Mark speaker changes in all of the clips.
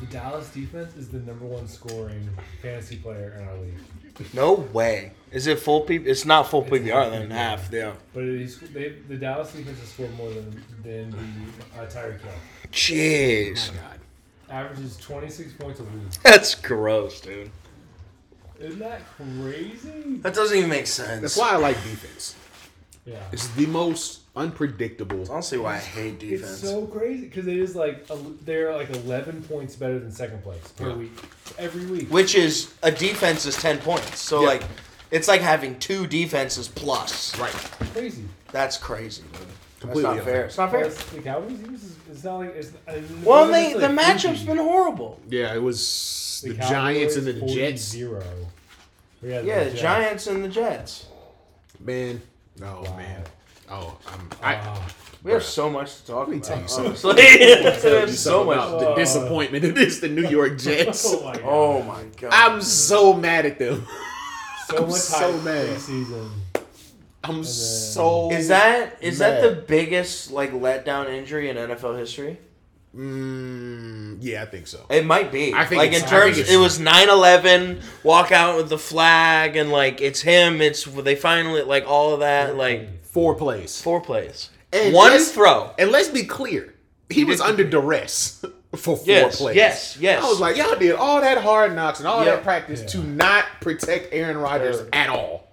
Speaker 1: The Dallas defense is the number one scoring fantasy player in our league.
Speaker 2: No way. Is it full P? It's not full
Speaker 1: It's
Speaker 2: PPR.
Speaker 1: not
Speaker 2: Then
Speaker 1: PPR.
Speaker 2: half. Yeah.
Speaker 1: But he's, they, the Dallas defense has scored more than than the uh, Tyreek Hill.
Speaker 2: Jeez.
Speaker 1: Averages 26 points a week.
Speaker 2: That's gross, dude.
Speaker 1: Isn't that crazy?
Speaker 2: That doesn't even make
Speaker 3: That's
Speaker 2: sense.
Speaker 3: why I like defense.
Speaker 1: Yeah.
Speaker 3: It's the most unpredictable.
Speaker 2: Honestly, why I hate
Speaker 1: It's
Speaker 2: defense.
Speaker 1: so crazy because it is like el- they're like 11 points better than second place per
Speaker 3: Yeah.
Speaker 1: week, every week.
Speaker 2: Which is a defense is ten points. So
Speaker 3: Yeah.
Speaker 2: like, it's like having two defenses plus.
Speaker 3: Right.
Speaker 1: Crazy.
Speaker 2: That's crazy, dude.
Speaker 3: Completely
Speaker 2: That's not fair.
Speaker 3: unfair.
Speaker 2: It's not fair.
Speaker 1: Plus, the Cowboys defense is it's not like it's. uh, I mean,
Speaker 2: Well,
Speaker 1: it wasn't
Speaker 2: they, the
Speaker 1: necessarily
Speaker 2: matchup's
Speaker 1: freaky.
Speaker 2: been horrible.
Speaker 3: Yeah, it was the,
Speaker 1: Cowboys
Speaker 3: Giants and then the
Speaker 1: 40
Speaker 3: Jets.
Speaker 1: Zero. Yeah,
Speaker 2: Yeah, the
Speaker 1: Jets.
Speaker 2: Giants and the Jets.
Speaker 3: Man. Oh man. Oh, I'm, I.
Speaker 1: Wow.
Speaker 2: We have
Speaker 3: Bruh.
Speaker 2: so much to talk
Speaker 3: Let me
Speaker 2: about.
Speaker 3: tell you something.
Speaker 2: honestly. There's
Speaker 3: tell you
Speaker 2: so much.
Speaker 3: something about the disappointment it is the New York Jets.
Speaker 1: Oh my god.
Speaker 2: Oh my god.
Speaker 3: I'm so mad at them.
Speaker 1: so
Speaker 3: I'm
Speaker 1: much
Speaker 3: so
Speaker 1: hype
Speaker 3: mad.
Speaker 1: preseason.
Speaker 3: I'm so.
Speaker 2: is that is that the
Speaker 3: mad.
Speaker 2: biggest like letdown injury in NFL history?
Speaker 3: Mm, yeah, I think so.
Speaker 2: It might be.
Speaker 3: I think
Speaker 2: like in
Speaker 3: it's- I
Speaker 2: terms,
Speaker 3: think
Speaker 2: it
Speaker 3: it's-
Speaker 2: was 9-11, walk out with the flag, and like it's him. It's they finally like all of that like
Speaker 3: Four plays.
Speaker 2: four plays,
Speaker 3: And
Speaker 2: one
Speaker 3: yes-
Speaker 2: throw.
Speaker 3: And let's be clear, he was under duress for four
Speaker 2: Yes,
Speaker 3: plays.
Speaker 2: yes, yes.
Speaker 3: I was like, y'all did all that hard knocks and all
Speaker 2: Yeah.
Speaker 3: that practice
Speaker 1: Yeah.
Speaker 3: to not protect Aaron Rodgers
Speaker 2: Dude.
Speaker 3: at all.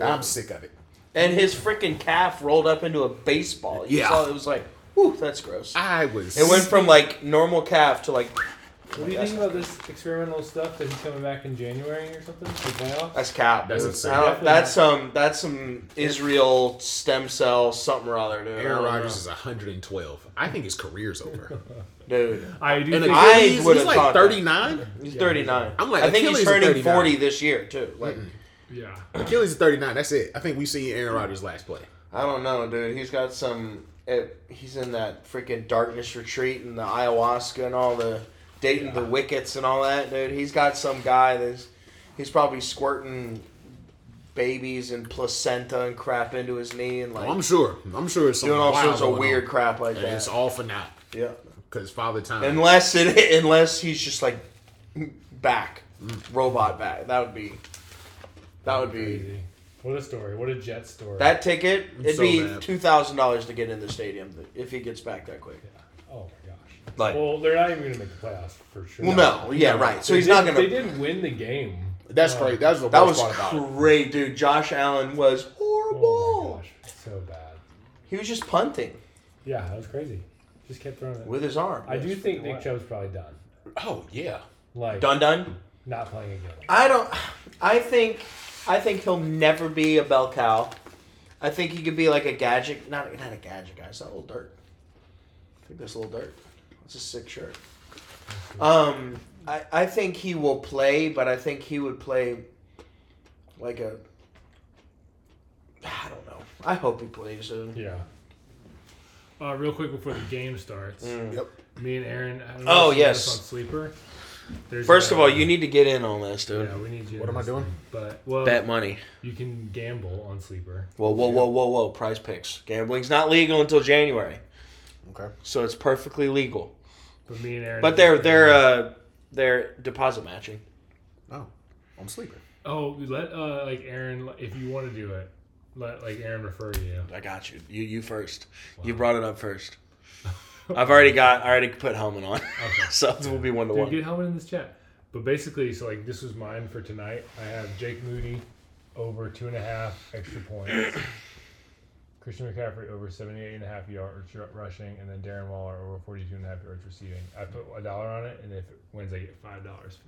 Speaker 3: I'm sick of it.
Speaker 2: And his freaking calf rolled up into a baseball. You
Speaker 3: Yeah.
Speaker 2: saw it was like, whew, that's gross.
Speaker 3: I was.
Speaker 2: It went from like normal calf to like.
Speaker 1: What do you think about this experimental stuff that he's coming back in January or something for playoffs?
Speaker 2: That's cap.
Speaker 3: That's
Speaker 2: dude.
Speaker 3: insane.
Speaker 2: I don't- That's some. That's some Israel stem cell something or other, dude. I
Speaker 3: Aaron
Speaker 2: don't
Speaker 3: Rodgers
Speaker 2: know.
Speaker 3: is 112. I think his career's over.
Speaker 2: dude.
Speaker 1: I do
Speaker 3: And
Speaker 1: think
Speaker 2: I
Speaker 3: Achilles, he's
Speaker 2: would've thought that.
Speaker 3: like 39.
Speaker 2: He's 39.
Speaker 3: I'm like,
Speaker 2: I think
Speaker 3: Achilles
Speaker 2: he's
Speaker 3: is
Speaker 2: turning
Speaker 3: 39.
Speaker 2: 40 this year too. Like,
Speaker 1: yeah.
Speaker 3: Achilles is 39. That's it. I think we seen Aaron Rodgers last play.
Speaker 2: I don't know, dude. He's got some. It, he's in that freaking darkness retreat and the ayahuasca and all the dating the wickets and all that, dude. He's got some guy that's he's probably squirting babies and placenta and crap into his knee and like
Speaker 3: Oh, I'm sure. I'm sure it's something
Speaker 2: doing all
Speaker 3: wild
Speaker 2: sorts of
Speaker 3: going
Speaker 2: weird
Speaker 3: on.
Speaker 2: crap like
Speaker 3: And it's
Speaker 2: that.
Speaker 3: all for naught
Speaker 2: Yeah.
Speaker 3: because Father Time.
Speaker 2: Unless it, unless he's just like back,
Speaker 3: Mm.
Speaker 2: robot back. That would be, that would be
Speaker 1: Crazy. What a story. What a Jet story.
Speaker 2: that ticket. It'd
Speaker 3: so
Speaker 2: be
Speaker 3: mad.
Speaker 2: two thousand dollars to get in the stadium if he gets back that quick.
Speaker 1: oh my gosh.
Speaker 2: Like, well,
Speaker 1: Well, they're not even going to make the playoffs for sure.
Speaker 2: no, yeah, right. So he's
Speaker 1: They
Speaker 2: not
Speaker 1: did-
Speaker 2: gonna.
Speaker 1: They did win the game.
Speaker 3: that's crazy. That was the
Speaker 2: uh, That
Speaker 3: worst
Speaker 2: was
Speaker 3: part about it.
Speaker 2: great, dude. Josh Allen was
Speaker 1: Oh my
Speaker 2: horrible.
Speaker 1: gosh, so bad.
Speaker 2: He was just punting
Speaker 1: Yeah, that was crazy. Just kept throwing it.
Speaker 2: with his arm.
Speaker 1: I do think Nick Chubb's probably done.
Speaker 3: Oh yeah.
Speaker 1: Like
Speaker 2: Dun dun.
Speaker 1: not playing again.
Speaker 2: I don't. I think. I think he'll never be a bell cow. I think he could be like a gadget. Not not a gadget guy. It's not a little dirt. I think that's a little dirt. It's a sick shirt. Um, I I think he will play, but I think he would play like a. I don't know. I hope he plays. uh,
Speaker 1: Yeah. Uh, real quick before the game starts,
Speaker 3: Yep.
Speaker 1: me and Aaron. I don't know
Speaker 2: Mm. Oh,
Speaker 1: if you know this
Speaker 2: yes.
Speaker 1: On sleeper. There's
Speaker 2: First
Speaker 1: a-
Speaker 2: of all, you need to get in on this, dude.
Speaker 1: Yeah, we need you.
Speaker 3: What
Speaker 1: on
Speaker 3: am I
Speaker 1: this
Speaker 3: doing?
Speaker 1: thing. But well,
Speaker 2: Bet money.
Speaker 1: you can gamble on sleeper.
Speaker 2: Whoa, whoa, whoa, whoa, whoa! Prize picks. Gambling's not legal until January,
Speaker 3: Okay.
Speaker 2: so it's perfectly legal.
Speaker 1: But me and Aaron.
Speaker 2: But they're they're uh they're deposit matching.
Speaker 3: Oh, I'm sleeping.
Speaker 1: Oh, let uh like Aaron if you want to do it, let like Aaron refer you.
Speaker 2: I got you. You you first. You brought it up first. I've already got I already put helmet on. so it will be one to
Speaker 1: Dude,
Speaker 2: one.
Speaker 1: get helmet in this chat. But basically, so like this was mine for tonight. I have Jake Moody over two and a half extra points. Christian McCaffrey over 78 and a half yards r- rushing, and then Darren Waller over 42 and a half yards receiving. I put a dollar on it, and if it wins, I get five dollars.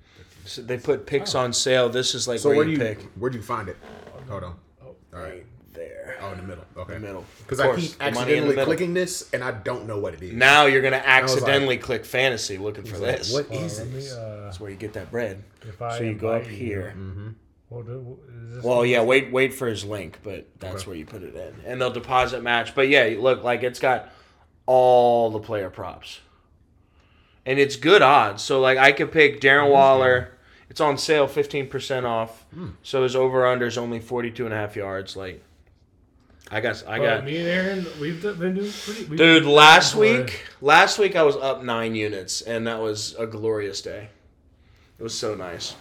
Speaker 2: So they put picks on sale. This is like
Speaker 3: So
Speaker 2: where,
Speaker 3: where do
Speaker 2: you
Speaker 3: you
Speaker 2: pick.
Speaker 3: where'd you find it? Hold on.
Speaker 1: Oh.
Speaker 3: All right.
Speaker 2: there.
Speaker 3: Oh, in the middle. Okay.
Speaker 2: The middle.
Speaker 3: Because
Speaker 2: Of
Speaker 3: I
Speaker 2: course, the
Speaker 3: keep
Speaker 2: money in the
Speaker 3: accidentally
Speaker 2: middle.
Speaker 3: clicking this, and I don't know what it is.
Speaker 2: Now you're gonna
Speaker 3: was like-
Speaker 2: accidentally click fantasy looking for
Speaker 3: It's like,
Speaker 2: this.
Speaker 3: What
Speaker 1: Hold on,
Speaker 3: is
Speaker 1: let me,
Speaker 3: this?
Speaker 1: uh,
Speaker 2: That's where you get that bread.
Speaker 1: if I
Speaker 2: So you go up
Speaker 1: invite you-
Speaker 2: here.
Speaker 3: Mm-hmm.
Speaker 1: Well, do, is this
Speaker 2: Well, yeah, wait, wait for his link, but that's
Speaker 3: Okay.
Speaker 2: where you put it in, and they'll deposit match. But yeah, look, like it's got all the player props, and it's good odds. So like I could pick Darren Waller. It's on sale, Hmm. fifteen percent off. So his over under is only 42 and a half yards. Like I got. I
Speaker 1: But
Speaker 2: got.
Speaker 1: me and Aaron, we've d- been doing pretty. We've
Speaker 2: Dude,
Speaker 1: been
Speaker 2: last
Speaker 1: doing
Speaker 2: week, last week I was up nine units, and that was a glorious day. It was so nice.
Speaker 1: good.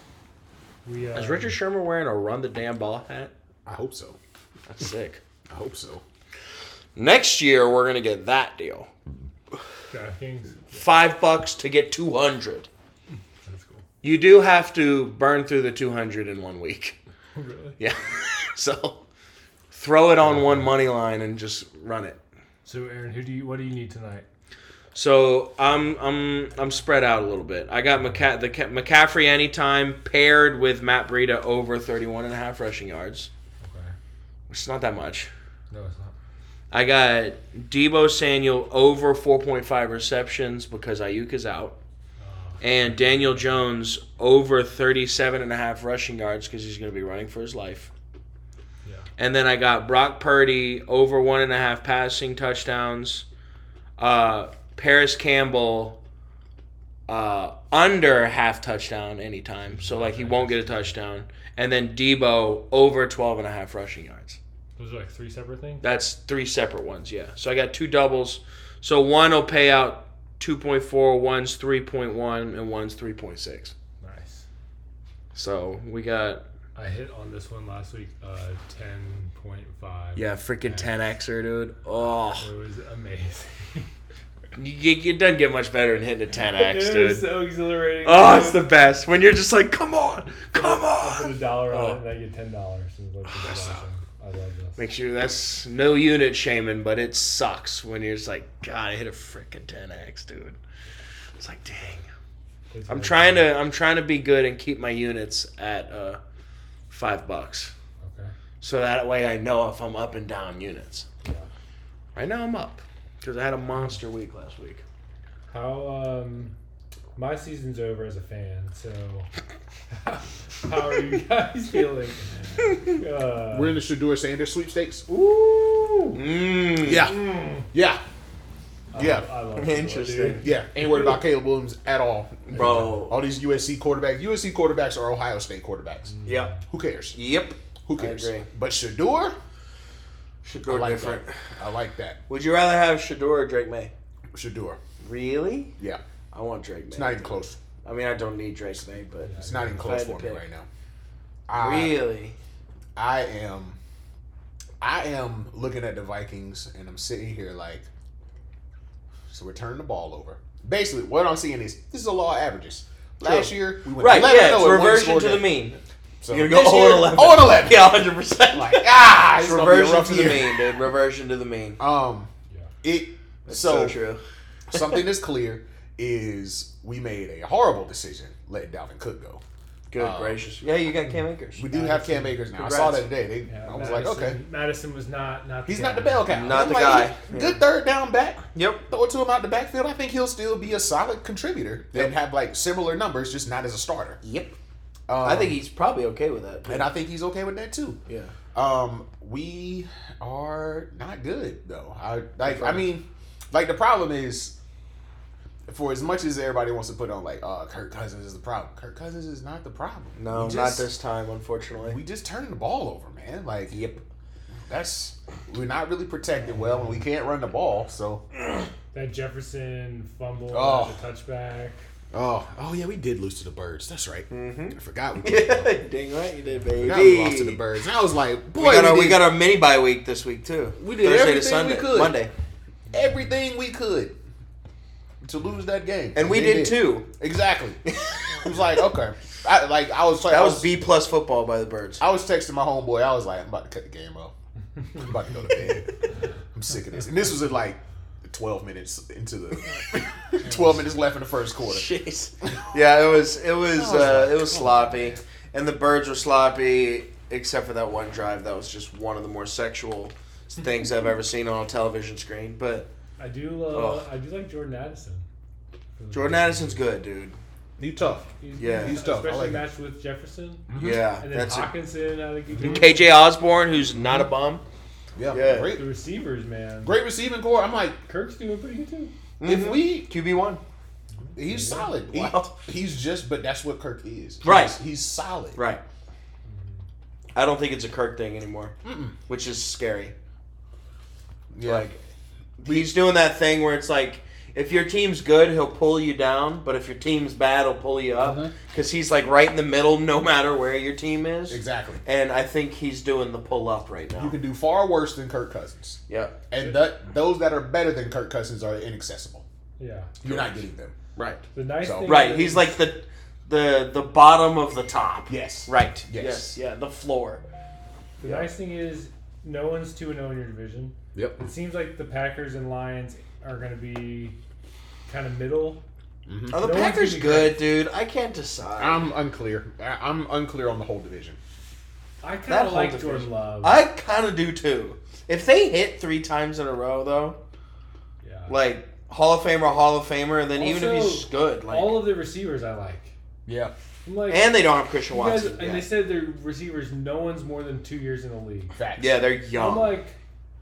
Speaker 1: we, uh,
Speaker 2: Is Richard Sherman wearing a run the damn ball hat?
Speaker 3: I hope so.
Speaker 2: That's sick.
Speaker 3: I hope so.
Speaker 2: Next year we're gonna get that deal.
Speaker 1: DraftKings.
Speaker 2: Five bucks to get two hundred.
Speaker 1: That's cool.
Speaker 2: You do have to burn through the two hundred in one week.
Speaker 1: really?
Speaker 2: Yeah. so throw it on one money line and just run it.
Speaker 1: So Aaron, who do you? What do you need tonight?
Speaker 2: So I'm I'm I'm spread out a little bit. I got McCa- the Ca- McCaffrey anytime paired with Matt Breida over 31 and a half rushing yards,
Speaker 1: Okay.
Speaker 2: which is not that much.
Speaker 1: No, it's not.
Speaker 2: I got Debo Samuel over 4.5 receptions because Ayuk is out.
Speaker 1: Oh,
Speaker 2: And Daniel Jones over 37 and a half rushing yards because he's going to be running for his life.
Speaker 1: Yeah.
Speaker 2: And then I got Brock Purdy over one and a half passing touchdowns. Uh, Paris Campbell uh, under half touchdown anytime. So, like, he won't get a touchdown. And then Debo over 12 and a half rushing yards.
Speaker 1: Those are like three separate things.
Speaker 2: That's three separate ones, yeah. So I got two doubles. So one will pay out 2.4, one's 3.1, and one's 3.6.
Speaker 1: Nice.
Speaker 2: So we got,
Speaker 1: I hit on this one last week. Uh, ten point five.
Speaker 2: yeah, freaking 10xer, dude. Oh,
Speaker 1: It was amazing.
Speaker 2: you- you- it doesn't get much better than hitting a 10x,
Speaker 1: it
Speaker 2: dude.
Speaker 1: was so exhilarating.
Speaker 2: Oh, it's the best. When you're just like, come on, come
Speaker 1: I put a
Speaker 2: on.
Speaker 1: dollar on
Speaker 2: Oh.
Speaker 1: it and I get ten dollars. Like, this is
Speaker 3: that's
Speaker 1: awesome. I love this.
Speaker 2: Make sure that's no unit shaming, but it sucks when you're just like, God, I hit a freaking 10x, dude. It's like, dang.
Speaker 1: It's
Speaker 2: I'm
Speaker 1: really
Speaker 2: trying
Speaker 1: cool.
Speaker 2: to I'm trying to be good and keep my units at uh, five bucks.
Speaker 1: Okay.
Speaker 2: So that way I know if I'm up and down units.
Speaker 1: Yeah.
Speaker 2: Right now I'm up because I had a monster week last week.
Speaker 1: How um, my season's over as a fan. So, how are you guys feeling? Uh,
Speaker 3: We're in the Shador Sanders sweepstakes.
Speaker 2: Ooh. Mm.
Speaker 3: Yeah,
Speaker 1: mm,
Speaker 3: yeah,
Speaker 1: I
Speaker 3: Yeah.
Speaker 1: love- I love Tua, dude.
Speaker 2: Interesting.
Speaker 3: yeah. Ain't worried about Caleb Williams at all,
Speaker 2: Bro.
Speaker 3: All these USC quarterbacks. USC quarterbacks are Ohio State quarterbacks.
Speaker 2: Yep.
Speaker 3: Who cares?
Speaker 2: Yep.
Speaker 3: Who cares?
Speaker 2: agree.
Speaker 3: But Shador,
Speaker 2: Should
Speaker 3: I
Speaker 2: go
Speaker 3: like
Speaker 2: different.
Speaker 3: that. I like that.
Speaker 2: Would you rather have Shador or Drake May?
Speaker 3: Shador.
Speaker 2: Really?
Speaker 3: Yeah,
Speaker 2: I want Drake May.
Speaker 3: it's not even close.
Speaker 2: I mean, I don't need Drake May, but
Speaker 3: It's not even
Speaker 2: If I
Speaker 3: close
Speaker 2: had to
Speaker 3: for me
Speaker 2: pick.
Speaker 3: right now. I,
Speaker 2: really,
Speaker 3: I am, I am looking at the Vikings, and I'm sitting here like, so we're turning the ball over. Basically, what I'm seeing is this is a law of averages. Last year we went
Speaker 2: right?
Speaker 3: 11
Speaker 2: Yeah, it's
Speaker 3: and oh one
Speaker 2: reversion
Speaker 3: score
Speaker 2: to the
Speaker 3: game.
Speaker 2: mean.
Speaker 3: So
Speaker 2: You're gonna go
Speaker 3: this
Speaker 2: 0
Speaker 3: year,
Speaker 2: and 11.
Speaker 3: 0 and 11.
Speaker 2: Yeah, hundred percent.
Speaker 3: Like ah, it's gonna be a
Speaker 2: reversion
Speaker 3: rough
Speaker 2: to the
Speaker 3: year.
Speaker 2: mean, dude. Reversion to the mean.
Speaker 3: Um,
Speaker 1: Yeah.
Speaker 3: it
Speaker 2: That's
Speaker 3: so,
Speaker 2: so true.
Speaker 3: something that's clear is we made a horrible decision letting Dalvin Cook go.
Speaker 2: Good
Speaker 3: Um,
Speaker 2: gracious. Yeah, you got Cam Akers.
Speaker 3: We do have Cam Akers now. I saw that
Speaker 2: Congrats.
Speaker 3: today. They,
Speaker 1: Yeah,
Speaker 3: I was
Speaker 1: Madison,
Speaker 3: like, okay,
Speaker 1: Madison was not not.
Speaker 3: he's not the
Speaker 1: guy.
Speaker 3: bell cow.
Speaker 2: Not
Speaker 3: I'm
Speaker 2: the
Speaker 3: like,
Speaker 2: guy.
Speaker 3: he- Good third down back.
Speaker 2: Yep.
Speaker 3: Throw it to him out the backfield. I think he'll still be a solid contributor and have like similar numbers, just not as a starter.
Speaker 2: Yep.
Speaker 3: Um,
Speaker 2: I think he's probably okay with that.
Speaker 3: and I think he's okay with that too.
Speaker 2: yeah.
Speaker 3: Um, we are not good though. I like. I
Speaker 2: Right.
Speaker 3: mean, like the problem is, for as much as everybody wants to put on like, "Oh, Kirk Cousins is the problem." Kirk Cousins is not the problem.
Speaker 2: No,
Speaker 3: We
Speaker 2: not
Speaker 3: just-
Speaker 2: this time, unfortunately.
Speaker 3: We just turned the ball over, man. Like,
Speaker 2: yep.
Speaker 3: that's we're not really protected well, and we can't run the ball. So,
Speaker 1: That Jefferson fumble,
Speaker 3: Oh.
Speaker 1: the touchback.
Speaker 3: oh, oh yeah, we did lose to the birds. That's right.
Speaker 2: Mm-hmm.
Speaker 3: I forgot we.
Speaker 2: Dang right you did, baby.
Speaker 3: forgot we lost to the birds. And I was like, boy,
Speaker 2: We got, our, we
Speaker 3: did
Speaker 2: got our mini bye week this week too.
Speaker 3: We did
Speaker 2: Thursday
Speaker 3: everything we
Speaker 2: to Sunday,
Speaker 3: could.
Speaker 2: Monday,
Speaker 3: everything we could to lose that game,
Speaker 2: and we
Speaker 3: they
Speaker 2: did too.
Speaker 3: Exactly. I was like, okay. I like I was
Speaker 2: That
Speaker 3: I
Speaker 2: was B plus football by the birds.
Speaker 3: I was texting my homeboy. I was like, I'm about to cut the game off. I'm about to go to bed. I'm sick of this. And this was at like 12 minutes into the 12 minutes left in the first quarter.
Speaker 2: Jeez. Yeah, it was it was uh, it was sloppy, and the birds were sloppy, except for that one drive that was just one of the more sexual things I've ever seen on a television screen. But
Speaker 1: I do love. I do like Jordan Addison.
Speaker 2: Jordan Addison's good, dude.
Speaker 3: You tough.
Speaker 1: He's,
Speaker 2: Yeah.
Speaker 3: He's tough. I
Speaker 1: Especially
Speaker 3: like him. Hmm?
Speaker 1: matched with Jefferson.
Speaker 2: Yeah,
Speaker 1: And then
Speaker 2: that's it.
Speaker 1: Hawkinson, I think he did.
Speaker 2: KJ Osborne, who's not a bum.
Speaker 3: Yeah.
Speaker 2: Yeah.
Speaker 3: Great.
Speaker 1: The receivers, man.
Speaker 3: Great receiving core. I'm like,
Speaker 1: Kirk's doing pretty good too.
Speaker 3: if we
Speaker 2: QB Mm-hmm. one.
Speaker 3: he's solid. He-
Speaker 2: Wow.
Speaker 3: he's just but that's what Kirk is. He's-
Speaker 2: Right.
Speaker 3: He's solid.
Speaker 2: Right. I don't think it's a Kirk thing anymore, which is scary.
Speaker 3: Yeah.
Speaker 2: Like he's doing that thing where it's like if your team's good, he'll pull you down, but if your team's bad, he'll pull you up
Speaker 3: Mhm.
Speaker 2: because he's like right in the middle, no matter where your team is.
Speaker 3: exactly.
Speaker 2: And I think he's doing the pull up right
Speaker 3: You
Speaker 2: now.
Speaker 3: can do far worse than Kirk Cousins,
Speaker 2: Yep.
Speaker 3: and that those that are better than Kirk Cousins are inaccessible.
Speaker 1: Yeah.
Speaker 3: You're not getting them. Right.
Speaker 1: The nice
Speaker 3: So-
Speaker 1: thing
Speaker 2: Right.
Speaker 1: is-
Speaker 2: He's like the the the bottom of the top.
Speaker 3: Yes.
Speaker 2: Right.
Speaker 3: Yes.
Speaker 2: Yeah. The floor.
Speaker 1: the nice thing is no one's two and zero in your division.
Speaker 3: Yep.
Speaker 1: It seems like the Packers and Lions are going to be kind of middle.
Speaker 3: Mm-hmm.
Speaker 2: Are the
Speaker 1: No one's
Speaker 2: Packers
Speaker 1: gonna be
Speaker 2: good, dude? I can't decide.
Speaker 3: Uh, I'm unclear. I- I'm unclear on the whole division.
Speaker 1: I
Speaker 2: That
Speaker 1: kind of
Speaker 2: whole
Speaker 1: like
Speaker 2: division.
Speaker 1: Jordan Love.
Speaker 2: I kind of do too. If they hit three times in a row, though,
Speaker 1: yeah.
Speaker 2: like Hall of Famer, Hall of Famer, and then even if
Speaker 1: Also,
Speaker 2: he's good, like,
Speaker 1: All of the receivers I like.
Speaker 3: Yeah.
Speaker 1: I'm like
Speaker 2: and they don't have Christian
Speaker 1: you guys,
Speaker 2: Watson.
Speaker 1: and
Speaker 2: yet.
Speaker 1: they said their receivers, no one's more than two years in the league.
Speaker 3: Facts.
Speaker 2: yeah, they're
Speaker 1: I'm
Speaker 2: young,
Speaker 1: like,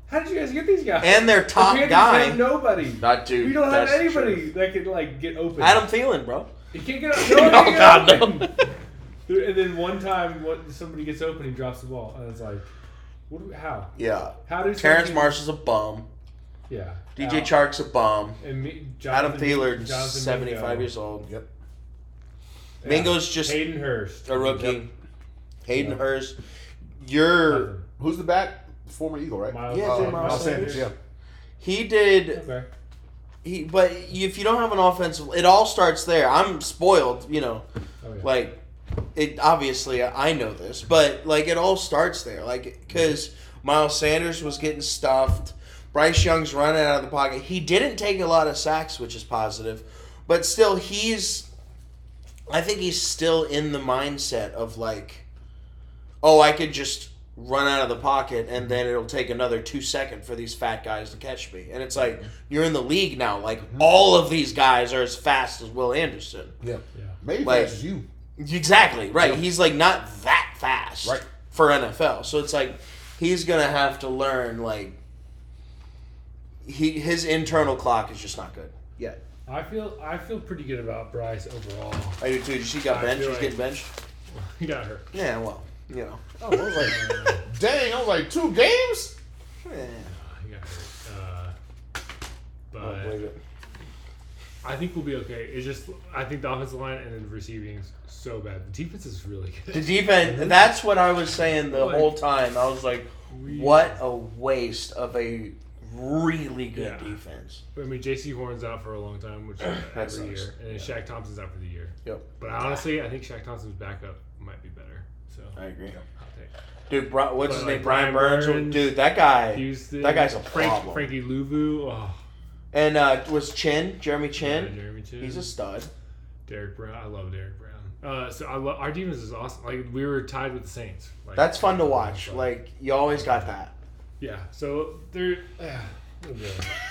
Speaker 1: how did you guys get these guys?
Speaker 2: Oh. and their top
Speaker 1: we
Speaker 2: guy.
Speaker 1: Have nobody.
Speaker 2: That dude.
Speaker 1: We don't have
Speaker 2: that's
Speaker 1: anybody
Speaker 2: true.
Speaker 1: that can like get open.
Speaker 2: Adam Thielen, bro.
Speaker 1: He can't get open. No,
Speaker 2: No,
Speaker 1: one can
Speaker 2: God,
Speaker 1: get
Speaker 2: no.
Speaker 1: open. There- and then one time, what somebody gets open, he drops the ball, and it's like, what? do we- How?
Speaker 2: Yeah.
Speaker 1: How did
Speaker 2: Terrence
Speaker 1: something-
Speaker 2: Marshall's a bum.
Speaker 1: Yeah.
Speaker 2: DJ
Speaker 1: Al-
Speaker 2: Chark's a bum.
Speaker 1: And me,
Speaker 2: Adam
Speaker 1: Jonathan,
Speaker 2: Thieler's
Speaker 1: Jonathan
Speaker 2: 75
Speaker 1: Mingo.
Speaker 2: years old.
Speaker 3: Yep.
Speaker 1: Yeah.
Speaker 2: Mingo's just
Speaker 1: Hayden Hurst.
Speaker 2: a rookie.
Speaker 3: Yep.
Speaker 2: Hayden
Speaker 1: Yep.
Speaker 2: Hurst. You're.
Speaker 1: Nothing.
Speaker 3: Who's the back? Former Eagle, right?
Speaker 1: Miles,
Speaker 2: Yeah, Jay Miles
Speaker 3: Sanders. Yeah.
Speaker 2: He did.
Speaker 1: Okay.
Speaker 2: He, but if you don't have an offensive, it all starts there. I'm spoiled, you know.
Speaker 1: Oh, yeah.
Speaker 2: Like, it obviously I know this, but like it all starts there. Like, because Miles Sanders was getting stuffed, Bryce Young's running out of the pocket. He didn't take a lot of sacks, which is positive, but still, he's. I think he's still in the mindset of like, oh, I could just run out of the pocket and then it'll take another two second for these fat guys to catch me. And it's like
Speaker 1: Mm-hmm.
Speaker 2: you're in the league now. Like all of these guys are as fast as Will Anderson.
Speaker 3: Yeah.
Speaker 1: Yeah.
Speaker 3: Maybe
Speaker 2: Like-
Speaker 3: that's you.
Speaker 2: Exactly right. He's like not that fast
Speaker 3: Right.
Speaker 2: for NFL. So it's like he's gonna have to learn like he his internal clock is just not good. Yeah,
Speaker 1: I feel I feel pretty good about Bryce overall.
Speaker 2: I do too. She got
Speaker 1: I
Speaker 2: benched.
Speaker 1: feel
Speaker 2: He's
Speaker 1: like-
Speaker 2: getting benched.
Speaker 1: He got hurt.
Speaker 2: Yeah, well, you know.
Speaker 3: Oh, I was like, dang! I was like, two games.
Speaker 2: Yeah.
Speaker 1: He got hurt. Uh,
Speaker 2: Don't
Speaker 1: but
Speaker 2: believe it.
Speaker 1: I think we'll be okay. It's just I think the offensive line and the receiving is so bad. The defense is really
Speaker 2: The
Speaker 1: good.
Speaker 2: defense. That's what I was saying the
Speaker 1: Like-
Speaker 2: whole time. I was like,
Speaker 1: We-
Speaker 2: what a waste of a really good
Speaker 1: Yeah.
Speaker 2: defense.
Speaker 1: I mean, J.C. Horn's out for a long time, which every
Speaker 2: sucks.
Speaker 1: year, and then Shaq Thompson's out for the year.
Speaker 2: Yep.
Speaker 1: But honestly, I think Shaq Thompson's backup might be better. So
Speaker 2: I agree.
Speaker 1: I'll take
Speaker 2: Dude, Bri- what's
Speaker 1: But,
Speaker 2: his
Speaker 1: like,
Speaker 2: name? Brian
Speaker 1: Brian
Speaker 2: Burns.
Speaker 1: Burns,
Speaker 2: Dude, that guy.
Speaker 1: Houston.
Speaker 2: That guy's a
Speaker 1: Frank,
Speaker 2: problem.
Speaker 1: Frankie Louvu. Oh,
Speaker 2: And uh, was Chin Jeremy
Speaker 1: yeah,
Speaker 2: Chin?
Speaker 1: Jeremy Chin.
Speaker 2: He's a stud.
Speaker 1: Derek Brown. I love Derek Brown. Uh, so I lo- our defense is awesome. Like we were tied with the Saints. Like,
Speaker 2: That's fun to watch. Like you always got that.
Speaker 1: yeah. So they're. Uh,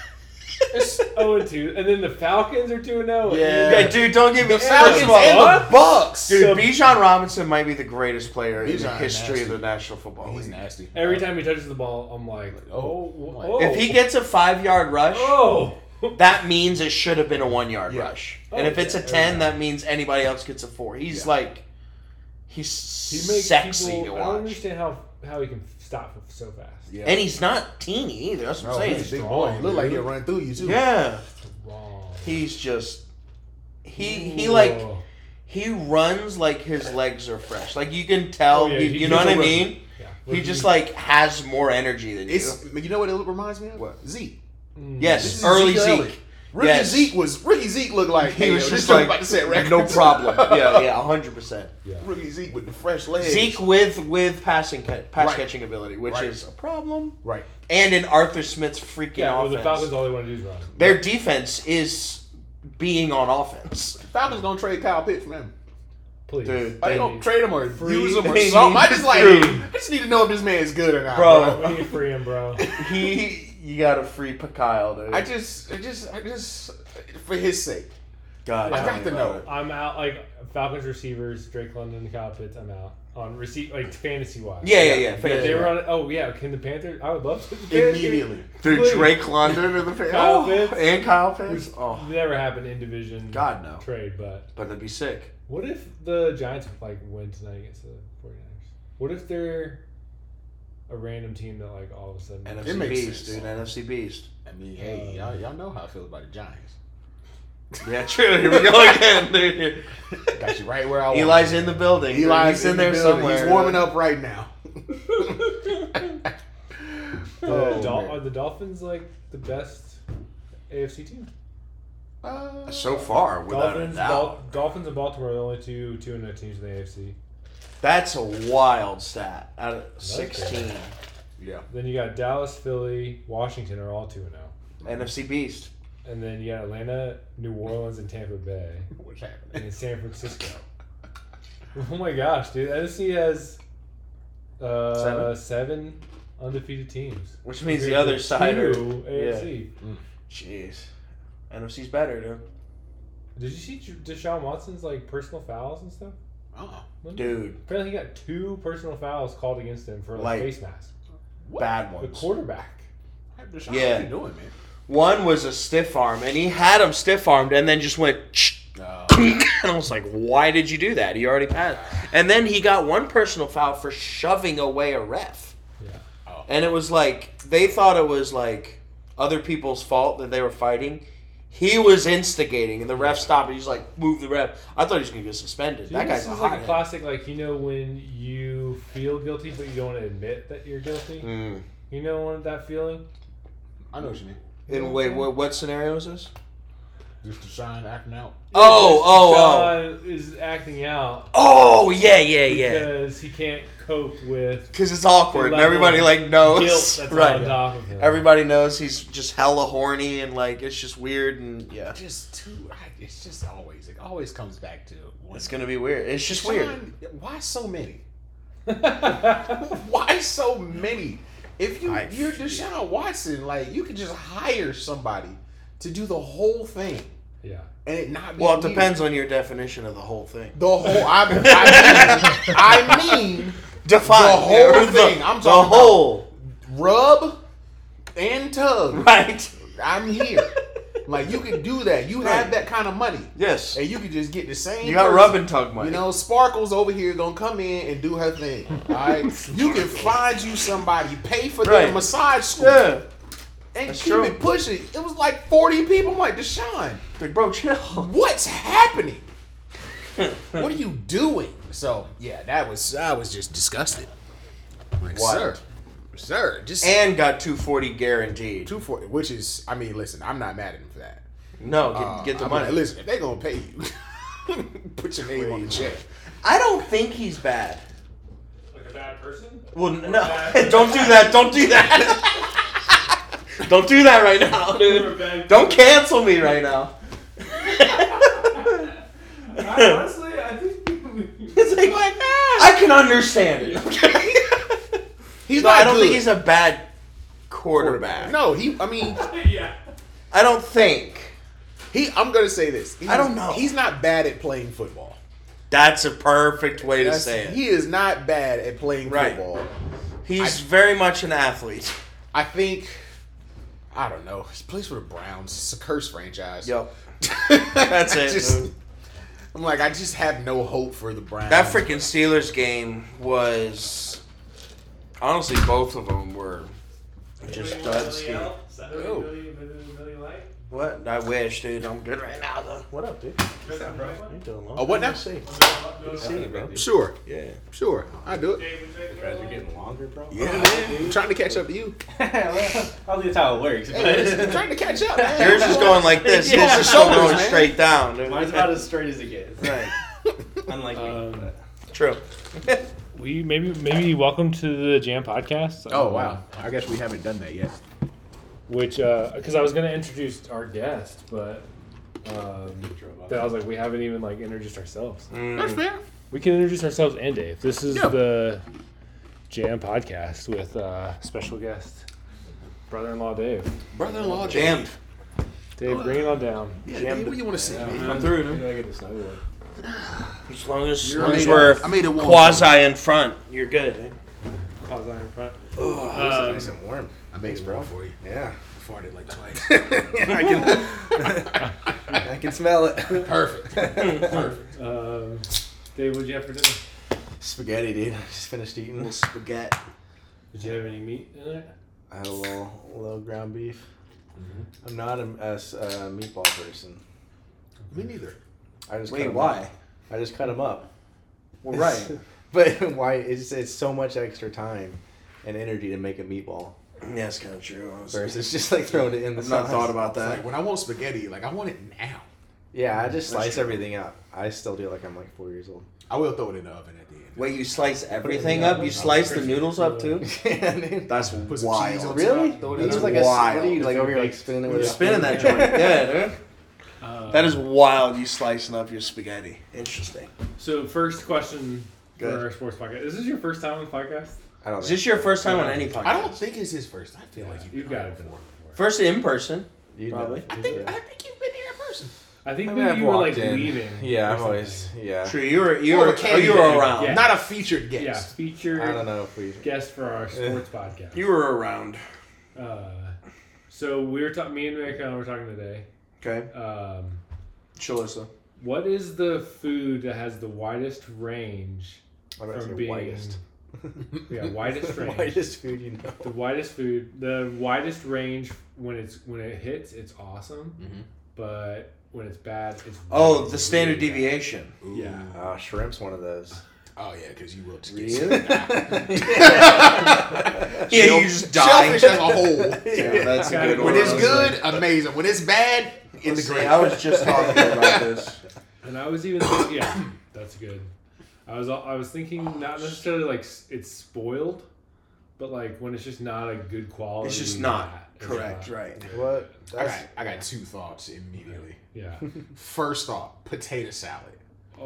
Speaker 1: it's 0 and 2. And then the Falcons are 2 and 0.
Speaker 2: Yeah, dude, don't give me
Speaker 3: Falcons
Speaker 2: First of all,
Speaker 3: and
Speaker 1: what?
Speaker 3: the Bucks.
Speaker 2: Dude,
Speaker 1: So-
Speaker 2: Bijan Robinson might be the greatest player in the
Speaker 3: Bijan
Speaker 2: history
Speaker 3: nasty.
Speaker 2: of the National Football
Speaker 3: Oh, he's
Speaker 2: League.
Speaker 3: nasty. Uh,
Speaker 1: Every time he touches the ball, I'm like, oh,
Speaker 3: Oh.
Speaker 1: wh- oh.
Speaker 2: If he gets a five yard rush,
Speaker 1: Oh!
Speaker 2: that means it should have been a one yard
Speaker 3: Yeah.
Speaker 2: rush.
Speaker 1: Oh,
Speaker 2: and if it's
Speaker 1: yeah,
Speaker 2: a
Speaker 1: yeah.
Speaker 2: ten, that means anybody else gets a four. He's
Speaker 3: Yeah.
Speaker 2: like, he's
Speaker 1: He makes
Speaker 2: sexy
Speaker 1: people,
Speaker 2: to
Speaker 1: I don't
Speaker 2: watch,
Speaker 1: understand how, how he can stop so fast.
Speaker 3: Yeah.
Speaker 2: and he's not teeny either. That's what
Speaker 3: No,
Speaker 2: I'm
Speaker 3: he's
Speaker 2: saying.
Speaker 3: a big boy. He Look like he'll run through you too.
Speaker 2: Yeah,
Speaker 1: Wrong.
Speaker 2: he's just he he like
Speaker 1: Whoa.
Speaker 2: he runs like his legs are fresh. Like you can tell.
Speaker 1: Oh, yeah,
Speaker 2: you,
Speaker 1: he-
Speaker 2: you know
Speaker 1: he's
Speaker 2: what
Speaker 1: a
Speaker 2: I
Speaker 1: runner.
Speaker 2: mean?
Speaker 1: Yeah.
Speaker 2: He just like has more energy than
Speaker 3: It's
Speaker 2: you.
Speaker 3: you know what it reminds me of? What Zeke?
Speaker 1: Mm.
Speaker 3: This
Speaker 2: Yes,
Speaker 3: is
Speaker 2: early
Speaker 3: Zeke
Speaker 2: Zeke.
Speaker 3: Elliott. Ricky
Speaker 2: Yes.
Speaker 3: Zeke was Ricky Zeke looked like
Speaker 2: He
Speaker 3: hey,
Speaker 2: was
Speaker 3: yo,
Speaker 2: just
Speaker 3: this dude
Speaker 2: like,
Speaker 3: about to set records.
Speaker 2: No problem. yeah, yeah, hundred percent.
Speaker 1: Yeah.
Speaker 3: Ricky Zeke with the fresh legs.
Speaker 2: Zeke with with passing ca- pass
Speaker 3: Right.
Speaker 2: catching ability, which
Speaker 3: Right.
Speaker 2: is a problem.
Speaker 3: Right.
Speaker 2: And in Arthur Smith's freaking
Speaker 1: Yeah, well,
Speaker 2: offense,
Speaker 1: the Falcons all they want to do is run.
Speaker 2: their defense is being on offense.
Speaker 3: Falcons gonna trade Kyle Pitts for him.
Speaker 1: Please.
Speaker 2: Dude,
Speaker 3: I
Speaker 2: They
Speaker 3: don't
Speaker 1: need-
Speaker 3: trade him or
Speaker 1: Free-
Speaker 3: use him or
Speaker 2: they
Speaker 3: something. I
Speaker 2: need
Speaker 3: just like
Speaker 2: free.
Speaker 3: I just need to know if this man is good or not,
Speaker 2: Bro.
Speaker 1: We need free him, bro.
Speaker 2: He, you got to free Kyle, dude.
Speaker 3: I just, I just, I just, for his sake,
Speaker 2: God,
Speaker 1: I
Speaker 2: tell
Speaker 1: got
Speaker 2: me
Speaker 3: to
Speaker 2: about
Speaker 3: know.
Speaker 2: it.
Speaker 1: I'm out. Like Falcons receivers, Drake London, Kyle Pitts. I'm out on receipt, like fantasy wise.
Speaker 2: Yeah, yeah, yeah.
Speaker 1: But if they
Speaker 2: yeah.
Speaker 1: were on. Oh yeah, can the Panthers? I would love to.
Speaker 3: immediately.
Speaker 2: Dude,
Speaker 1: Please.
Speaker 2: Drake London and the Pan-
Speaker 1: Kyle
Speaker 2: oh,
Speaker 1: Pitts.
Speaker 2: and Kyle Pitts. Oh,
Speaker 1: Never happened in division
Speaker 2: God no.
Speaker 1: trade, but
Speaker 2: But that'd be sick.
Speaker 1: what if the Giants like win tonight against the 49ers? What if they're a random team that like all of a sudden.
Speaker 2: NFC
Speaker 3: It makes
Speaker 2: Beast,
Speaker 3: sense.
Speaker 2: dude. NFC Beast.
Speaker 3: I mean, hey, y'all, y'all know how I feel about the Giants.
Speaker 2: Yeah, true. Here we go again, dude.
Speaker 3: Got you right where I want.
Speaker 2: Eli's
Speaker 3: you.
Speaker 2: in the building. dude.
Speaker 3: Eli's
Speaker 2: He's in, there
Speaker 3: building.
Speaker 2: somewhere.
Speaker 3: He's warming up right now.
Speaker 1: the Dol-
Speaker 3: Oh, man.
Speaker 1: are the Dolphins like the best AFC team?
Speaker 3: Uh,
Speaker 2: So far, without
Speaker 1: Dolphins,
Speaker 2: a doubt.
Speaker 1: Dol- Dolphins and Baltimore are the only two two and no teams in the AFC.
Speaker 2: That's a wild stat. Out of 16.
Speaker 3: yeah,
Speaker 1: Then you got Dallas, Philly, Washington are all two and zero.
Speaker 2: NFC Beast.
Speaker 1: And then you got Atlanta, New Orleans, and Tampa Bay,
Speaker 3: what's
Speaker 1: and then
Speaker 3: happening?
Speaker 1: San Francisco. Oh my gosh, dude! NFC has uh,
Speaker 2: Seven?
Speaker 1: seven? undefeated teams.
Speaker 2: Which means the other side
Speaker 1: Two
Speaker 2: are.
Speaker 1: AFC.
Speaker 2: Jeez. NFC's better, dude.
Speaker 1: Did you see Ju- Deshaun Watson's like personal fouls and stuff?
Speaker 3: Oh,
Speaker 2: Dude,
Speaker 1: Apparently, he got two personal fouls called against him for like,
Speaker 2: Like-
Speaker 1: face mask.
Speaker 3: what?
Speaker 2: bad
Speaker 1: The
Speaker 2: ones.
Speaker 1: quarterback.
Speaker 3: Deshaun,
Speaker 2: Yeah.
Speaker 3: What you doing, man?
Speaker 2: One was a stiff arm, and he had him stiff armed, and then just went.
Speaker 3: Uh,
Speaker 2: and I was like, why did you do that? He already passed. And then he got one personal foul for shoving away a ref.
Speaker 1: Yeah.
Speaker 3: Oh.
Speaker 2: And it was like, they thought it was like other people's fault that they were fighting. He was instigating, and the ref stopped. and He's like, move the ref. I thought he was going to get suspended.
Speaker 1: See,
Speaker 2: that guy's
Speaker 1: this
Speaker 2: a
Speaker 1: is
Speaker 2: hot
Speaker 1: like a classic, like you know, when you feel guilty but you don't want to admit that you're guilty.
Speaker 2: Mm.
Speaker 1: You know what that feeling?
Speaker 3: I know what you mean.
Speaker 2: And wait, what, what scenario is this?
Speaker 3: Just Deshaun acting out.
Speaker 2: Oh, oh, oh.
Speaker 1: John is acting out
Speaker 2: Oh, yeah, yeah, yeah.
Speaker 1: because he can't cope with
Speaker 2: Because it's awkward, and
Speaker 1: Level
Speaker 2: everybody, like,
Speaker 1: guilt
Speaker 2: knows.
Speaker 1: that's on
Speaker 2: Right.
Speaker 1: top of him.
Speaker 2: Everybody knows he's just hella horny, and, like, it's just weird, and yeah.
Speaker 3: Just too. I- It's just always. It always comes back to one.
Speaker 2: It's gonna be weird. It's just weird.
Speaker 3: Deshaun, Why so many?
Speaker 1: Everybody.
Speaker 3: Why so many? If you
Speaker 2: I-
Speaker 3: you're Deshaun Watson, like you could just hire somebody to do the whole thing
Speaker 1: yeah.
Speaker 3: and it not. Be
Speaker 2: Well, it
Speaker 3: weird.
Speaker 2: depends on your definition of the whole thing.
Speaker 3: The whole. I, I mean, I mean,
Speaker 2: Define
Speaker 3: The whole
Speaker 2: or the-
Speaker 3: thing, I'm
Speaker 2: the
Speaker 3: talking about.
Speaker 2: whole.
Speaker 3: rub and tug.
Speaker 2: Right.
Speaker 3: I'm here. Like you could do that. You
Speaker 2: Right.
Speaker 3: have that kind of money,
Speaker 2: Yes.
Speaker 3: and you could just get the same.
Speaker 2: You got
Speaker 3: person.
Speaker 2: rub and tug money.
Speaker 3: You know, Sparkles over here gonna come in and do her thing. All right, you can find you somebody, pay for
Speaker 2: Right.
Speaker 3: their massage school,
Speaker 2: Yeah.
Speaker 3: and
Speaker 2: that's
Speaker 3: keep
Speaker 2: true.
Speaker 3: it pushing. It was like forty people. I'm like Deshaun,
Speaker 2: Like, bro, chill.
Speaker 3: what's happening? what are you doing? So yeah, that was I was just disgusted. Like,
Speaker 2: What?
Speaker 3: sir, sir, just
Speaker 2: And got 240 guaranteed.
Speaker 3: two forty. Which is, I mean, listen, I'm not mad at him for that.
Speaker 2: No,
Speaker 3: Uh,
Speaker 2: get, get the
Speaker 3: I'm
Speaker 2: money.
Speaker 3: Like, listen, if they gonna pay you, put your name on the check.
Speaker 2: I don't think he's bad.
Speaker 1: Like a bad person?
Speaker 2: Well, no. don't do that. Don't do that. don't do that right now, dude. Don't cancel me right now.
Speaker 1: honestly, I think.
Speaker 2: It's like, I can understand it. Okay.
Speaker 3: He's
Speaker 2: No,
Speaker 3: not
Speaker 2: I don't
Speaker 3: good.
Speaker 2: think he's a bad quarterback.
Speaker 3: No, he. I mean,
Speaker 1: yeah.
Speaker 2: I don't think.
Speaker 3: he. I'm gonna say this. He's-
Speaker 2: I don't know.
Speaker 3: He's not bad at playing football.
Speaker 2: That's a perfect way to
Speaker 3: That's-
Speaker 2: say it.
Speaker 3: He is not bad at playing
Speaker 2: Right.
Speaker 3: football.
Speaker 2: He's very much an athlete.
Speaker 3: I think. I don't know. He plays for the Browns. It's a cursed franchise.
Speaker 2: Yep.
Speaker 3: that's
Speaker 2: it,
Speaker 3: Just,
Speaker 2: dude.
Speaker 3: I'm like, I just have no hope for the Browns.
Speaker 2: That freaking Steelers game was honestly both of them were just duds. dude.
Speaker 3: Ooh.
Speaker 2: What? I wish, dude. I'm good right now though. What up, dude?
Speaker 3: Oh, what now? Sure,
Speaker 2: Yeah.
Speaker 3: sure. I do it.
Speaker 4: Guys are getting longer, bro.
Speaker 3: Yeah, man. I'm trying to catch up to you.
Speaker 4: I'll that's how it works.
Speaker 3: I'm trying to catch up, man.
Speaker 2: Yours is going like this.
Speaker 4: Yeah.
Speaker 2: His is still
Speaker 3: Shoulders,
Speaker 2: going
Speaker 3: man.
Speaker 2: straight down. Dude.
Speaker 4: Mine's about as straight as it gets.
Speaker 2: Right.
Speaker 4: Unlike me.
Speaker 1: Um,
Speaker 4: but-
Speaker 2: True.
Speaker 1: We maybe maybe welcome to the Jam Podcast.
Speaker 3: Oh wow! I guess we haven't done that yet.
Speaker 1: Which because I was gonna introduce our guest, but um, that I was like we haven't even like introduced ourselves.
Speaker 3: That's fair.
Speaker 1: We can introduce ourselves and Dave. This is
Speaker 3: Yeah.
Speaker 1: the Jam Podcast with uh, special guest brother-in-law Dave.
Speaker 3: Brother-in-law
Speaker 2: Jammed.
Speaker 1: Dave, bring it on down.
Speaker 3: Yeah,
Speaker 1: Jam
Speaker 3: dude, what do you want to say? man?
Speaker 2: Come through, dude.
Speaker 1: I get this another one.
Speaker 2: As long as, as
Speaker 3: You're
Speaker 2: long as
Speaker 3: made
Speaker 2: we're
Speaker 3: a- I made a warm
Speaker 2: quasi in front, you're good. eh?
Speaker 1: Pause on in front.
Speaker 3: It's
Speaker 1: Um,
Speaker 3: nice and warm. I made it warm for you. Yeah, I farted like twice. I can, I can smell it. Perfect. Perfect.
Speaker 1: um, Dave, what'd you have for dinner?
Speaker 5: Spaghetti, dude. I just finished eating.
Speaker 2: Spaghetti.
Speaker 1: Did you have any meat in it?
Speaker 4: I had a little, little ground beef. I'm not a, a s- a meatball person.
Speaker 3: Me neither.
Speaker 4: I just cut
Speaker 2: Wait,
Speaker 4: 'em
Speaker 2: why?
Speaker 4: up. I just cut them up.
Speaker 2: Well, right.
Speaker 4: but why? It's it's so much extra time and energy to make a meatball
Speaker 2: yeah, it's kind of true. honestly.
Speaker 4: versus just like throwing it in the
Speaker 2: I've not
Speaker 4: sauce.
Speaker 2: thought about
Speaker 3: It's
Speaker 2: that.
Speaker 3: like when I want spaghetti, like I want it now.
Speaker 4: Yeah, I just
Speaker 2: That's
Speaker 4: slice
Speaker 2: true.
Speaker 4: everything up. I still do it like I'm like four years old.
Speaker 3: I will throw it in the oven at the end.
Speaker 2: Wait, you slice everything
Speaker 6: the
Speaker 2: up?
Speaker 6: oven.
Speaker 2: You slice the noodles up too?
Speaker 4: yeah, dude.
Speaker 2: That's
Speaker 3: Put some cheese
Speaker 2: wild.
Speaker 3: on
Speaker 4: Really?
Speaker 3: top, throw it
Speaker 4: That's
Speaker 3: in
Speaker 4: like
Speaker 3: the-
Speaker 4: a,
Speaker 2: Wild.
Speaker 4: what are you like over here like spinning it with
Speaker 2: You're
Speaker 4: a
Speaker 2: spinning that
Speaker 4: spoon?
Speaker 2: joint. Yeah, dude.
Speaker 1: Uh,
Speaker 2: That is wild. You slicing up your spaghetti. Interesting.
Speaker 1: So, first question
Speaker 2: Good.
Speaker 1: for our sports podcast. Is this your first time on the podcast?
Speaker 4: I don't
Speaker 2: Is
Speaker 4: know.
Speaker 2: this your first time on any podcast?
Speaker 3: I don't think it's his first. I feel like
Speaker 1: You've got it
Speaker 3: before.
Speaker 1: before.
Speaker 2: First in person.
Speaker 4: You
Speaker 2: Probably.
Speaker 4: Know.
Speaker 3: I think I think you've been here in person.
Speaker 1: I think
Speaker 4: I
Speaker 1: that
Speaker 4: mean, I've
Speaker 1: you were like
Speaker 4: walked in.
Speaker 1: leaving.
Speaker 4: Yeah,
Speaker 1: or
Speaker 4: I've always
Speaker 1: something.
Speaker 4: yeah.
Speaker 2: True. You were you
Speaker 3: More
Speaker 2: were,
Speaker 3: of a
Speaker 2: oh, you were
Speaker 3: candidate.
Speaker 2: around.
Speaker 1: Yeah.
Speaker 3: Not a featured guest.
Speaker 1: Yeah, featured
Speaker 4: I don't know if we.
Speaker 1: guest for our sports podcast.
Speaker 2: You were around.
Speaker 1: Uh, so we were talking. Me and Rick uh, were talking today.
Speaker 2: Okay.
Speaker 1: Um,
Speaker 2: Chalissa.
Speaker 1: what is the food that has the widest range
Speaker 4: I'm gonna say
Speaker 1: from being
Speaker 4: whitest.
Speaker 1: yeah widest range?
Speaker 4: whitest food you know.
Speaker 1: The widest food. The widest range when it's when it hits, it's awesome.
Speaker 3: Mhm.
Speaker 1: But when it's bad, it's
Speaker 2: Oh,
Speaker 1: really
Speaker 2: the standard
Speaker 1: bad.
Speaker 2: deviation.
Speaker 3: Ooh.
Speaker 1: Yeah.
Speaker 2: Ah,
Speaker 4: Oh, shrimp's one of those.
Speaker 3: Oh yeah, because you will just get
Speaker 4: Really?
Speaker 2: Yeah,
Speaker 3: Shell-
Speaker 2: you just die.
Speaker 3: Shellfish as a whole.
Speaker 2: Yeah, that's a
Speaker 1: When
Speaker 2: good one.
Speaker 3: When it's
Speaker 1: Well,
Speaker 3: good, amazing. When it's bad, in the
Speaker 2: Let's see,
Speaker 3: grave.
Speaker 2: I was just talking about this.
Speaker 1: And I was even think- yeah, that's good. I was I was thinking
Speaker 3: Oh,
Speaker 1: not necessarily like s- it's spoiled, but like when it's just not a good quality.
Speaker 2: It's just not.
Speaker 1: that it's
Speaker 2: Correct,
Speaker 1: not
Speaker 2: right.
Speaker 1: good.
Speaker 4: What?
Speaker 3: I
Speaker 4: That's
Speaker 3: got, I got two thoughts immediately.
Speaker 1: Yeah.
Speaker 3: First thought, potato salad.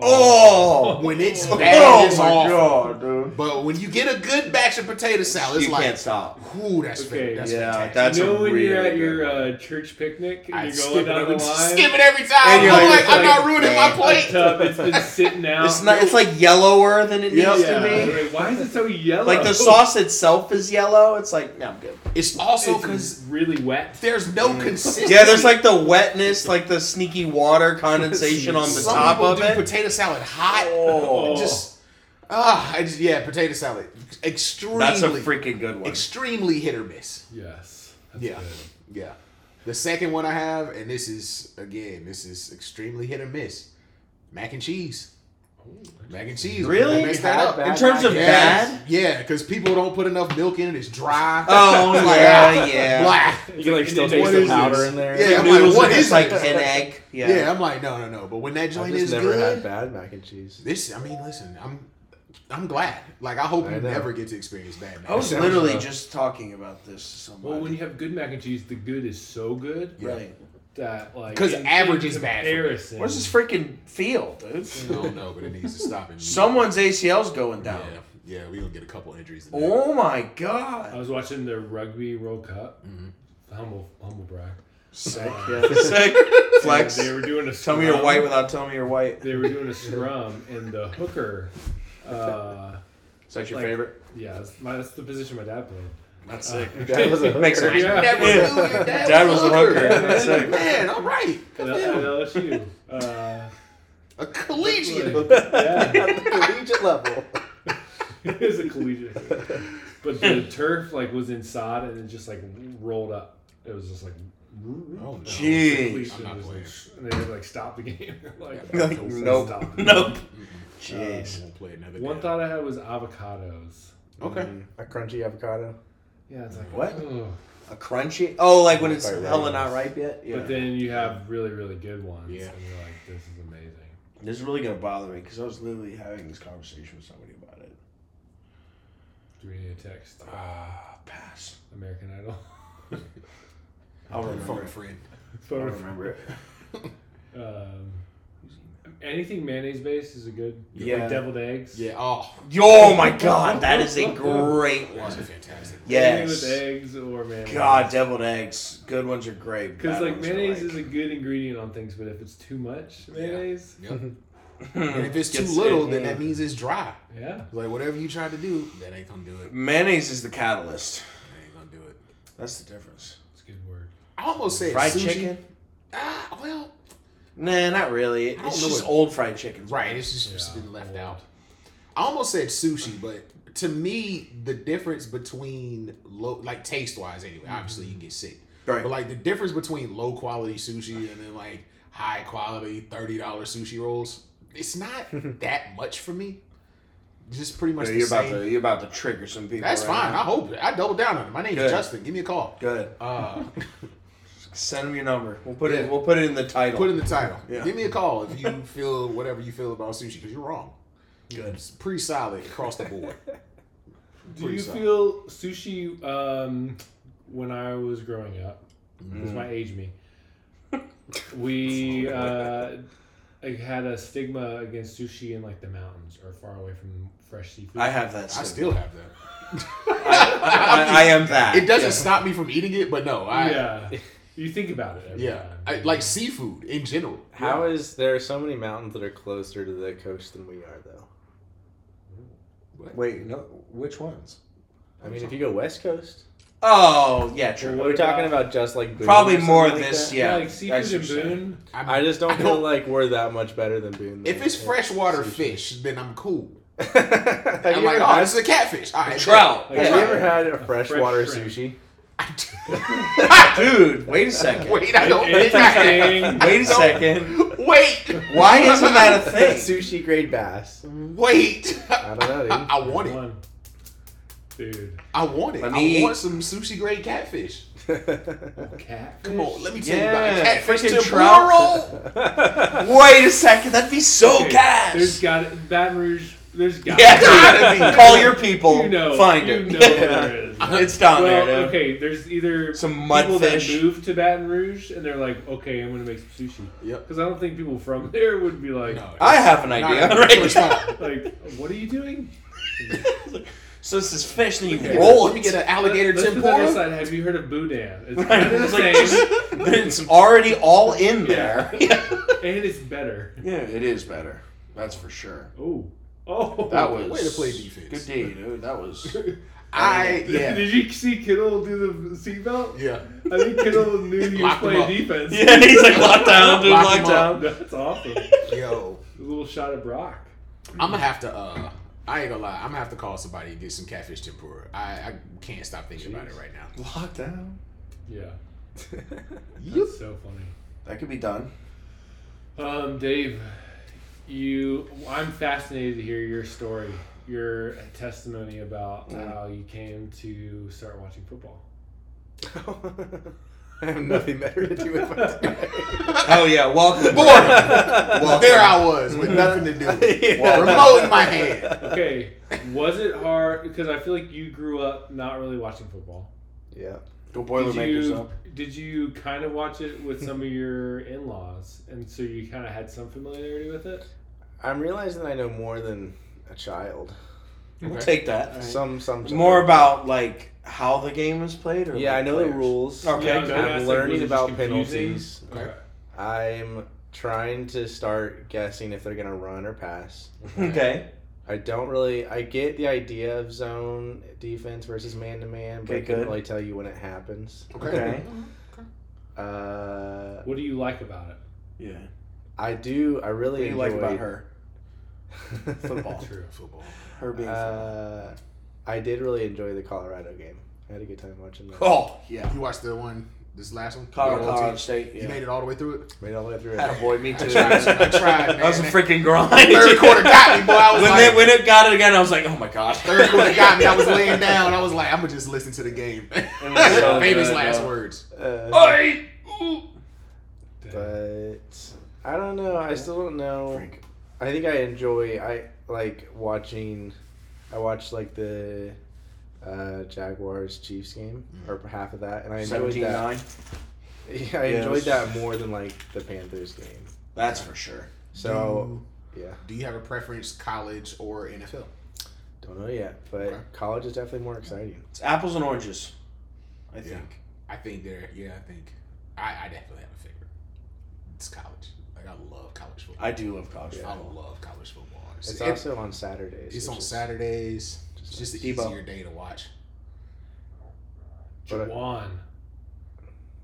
Speaker 2: Oh!
Speaker 3: When it's
Speaker 2: Oh
Speaker 3: bad, it's
Speaker 2: my
Speaker 3: awful.
Speaker 2: god, Oh, dude.
Speaker 3: But when you get a good batch of potato salad, it's
Speaker 2: you
Speaker 3: like,
Speaker 2: can't stop.
Speaker 3: ooh, that's, fa-
Speaker 1: Okay,
Speaker 3: that's
Speaker 2: yeah,
Speaker 3: fantastic.
Speaker 2: that's
Speaker 1: you know
Speaker 2: a
Speaker 1: when you're
Speaker 2: really
Speaker 1: at your
Speaker 2: good one.
Speaker 1: uh, church picnic and
Speaker 3: I
Speaker 1: you're going
Speaker 3: skip it,
Speaker 1: down
Speaker 3: every,
Speaker 1: the line?
Speaker 3: skip it every time.
Speaker 2: And you're
Speaker 3: I'm
Speaker 2: like,
Speaker 3: like, I'm not
Speaker 1: like,
Speaker 3: ruining my
Speaker 2: dang.
Speaker 1: a
Speaker 3: plate.
Speaker 1: tub, it's been sitting out.
Speaker 2: It's not. It's like yellower than it
Speaker 4: Yeah.
Speaker 2: needs
Speaker 1: yeah.
Speaker 2: to be.
Speaker 1: like, why is it so yellow?
Speaker 2: Like the sauce itself is yellow. It's like no, I'm good.
Speaker 3: It's also
Speaker 1: It's
Speaker 3: because
Speaker 1: really wet.
Speaker 3: there's no
Speaker 2: Mm.
Speaker 3: consistency.
Speaker 2: Yeah, there's like the wetness, like the sneaky water condensation on the
Speaker 3: Some
Speaker 2: top
Speaker 3: people
Speaker 2: of
Speaker 3: do
Speaker 2: it.
Speaker 3: potato salad hot.
Speaker 2: Oh.
Speaker 3: Just ah, I just yeah, potato salad. Extremely,
Speaker 2: That's a freaking good one.
Speaker 3: extremely hit or miss.
Speaker 1: Yes. That's
Speaker 3: Yeah. Yeah. The second one I have, and this is again, this is extremely hit or miss. Mac and cheese. Mac and cheese.
Speaker 2: Really?
Speaker 3: Mess
Speaker 4: You
Speaker 3: that
Speaker 4: had
Speaker 3: up.
Speaker 4: bad
Speaker 2: In terms of
Speaker 3: Yes.
Speaker 2: bad.
Speaker 3: Yeah, because people don't put enough milk in it. It's dry.
Speaker 2: Oh
Speaker 3: Like,
Speaker 2: yeah,
Speaker 3: ah,
Speaker 2: yeah.
Speaker 3: Blah.
Speaker 4: You can like still
Speaker 1: What
Speaker 4: taste the
Speaker 1: is
Speaker 4: powder
Speaker 3: this?
Speaker 4: in there.
Speaker 3: Yeah, I'm
Speaker 2: Noodles are
Speaker 3: like, what
Speaker 2: just
Speaker 3: is
Speaker 2: like
Speaker 3: like?
Speaker 2: an egg. Yeah.
Speaker 3: Yeah. I'm like, no, no, no. But when that
Speaker 4: I
Speaker 3: joint
Speaker 4: just
Speaker 3: is
Speaker 4: never
Speaker 3: good,
Speaker 4: had bad mac and cheese.
Speaker 3: this. I mean, listen, I'm, I'm glad. Like, I hope
Speaker 4: I
Speaker 3: you
Speaker 4: know.
Speaker 3: never get to experience bad. mac
Speaker 2: I was
Speaker 3: and cheese.
Speaker 2: literally just talking about this to somebody.
Speaker 1: Well, when you have good mac and cheese, the good is so good
Speaker 3: Yeah.
Speaker 2: Right.
Speaker 1: that like
Speaker 3: 'Cause
Speaker 1: in-
Speaker 3: average
Speaker 1: in
Speaker 3: is bad for me.
Speaker 1: Comparison.
Speaker 2: Where's this freaking feel, dude?
Speaker 3: I don't know, but it needs to stop. And
Speaker 2: Someone's ACL's going
Speaker 3: Yeah,
Speaker 2: down.
Speaker 3: yeah, we gonna get a couple injuries. in there.
Speaker 2: Oh my
Speaker 1: I
Speaker 2: god.
Speaker 1: was watching the Rugby World Cup. Humble, humble brag.
Speaker 4: Sick.
Speaker 2: Sick. Flex.
Speaker 1: They were doing a
Speaker 2: Tell
Speaker 1: scrum.
Speaker 2: me you're white without telling me you're white.
Speaker 1: They were doing a scrum, and the hooker. Uh,
Speaker 2: Is that your
Speaker 1: Like-
Speaker 2: favorite?
Speaker 1: yeah, that's, my, that's the position my dad played.
Speaker 2: That's sick.
Speaker 4: That was a
Speaker 2: Makes
Speaker 4: hooker.
Speaker 2: sense.
Speaker 1: Yeah.
Speaker 3: Never knew your dad,
Speaker 2: Dad
Speaker 3: was
Speaker 2: was a hooker. That's sick.
Speaker 3: Man, all right,
Speaker 1: At LSU. Uh,
Speaker 3: a collegiate.
Speaker 1: like, uh, yeah,
Speaker 4: At the collegiate level.
Speaker 1: it was a collegiate. hooker. But the turf like was inside, and it just like rolled up. It was just like.
Speaker 3: Oh,
Speaker 2: Jeez.
Speaker 1: completion
Speaker 3: I'm not
Speaker 1: was,
Speaker 3: playing.
Speaker 1: like, and they had to, like stop the game. like,
Speaker 2: Like, nope.
Speaker 1: Stop.
Speaker 2: Nope.
Speaker 3: I
Speaker 2: Jeez.
Speaker 3: won't Uh, play another
Speaker 1: One
Speaker 3: game.
Speaker 1: thought I had was avocados.
Speaker 3: Okay.
Speaker 4: Mm, a crunchy avocado.
Speaker 1: Yeah, it's like oh.
Speaker 2: What?
Speaker 1: ugh.
Speaker 2: A crunchy? Oh, like when it's
Speaker 4: Quite right.
Speaker 2: hella not ripe yet? Yeah.
Speaker 1: But then you have really, really good ones,
Speaker 3: Yeah.
Speaker 1: and you're like, this is amazing.
Speaker 2: This is really going to bother me because I was literally having this conversation with somebody about it.
Speaker 1: Do we need a text?
Speaker 2: Ah, pass.
Speaker 1: American Idol.
Speaker 2: I'll
Speaker 3: Phone
Speaker 2: remember
Speaker 3: a
Speaker 2: it.
Speaker 3: friend.
Speaker 2: I'll remember it.
Speaker 1: um, anything mayonnaise based is a good.
Speaker 2: Yeah.
Speaker 1: Like deviled eggs.
Speaker 3: Yeah. Oh,
Speaker 2: Oh my god, that is a great
Speaker 3: that was
Speaker 2: one.
Speaker 3: fantastic.
Speaker 1: Anything
Speaker 2: Yes.
Speaker 1: With eggs or mayonnaise.
Speaker 2: God, deviled eggs. Good ones are great.
Speaker 1: Because
Speaker 2: bad
Speaker 1: like
Speaker 2: ones are
Speaker 1: mayonnaise
Speaker 2: like-
Speaker 1: is a good ingredient on things, but if it's too much mayonnaise,
Speaker 3: Yep.
Speaker 2: Hmm.
Speaker 3: And if it's too
Speaker 2: Gets-
Speaker 3: little, then that means it's dry.
Speaker 1: yeah.
Speaker 3: Like whatever you try to do, that ain't gonna do it.
Speaker 2: Mayonnaise is the catalyst.
Speaker 3: That ain't gonna do it.
Speaker 2: That's the difference.
Speaker 1: it's a good word.
Speaker 3: I almost said
Speaker 2: Fried
Speaker 3: sushi.
Speaker 2: chicken?
Speaker 3: Ah, well,
Speaker 2: Nah, not really.
Speaker 3: I don't
Speaker 2: It's
Speaker 3: know
Speaker 2: just
Speaker 3: what-
Speaker 2: old fried chicken.
Speaker 3: right. It's just
Speaker 1: Yeah.
Speaker 3: been left out. I almost said sushi, but to me, the difference between low, like taste wise, anyway. Obviously, you can get sick,
Speaker 2: Right.
Speaker 3: But like the difference between low quality sushi and then like high quality thirty dollars sushi rolls, it's not that much for me. It's just pretty much
Speaker 2: So
Speaker 3: the
Speaker 2: you're about
Speaker 3: same.
Speaker 2: to you're about to trigger some people.
Speaker 3: That's
Speaker 2: right
Speaker 3: fine. I
Speaker 2: now.
Speaker 3: hope it. I double down on it. My name's
Speaker 2: Good.
Speaker 3: Justin. Give me a call.
Speaker 2: Good.
Speaker 3: Uh,
Speaker 2: Send them your number. We'll put
Speaker 3: Yeah.
Speaker 2: it. We'll put it in the title.
Speaker 3: put in the title.
Speaker 2: Yeah.
Speaker 3: Give me a call if you feel whatever you feel about sushi because you're wrong.
Speaker 2: Good.
Speaker 3: It's pretty solid across the board.
Speaker 1: Do
Speaker 3: Pretty
Speaker 1: you
Speaker 3: solid.
Speaker 1: feel sushi um, when I was growing up? This
Speaker 3: Mm.
Speaker 2: Mm.
Speaker 1: might age me. We uh, like, had a stigma against sushi in like the mountains or far away from fresh seafood.
Speaker 2: I have that. Still.
Speaker 3: I still have that.
Speaker 2: I, I am that.
Speaker 3: It doesn't
Speaker 2: Yeah.
Speaker 3: stop me from eating it, but no, I yeah,
Speaker 1: yeah. You think about it. Every Time.
Speaker 3: I, like seafood in general.
Speaker 4: How is there are so many mountains that are closer to the coast than we are though?
Speaker 2: Wait, no. Which ones?
Speaker 4: I mean, if you go west coast,
Speaker 2: Oh yeah, true.
Speaker 1: What
Speaker 4: we're talking
Speaker 1: about-
Speaker 4: about just like Boone
Speaker 2: Probably
Speaker 4: or
Speaker 2: more
Speaker 4: something like
Speaker 2: this.
Speaker 4: that?
Speaker 2: yeah.
Speaker 1: like
Speaker 2: that's
Speaker 1: seafood in
Speaker 2: what you're saying.
Speaker 1: Boone.
Speaker 3: I'm,
Speaker 4: I just don't,
Speaker 3: I
Speaker 4: feel
Speaker 3: don't-
Speaker 4: like we're that much better than Boone.
Speaker 3: if
Speaker 4: though.
Speaker 3: it's
Speaker 4: Yeah.
Speaker 3: freshwater
Speaker 4: Sushi.
Speaker 3: fish, then I'm cool.
Speaker 4: have
Speaker 3: I'm
Speaker 4: you
Speaker 3: like,
Speaker 4: ever
Speaker 3: oh,
Speaker 4: had,
Speaker 3: this is a catfish. All right,
Speaker 2: Trout.
Speaker 1: Like,
Speaker 4: have you
Speaker 2: Yeah.
Speaker 4: ever had a freshwater
Speaker 1: shrimp.
Speaker 4: sushi?
Speaker 2: Dude, wait a second. Wait,
Speaker 3: Wait, I don't.
Speaker 1: It's a thing.
Speaker 2: a second.
Speaker 3: Wait,
Speaker 2: Why isn't that a thing?
Speaker 4: sushi grade bass.
Speaker 3: wait.
Speaker 4: I don't know, dude.
Speaker 3: I, I want it.
Speaker 1: One. Dude.
Speaker 3: I want it.
Speaker 2: Let
Speaker 3: I
Speaker 2: me-
Speaker 3: want some sushi grade catfish.
Speaker 1: Cat.
Speaker 3: Come on, let me tell you
Speaker 2: Yeah,
Speaker 3: about it. catfish
Speaker 2: freaking
Speaker 3: tempura.
Speaker 2: Wait a second. That'd be so cash.
Speaker 1: There's got it. Baton Rouge. There's got
Speaker 2: Yeah,
Speaker 1: it.
Speaker 2: dude. Call your people.
Speaker 1: You know.
Speaker 2: find
Speaker 1: you
Speaker 2: it.
Speaker 1: know where it is.
Speaker 2: It's down
Speaker 1: Well,
Speaker 2: there, dude.
Speaker 1: okay. There's either
Speaker 2: Some mud
Speaker 1: people
Speaker 2: fish.
Speaker 1: that move to Baton Rouge and they're like, okay, I'm gonna make some sushi.
Speaker 3: Yep.
Speaker 1: Because I don't think people from there would be like,
Speaker 3: No,
Speaker 2: I have an
Speaker 3: not
Speaker 2: idea.
Speaker 3: even
Speaker 2: right?
Speaker 3: first time.
Speaker 1: like, what are you doing?
Speaker 2: So it's this fish, then you roll
Speaker 3: Roll. Let me
Speaker 2: it.
Speaker 3: get an alligator
Speaker 1: Let's put that
Speaker 3: tempura.
Speaker 1: aside. Have you heard of Boudin? It's
Speaker 2: Right,
Speaker 1: kind of the
Speaker 2: it's like
Speaker 1: same,
Speaker 2: It's already all
Speaker 1: Yeah.
Speaker 2: in there. Yeah.
Speaker 1: and it's better.
Speaker 2: yeah, it is better. That's for sure.
Speaker 1: Oh, oh,
Speaker 2: That was
Speaker 3: Way to play defense.
Speaker 2: Good D, dude. That was.
Speaker 3: I yeah.
Speaker 1: Did you see Kittle do the seatbelt?
Speaker 3: Yeah.
Speaker 1: I think Kittle knew he was
Speaker 3: Locked him
Speaker 1: playing
Speaker 3: up.
Speaker 1: defense.
Speaker 2: Yeah, he's like lockdown, dude.
Speaker 3: Lock him
Speaker 2: Lockdown.
Speaker 3: up.
Speaker 1: That's awesome. A
Speaker 3: Yo.
Speaker 1: little shot at Brock.
Speaker 3: I'm gonna have to. uh I ain't gonna lie. I'm gonna have to call somebody and get some catfish tempura. I, I can't stop thinking about it
Speaker 1: Jeez.
Speaker 3: right now.
Speaker 2: Lockdown.
Speaker 1: Yeah, that's
Speaker 3: Yep.
Speaker 1: so funny.
Speaker 2: That could be done.
Speaker 1: Um, Dave, you, I'm fascinated to hear your story, your testimony about how you came to start watching football.
Speaker 4: I have nothing better to do with my time.
Speaker 2: Oh yeah, welcome.
Speaker 3: Boy, well, there I was with nothing to do.
Speaker 4: Yeah.
Speaker 3: Remote in my hand.
Speaker 1: Okay, was it hard? Because I feel like you grew up not really watching football.
Speaker 4: Yeah.
Speaker 2: Go
Speaker 1: Did
Speaker 2: Boilermakers
Speaker 1: you,
Speaker 2: up.
Speaker 1: did you kind of watch it with some of your in laws? And so you kind of had some familiarity with it?
Speaker 4: I'm realizing I know more than a child.
Speaker 2: We'll
Speaker 1: Okay.
Speaker 2: take that.
Speaker 4: Some, some.
Speaker 2: More about like how the game is played, or
Speaker 4: Yeah, I
Speaker 2: like,
Speaker 4: know
Speaker 2: players? Oh.
Speaker 4: the rules.
Speaker 2: Okay,
Speaker 1: Yeah, I was gonna
Speaker 2: good.
Speaker 1: ask,
Speaker 4: I'm
Speaker 1: like,
Speaker 4: learning
Speaker 1: was it just
Speaker 4: about
Speaker 1: confusing?
Speaker 4: penalties.
Speaker 1: Okay.
Speaker 4: I'm trying to start guessing if they're gonna run or pass.
Speaker 2: Okay.
Speaker 4: I don't really. I get the idea of zone defense versus man to man, but
Speaker 2: Okay,
Speaker 4: I couldn't
Speaker 2: good.
Speaker 4: really tell you when it happens.
Speaker 2: Okay.
Speaker 4: Uh,
Speaker 1: What do you like about it?
Speaker 2: Yeah.
Speaker 4: I do. I really
Speaker 2: What do you like about
Speaker 4: enjoyed-
Speaker 2: her? Football.
Speaker 1: True.
Speaker 3: Football.
Speaker 2: Her being.
Speaker 4: Uh, I did really enjoy the Colorado game. I had a good time watching that.
Speaker 2: oh yeah.
Speaker 3: You watched the one, this last one.
Speaker 2: Colorado,
Speaker 3: The
Speaker 2: Colorado
Speaker 3: OT?
Speaker 2: State.
Speaker 3: You
Speaker 2: Yeah.
Speaker 3: made it all the way through it.
Speaker 4: Made it all the way through it.
Speaker 2: Attaboy, me too.
Speaker 3: I tried. I tried. Man.
Speaker 2: That was a freaking grind.
Speaker 3: Third quarter got me, boy. I was
Speaker 2: when,
Speaker 3: like,
Speaker 2: they, when it got it again, I was like, oh my god.
Speaker 3: third quarter got me. I was laying down. I was like, I'm gonna just listen to the game.
Speaker 2: was so
Speaker 3: Famous
Speaker 2: good,
Speaker 3: last
Speaker 2: though.
Speaker 3: words.
Speaker 4: Uh,
Speaker 2: Oi! Ooh.
Speaker 4: but I don't know. I still don't know. I think I enjoy I like watching I watched like the uh, Jaguars Chiefs game
Speaker 3: Mm.
Speaker 4: or half of that and I enjoyed
Speaker 2: 17
Speaker 4: that
Speaker 2: 9.
Speaker 4: yeah, I
Speaker 2: Yeah, it
Speaker 4: enjoyed
Speaker 2: was-
Speaker 4: that more than like the Panthers game.
Speaker 2: That's for sure.
Speaker 4: So yeah,
Speaker 3: do you have a preference, college or NFL?
Speaker 4: don't know yet, but
Speaker 3: Okay.
Speaker 4: college is definitely more exciting.
Speaker 2: It's apples and oranges, I
Speaker 3: Yeah.
Speaker 2: think.
Speaker 3: I think they're yeah, I think I, I definitely have a favorite. It's college. Like I love college football.
Speaker 2: I do love college
Speaker 3: I
Speaker 2: football.
Speaker 3: love college football. It's,
Speaker 4: It's
Speaker 3: it-
Speaker 4: also on Saturdays.
Speaker 3: it's
Speaker 4: which
Speaker 3: on
Speaker 4: is-
Speaker 3: Saturdays. It's just an
Speaker 2: Debo.
Speaker 3: easier day to watch.
Speaker 4: But I-
Speaker 1: Juwan.
Speaker 2: Are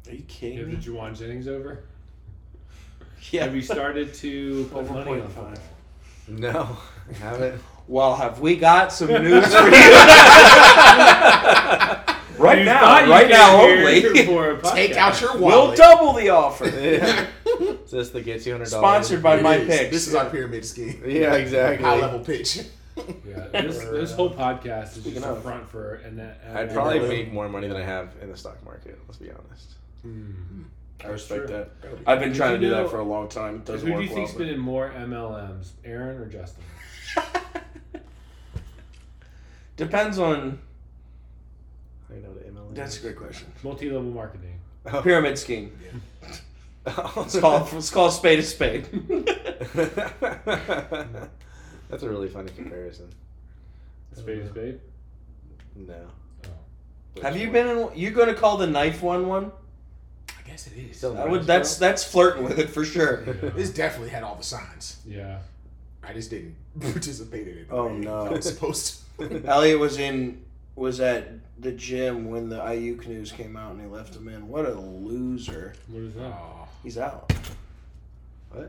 Speaker 2: you
Speaker 1: You
Speaker 2: kidding
Speaker 1: have the
Speaker 2: me?
Speaker 1: Juwan Jennings over?
Speaker 2: Yeah.
Speaker 1: Have you started to put
Speaker 2: Over
Speaker 1: money
Speaker 2: point
Speaker 1: on
Speaker 2: five.
Speaker 1: football?
Speaker 4: No, I haven't.
Speaker 2: Well, have we got some news for you? right
Speaker 1: You thought
Speaker 2: now,
Speaker 1: you
Speaker 2: right
Speaker 1: came
Speaker 2: now,
Speaker 1: here
Speaker 2: hopefully.
Speaker 1: for a
Speaker 3: Take
Speaker 1: podcast.
Speaker 3: out your
Speaker 2: We'll
Speaker 3: wallet.
Speaker 2: double the offer.
Speaker 4: Yeah. Is this the get two hundred dollars?
Speaker 2: Sponsored by
Speaker 3: It
Speaker 2: my
Speaker 3: is.
Speaker 2: picks.
Speaker 3: This is our pyramid scheme.
Speaker 4: Yeah, exactly.
Speaker 3: High level pitch.
Speaker 1: Yeah, this, this whole podcast is just a front for an. e- an
Speaker 4: I'd probably make more money than I have in the stock market. Let's be honest.
Speaker 1: Hmm.
Speaker 7: I respect
Speaker 1: Sure.
Speaker 7: that. I've been trying to
Speaker 1: you
Speaker 7: do
Speaker 1: know-
Speaker 7: that for a long time. It doesn't
Speaker 1: Who do
Speaker 7: work
Speaker 1: you
Speaker 7: well.
Speaker 1: think's
Speaker 7: but-
Speaker 1: been in more MLMs, Aaron or Justin?
Speaker 2: Depends on
Speaker 4: I know the MLM.
Speaker 7: That's a great question.
Speaker 1: Multi-level marketing.
Speaker 2: pyramid scheme. Let's call let's call a spade a spade.
Speaker 4: That's a really funny comparison.
Speaker 1: Spade is spade.
Speaker 4: No.
Speaker 1: Oh.
Speaker 2: have you been in? You going to call the knife one one?
Speaker 3: I guess it is.
Speaker 4: Still
Speaker 2: I would. That's that's flirting with it for sure.
Speaker 3: This definitely had all the signs.
Speaker 1: Yeah.
Speaker 3: I just didn't participate in it. the
Speaker 2: Oh,
Speaker 3: way
Speaker 2: no.
Speaker 3: I was supposed to.
Speaker 2: Elliot was in was at the gym when the IU canoes came out and they left him in. What a loser!
Speaker 1: What is that?
Speaker 3: oh,
Speaker 2: He's out.
Speaker 1: Uh,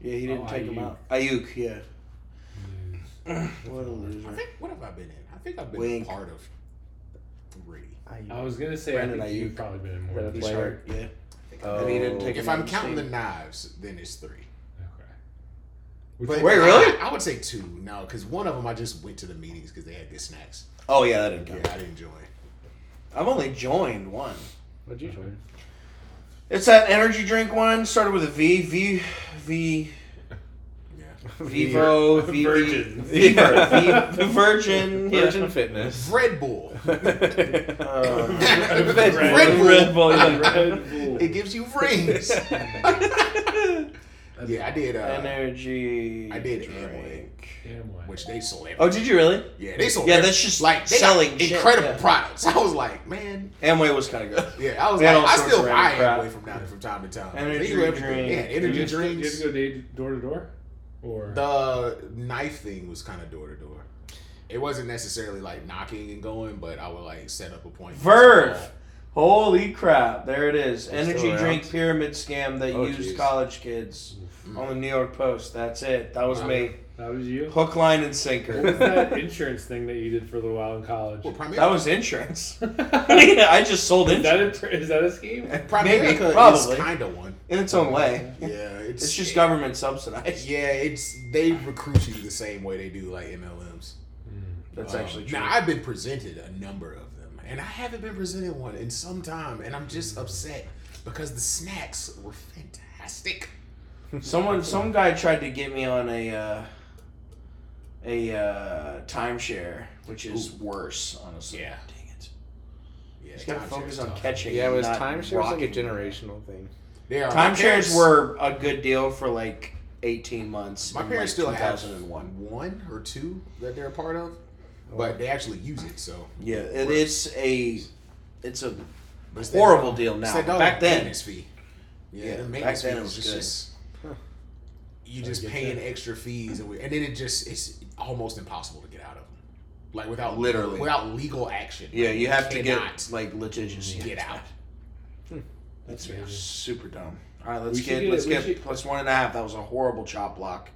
Speaker 2: Yeah, he didn't
Speaker 1: Oh,
Speaker 2: take him
Speaker 1: Ayuk.
Speaker 2: out. Ayuk, yeah.
Speaker 1: news.
Speaker 2: What a
Speaker 3: I
Speaker 2: loser.
Speaker 3: think what have I been in? I think I've been
Speaker 2: Wink.
Speaker 3: a part of three.
Speaker 1: I was gonna say
Speaker 2: Brandon
Speaker 1: I think you've
Speaker 2: Ayuk.
Speaker 1: probably been in more.
Speaker 4: Better
Speaker 1: Than
Speaker 2: He's
Speaker 4: player.
Speaker 2: hurt. Yeah.
Speaker 4: Oh.
Speaker 2: And he didn't take
Speaker 3: If
Speaker 2: him out
Speaker 3: I'm
Speaker 2: of
Speaker 3: counting the
Speaker 2: team.
Speaker 3: knives, then it's three.
Speaker 1: Okay.
Speaker 3: But
Speaker 2: Wait, really?
Speaker 3: I, I would say two. No, because one of them I just went to the meetings because they had good snacks.
Speaker 2: Oh yeah, that didn't
Speaker 3: Yeah,
Speaker 2: count.
Speaker 3: I didn't join.
Speaker 2: I've only joined one.
Speaker 4: What'd you join?
Speaker 2: It's that energy drink one. Started with a V. V. V.
Speaker 3: Yeah.
Speaker 2: Vivo. V.
Speaker 1: Virgin.
Speaker 2: Viver. V- Virgin. yeah.
Speaker 4: Virgin Fitness.
Speaker 3: Red Bull.
Speaker 2: Uh,
Speaker 3: Red,
Speaker 1: Red
Speaker 3: Bull.
Speaker 2: Red Bull. yeah.
Speaker 1: Red Bull.
Speaker 3: It gives you rings. yeah, I did. Uh,
Speaker 2: energy.
Speaker 3: I did
Speaker 2: drink.
Speaker 1: Amway.
Speaker 3: which they sold.
Speaker 2: Oh, did you really?
Speaker 3: Yeah, they sold.
Speaker 2: Yeah,
Speaker 3: every-
Speaker 2: that's just
Speaker 3: like they got
Speaker 2: selling shit,
Speaker 3: incredible
Speaker 2: yeah.
Speaker 3: products. I was like, man,
Speaker 2: Amway was kind of good.
Speaker 3: yeah, I was
Speaker 2: They had
Speaker 3: like,
Speaker 2: all
Speaker 3: I
Speaker 2: sorts
Speaker 3: still
Speaker 2: of
Speaker 3: buy
Speaker 2: random crap.
Speaker 3: Amway from now from time to time.
Speaker 2: Energy
Speaker 3: They do everything.
Speaker 2: drink.
Speaker 3: yeah,
Speaker 1: Did
Speaker 3: energy
Speaker 1: you just-
Speaker 3: drinks.
Speaker 1: Did you go door to door, or
Speaker 3: The knife thing was kind of door to door. It wasn't necessarily like knocking and going, but I would like set up a point.
Speaker 2: Verve. Holy crap! There it is. Energy
Speaker 4: around?
Speaker 2: drink pyramid scam that
Speaker 4: Oh,
Speaker 2: used
Speaker 4: geez.
Speaker 2: college kids on the New York Post. That's it. That was me.
Speaker 1: that was you?
Speaker 2: Hook, line, and
Speaker 1: What was
Speaker 2: sinker.
Speaker 1: that insurance thing that you did for a little while in college?
Speaker 3: Well, primarily,
Speaker 2: that was insurance. yeah, I just sold
Speaker 1: Is that,
Speaker 2: insurance
Speaker 1: a, is that a scheme? Hmm,
Speaker 2: maybe,
Speaker 3: Primerica
Speaker 2: probably.
Speaker 3: is kind of one.
Speaker 2: in its own way.
Speaker 3: Yeah, it's,
Speaker 2: It's just government subsidized.
Speaker 3: Yeah, it's they recruit you the same way they do like MLMs.
Speaker 2: That's
Speaker 3: Um,
Speaker 2: actually true.
Speaker 3: Now I've been presented a number of them, and I haven't been presented one in some time, and I'm just upset because the snacks were fantastic.
Speaker 2: Someone, some guy tried to get me on a uh, a uh, timeshare, which is worse, honestly.
Speaker 3: Yeah.
Speaker 2: Dang it.
Speaker 3: Yeah,
Speaker 2: Just gotta
Speaker 3: timeshares
Speaker 2: focus
Speaker 3: is
Speaker 2: on
Speaker 3: tough.
Speaker 2: catching.
Speaker 4: Yeah, it
Speaker 2: and
Speaker 4: was
Speaker 2: not
Speaker 4: timeshare was like a
Speaker 2: rocking.
Speaker 4: generational thing.
Speaker 3: They are my parents-
Speaker 2: Timeshares were a good deal for like eighteen months.
Speaker 3: My
Speaker 2: in,
Speaker 3: parents
Speaker 2: like
Speaker 3: still have
Speaker 2: 2001.
Speaker 3: one or two that they're a part of, but they actually use it. So
Speaker 2: Yeah, it is a it's a
Speaker 3: But it's that-
Speaker 2: horrible deal
Speaker 3: it's
Speaker 2: now.
Speaker 3: that dollar
Speaker 2: Back then,
Speaker 3: maintenance fee. Yeah,
Speaker 2: Yeah,
Speaker 3: the
Speaker 2: back
Speaker 3: maintenance
Speaker 2: then
Speaker 3: fee
Speaker 2: it
Speaker 3: was
Speaker 2: was
Speaker 3: just,
Speaker 2: good.
Speaker 3: just you just paying extra fees and we, and then it just it's almost impossible to get out of them, like without
Speaker 2: Literally.
Speaker 3: without legal action.
Speaker 2: yeah, you have to
Speaker 3: cannot
Speaker 2: get like litigious. yeah.
Speaker 3: get out.
Speaker 2: That's
Speaker 1: Yeah.
Speaker 2: super dumb. All right, let's
Speaker 1: We should
Speaker 2: get,
Speaker 1: get-
Speaker 2: let's
Speaker 1: we
Speaker 2: get
Speaker 1: should-
Speaker 2: plus one and a half. That was a horrible chop block.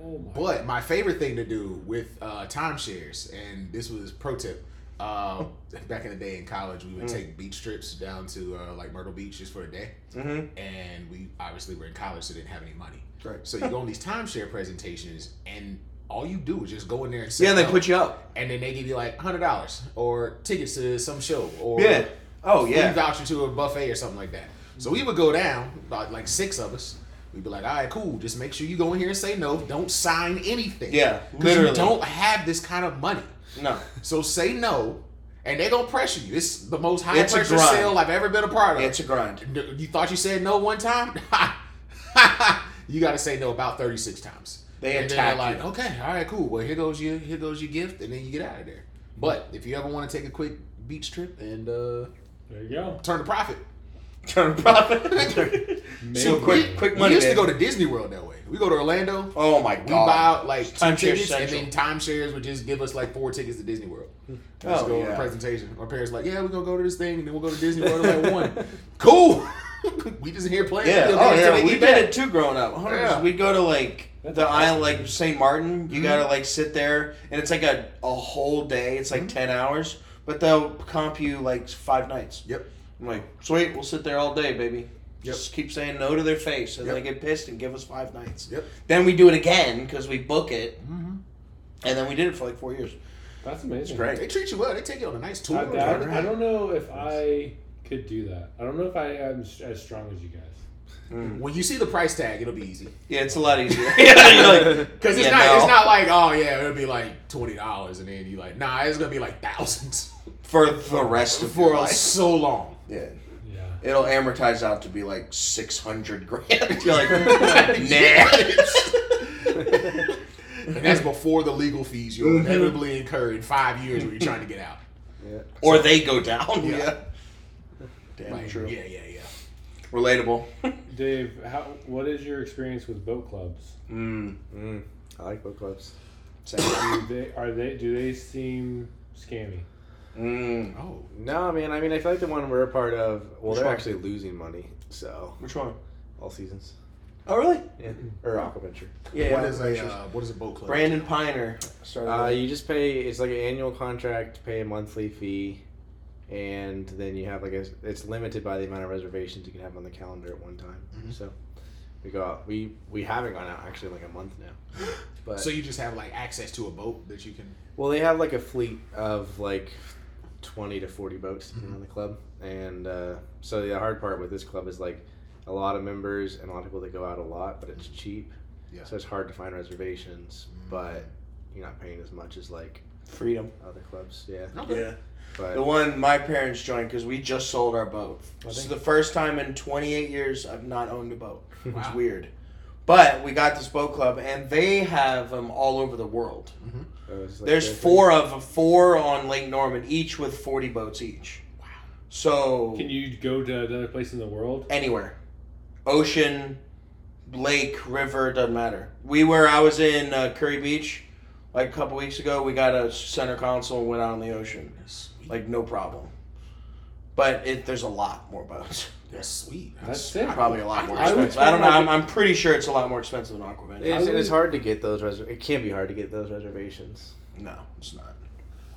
Speaker 1: Oh my!
Speaker 3: But my favorite thing to do with uh, timeshares, and this was pro tip. Uh, back in the day in college, we would
Speaker 2: Mm.
Speaker 3: take beach trips down to uh, like Myrtle Beach just for a day.
Speaker 2: Mm-hmm.
Speaker 3: and we obviously were in college, so didn't have any money.
Speaker 2: Right.
Speaker 3: So you go on these timeshare presentations, and all you do is just go in there and sit
Speaker 2: Yeah, and they
Speaker 3: down.
Speaker 2: put you up.
Speaker 3: and then they give you like hundred dollars or tickets to some show or
Speaker 2: Yeah. Oh
Speaker 3: food
Speaker 2: yeah.
Speaker 3: voucher to a buffet or something like that. So we would go down about like six of us. We'd be like, all right, cool. Just make sure you go in here and say no. Don't sign anything.
Speaker 2: Yeah,
Speaker 3: 'Cause
Speaker 2: literally.
Speaker 3: you don't have this kind of money.
Speaker 2: No.
Speaker 3: So say no, and they're gonna pressure you. It's the most high
Speaker 2: It's a
Speaker 3: pressure
Speaker 2: grind.
Speaker 3: sale I've ever been a part of.
Speaker 2: It's a grind.
Speaker 3: No, You thought you said no one time? you got to say no about 36 times.
Speaker 2: They
Speaker 3: and then
Speaker 2: attack
Speaker 3: they're like,
Speaker 2: you.
Speaker 3: okay, all right, cool. Well, here goes your here goes your gift, and then you get out of there. But if you ever want to take a quick beach trip and uh,
Speaker 1: there you go.
Speaker 3: turn a profit,
Speaker 2: Turn profit. so
Speaker 1: Maybe.
Speaker 2: quick, quick money.
Speaker 3: we used
Speaker 2: man.
Speaker 3: to go to Disney World that way. We go to Orlando,
Speaker 2: oh my
Speaker 3: we buy
Speaker 2: god.
Speaker 3: out like two
Speaker 2: Timeshare
Speaker 3: tickets,
Speaker 2: Central.
Speaker 3: and then timeshares would just give us like four tickets to Disney World. Just
Speaker 2: Oh,
Speaker 3: go on
Speaker 2: yeah.
Speaker 3: a presentation. Our parents like, yeah, we're gonna go to this thing, and then we'll go to Disney World at like one. Cool. we just here playing.
Speaker 2: Yeah.
Speaker 3: video
Speaker 2: Oh
Speaker 3: games till
Speaker 2: yeah.
Speaker 3: they
Speaker 2: We did
Speaker 3: get back.
Speaker 2: it too growing up. 100%.
Speaker 3: Yeah. Mm-hmm.
Speaker 2: We'd go to like
Speaker 1: That's
Speaker 2: the
Speaker 1: awesome.
Speaker 2: island like St. Martin, you gotta like sit there and it's like a, a whole day. It's like
Speaker 3: Mm-hmm.
Speaker 2: ten hours, but they'll comp you like five nights.
Speaker 3: Yep.
Speaker 2: I'm like, sweet, we'll sit there all day, baby.
Speaker 3: Yep.
Speaker 2: Just keep saying no to their face, and
Speaker 3: Yep.
Speaker 2: they get pissed and give us five nights.
Speaker 3: Yep.
Speaker 2: Then we do it again because we book it,
Speaker 3: Mm-hmm.
Speaker 2: and then we did it for like four years.
Speaker 1: That's amazing.
Speaker 2: It's great.
Speaker 3: They treat you well. They take you on a nice
Speaker 1: I,
Speaker 3: tour.
Speaker 1: I- I don't know if I could do that. I don't know if I am s- as strong as you guys.
Speaker 3: When you see the price tag, it'll be easy.
Speaker 2: Yeah, it's a lot easier. You're like,
Speaker 3: Because it's
Speaker 2: Yeah,
Speaker 3: not. It's
Speaker 2: no.
Speaker 3: not like oh yeah, it'll be like twenty dollars, and then you like nah, it's gonna be like thousands
Speaker 2: for the rest of your
Speaker 3: for
Speaker 2: life.
Speaker 3: so long.
Speaker 2: Yeah.
Speaker 1: Yeah.
Speaker 2: It'll amortize out to be like six hundred grand. You're like, nah.
Speaker 3: And that's before the legal fees you'll inevitably incur in five years when you're trying to get out.
Speaker 2: or they go down.
Speaker 3: Yeah.
Speaker 2: Yeah. Damn
Speaker 3: Like,
Speaker 2: true.
Speaker 3: Yeah, yeah, yeah.
Speaker 2: Relatable.
Speaker 1: Dave, how, what is your experience with boat clubs?
Speaker 2: Mm.
Speaker 4: Mm, I like book clubs.
Speaker 1: Do they are they do they seem scammy?
Speaker 2: Mm.
Speaker 3: Oh,
Speaker 4: No, man. I mean, I feel like the one we're a part of. Well,
Speaker 2: Which
Speaker 4: they're
Speaker 2: one?
Speaker 4: actually losing money. So
Speaker 2: Which one?
Speaker 4: all seasons.
Speaker 2: Oh, really?
Speaker 4: Yeah. Or aquaventure.
Speaker 2: Yeah.
Speaker 3: what is a uh, what is a boat club?
Speaker 2: Brandon Piner? Started
Speaker 4: Uh,
Speaker 2: it.
Speaker 4: you just pay. It's like an annual contract. Pay a monthly fee, and then you have like a. It's limited by the amount of reservations you can have on the calendar at one time.
Speaker 3: Mhm.
Speaker 4: So, we go out. We we haven't gone out actually in like a month now, but
Speaker 3: So you just have like access to a boat that you can.
Speaker 4: well they have like a fleet of like twenty to forty boats
Speaker 3: Mm-hmm.
Speaker 4: depending on the club, and uh, so the hard part with this club is like a lot of members and a lot of people that go out a lot, but it's cheap.
Speaker 3: Yeah. Mm.
Speaker 4: So it's hard to find reservations, but you're not paying as much as like
Speaker 2: Freedom.
Speaker 4: other clubs. Yeah.
Speaker 2: Yeah.
Speaker 4: But
Speaker 2: The one my parents joined because we just sold our boat. This is the first time in 28 years I've not owned a boat.
Speaker 3: Wow.
Speaker 2: It's weird. But we got this boat club, and they have them all over the world.
Speaker 4: It was like
Speaker 2: There's
Speaker 4: their
Speaker 2: four of four on Lake Norman, each with 40 boats each. Wow. So
Speaker 1: Can you go to another place in the world?
Speaker 2: anywhere, ocean, lake, river, doesn't matter. We were I was in uh, Curry Beach, like a couple weeks ago. We got a center console and went out on the ocean, like no problem. But it, there's a lot more boats.
Speaker 3: That's sweet.
Speaker 1: That's sick.
Speaker 2: Probably a lot more
Speaker 1: I would
Speaker 2: expensive. I, don't know.
Speaker 1: try-
Speaker 2: I'm, I'm pretty sure it's a lot more expensive than
Speaker 4: thing.
Speaker 2: Aquaman.
Speaker 4: It's,
Speaker 1: I
Speaker 4: and it's
Speaker 1: would-
Speaker 4: hard to get those. Res- it can be hard to get those reservations.
Speaker 2: No, it's not.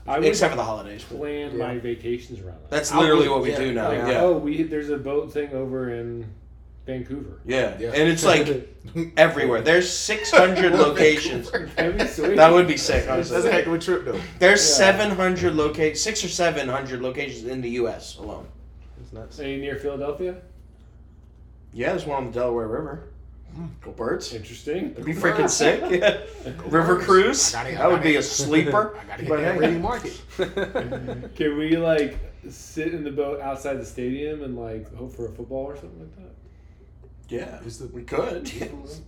Speaker 1: I would
Speaker 2: Except for the holidays.
Speaker 1: plan
Speaker 4: Yeah.
Speaker 1: my vacations around that.
Speaker 2: That's literally what we
Speaker 4: yeah,
Speaker 2: do now.
Speaker 1: Like,
Speaker 2: Yeah.
Speaker 4: yeah.
Speaker 2: Yeah.
Speaker 1: Oh, we there's a boat thing over in Vancouver.
Speaker 3: Yeah.
Speaker 2: And it's like everywhere. There's 600 locations.
Speaker 1: That'd be sweet.
Speaker 2: That would be sick,
Speaker 1: That's
Speaker 2: honestly.
Speaker 1: sick.
Speaker 3: of a trip though.
Speaker 2: There's
Speaker 1: Yeah.
Speaker 2: 700 loca- six or 700 locations in the U.S. alone.
Speaker 4: It's nuts.
Speaker 1: Any near Philadelphia?
Speaker 2: Yeah, there's one on the Delaware River. Go birds.
Speaker 1: Interesting.
Speaker 2: That'd be freaking sick. Yeah. River cruise.
Speaker 3: I gotta- I
Speaker 2: That would be
Speaker 3: gotta-
Speaker 2: a sleeper.
Speaker 3: I gotta get
Speaker 4: But
Speaker 3: that
Speaker 4: hey.
Speaker 3: ready market.
Speaker 1: Can we like sit in the boat outside the stadium and like hope for a football or something like that?
Speaker 2: Yeah,
Speaker 3: Is the
Speaker 2: we could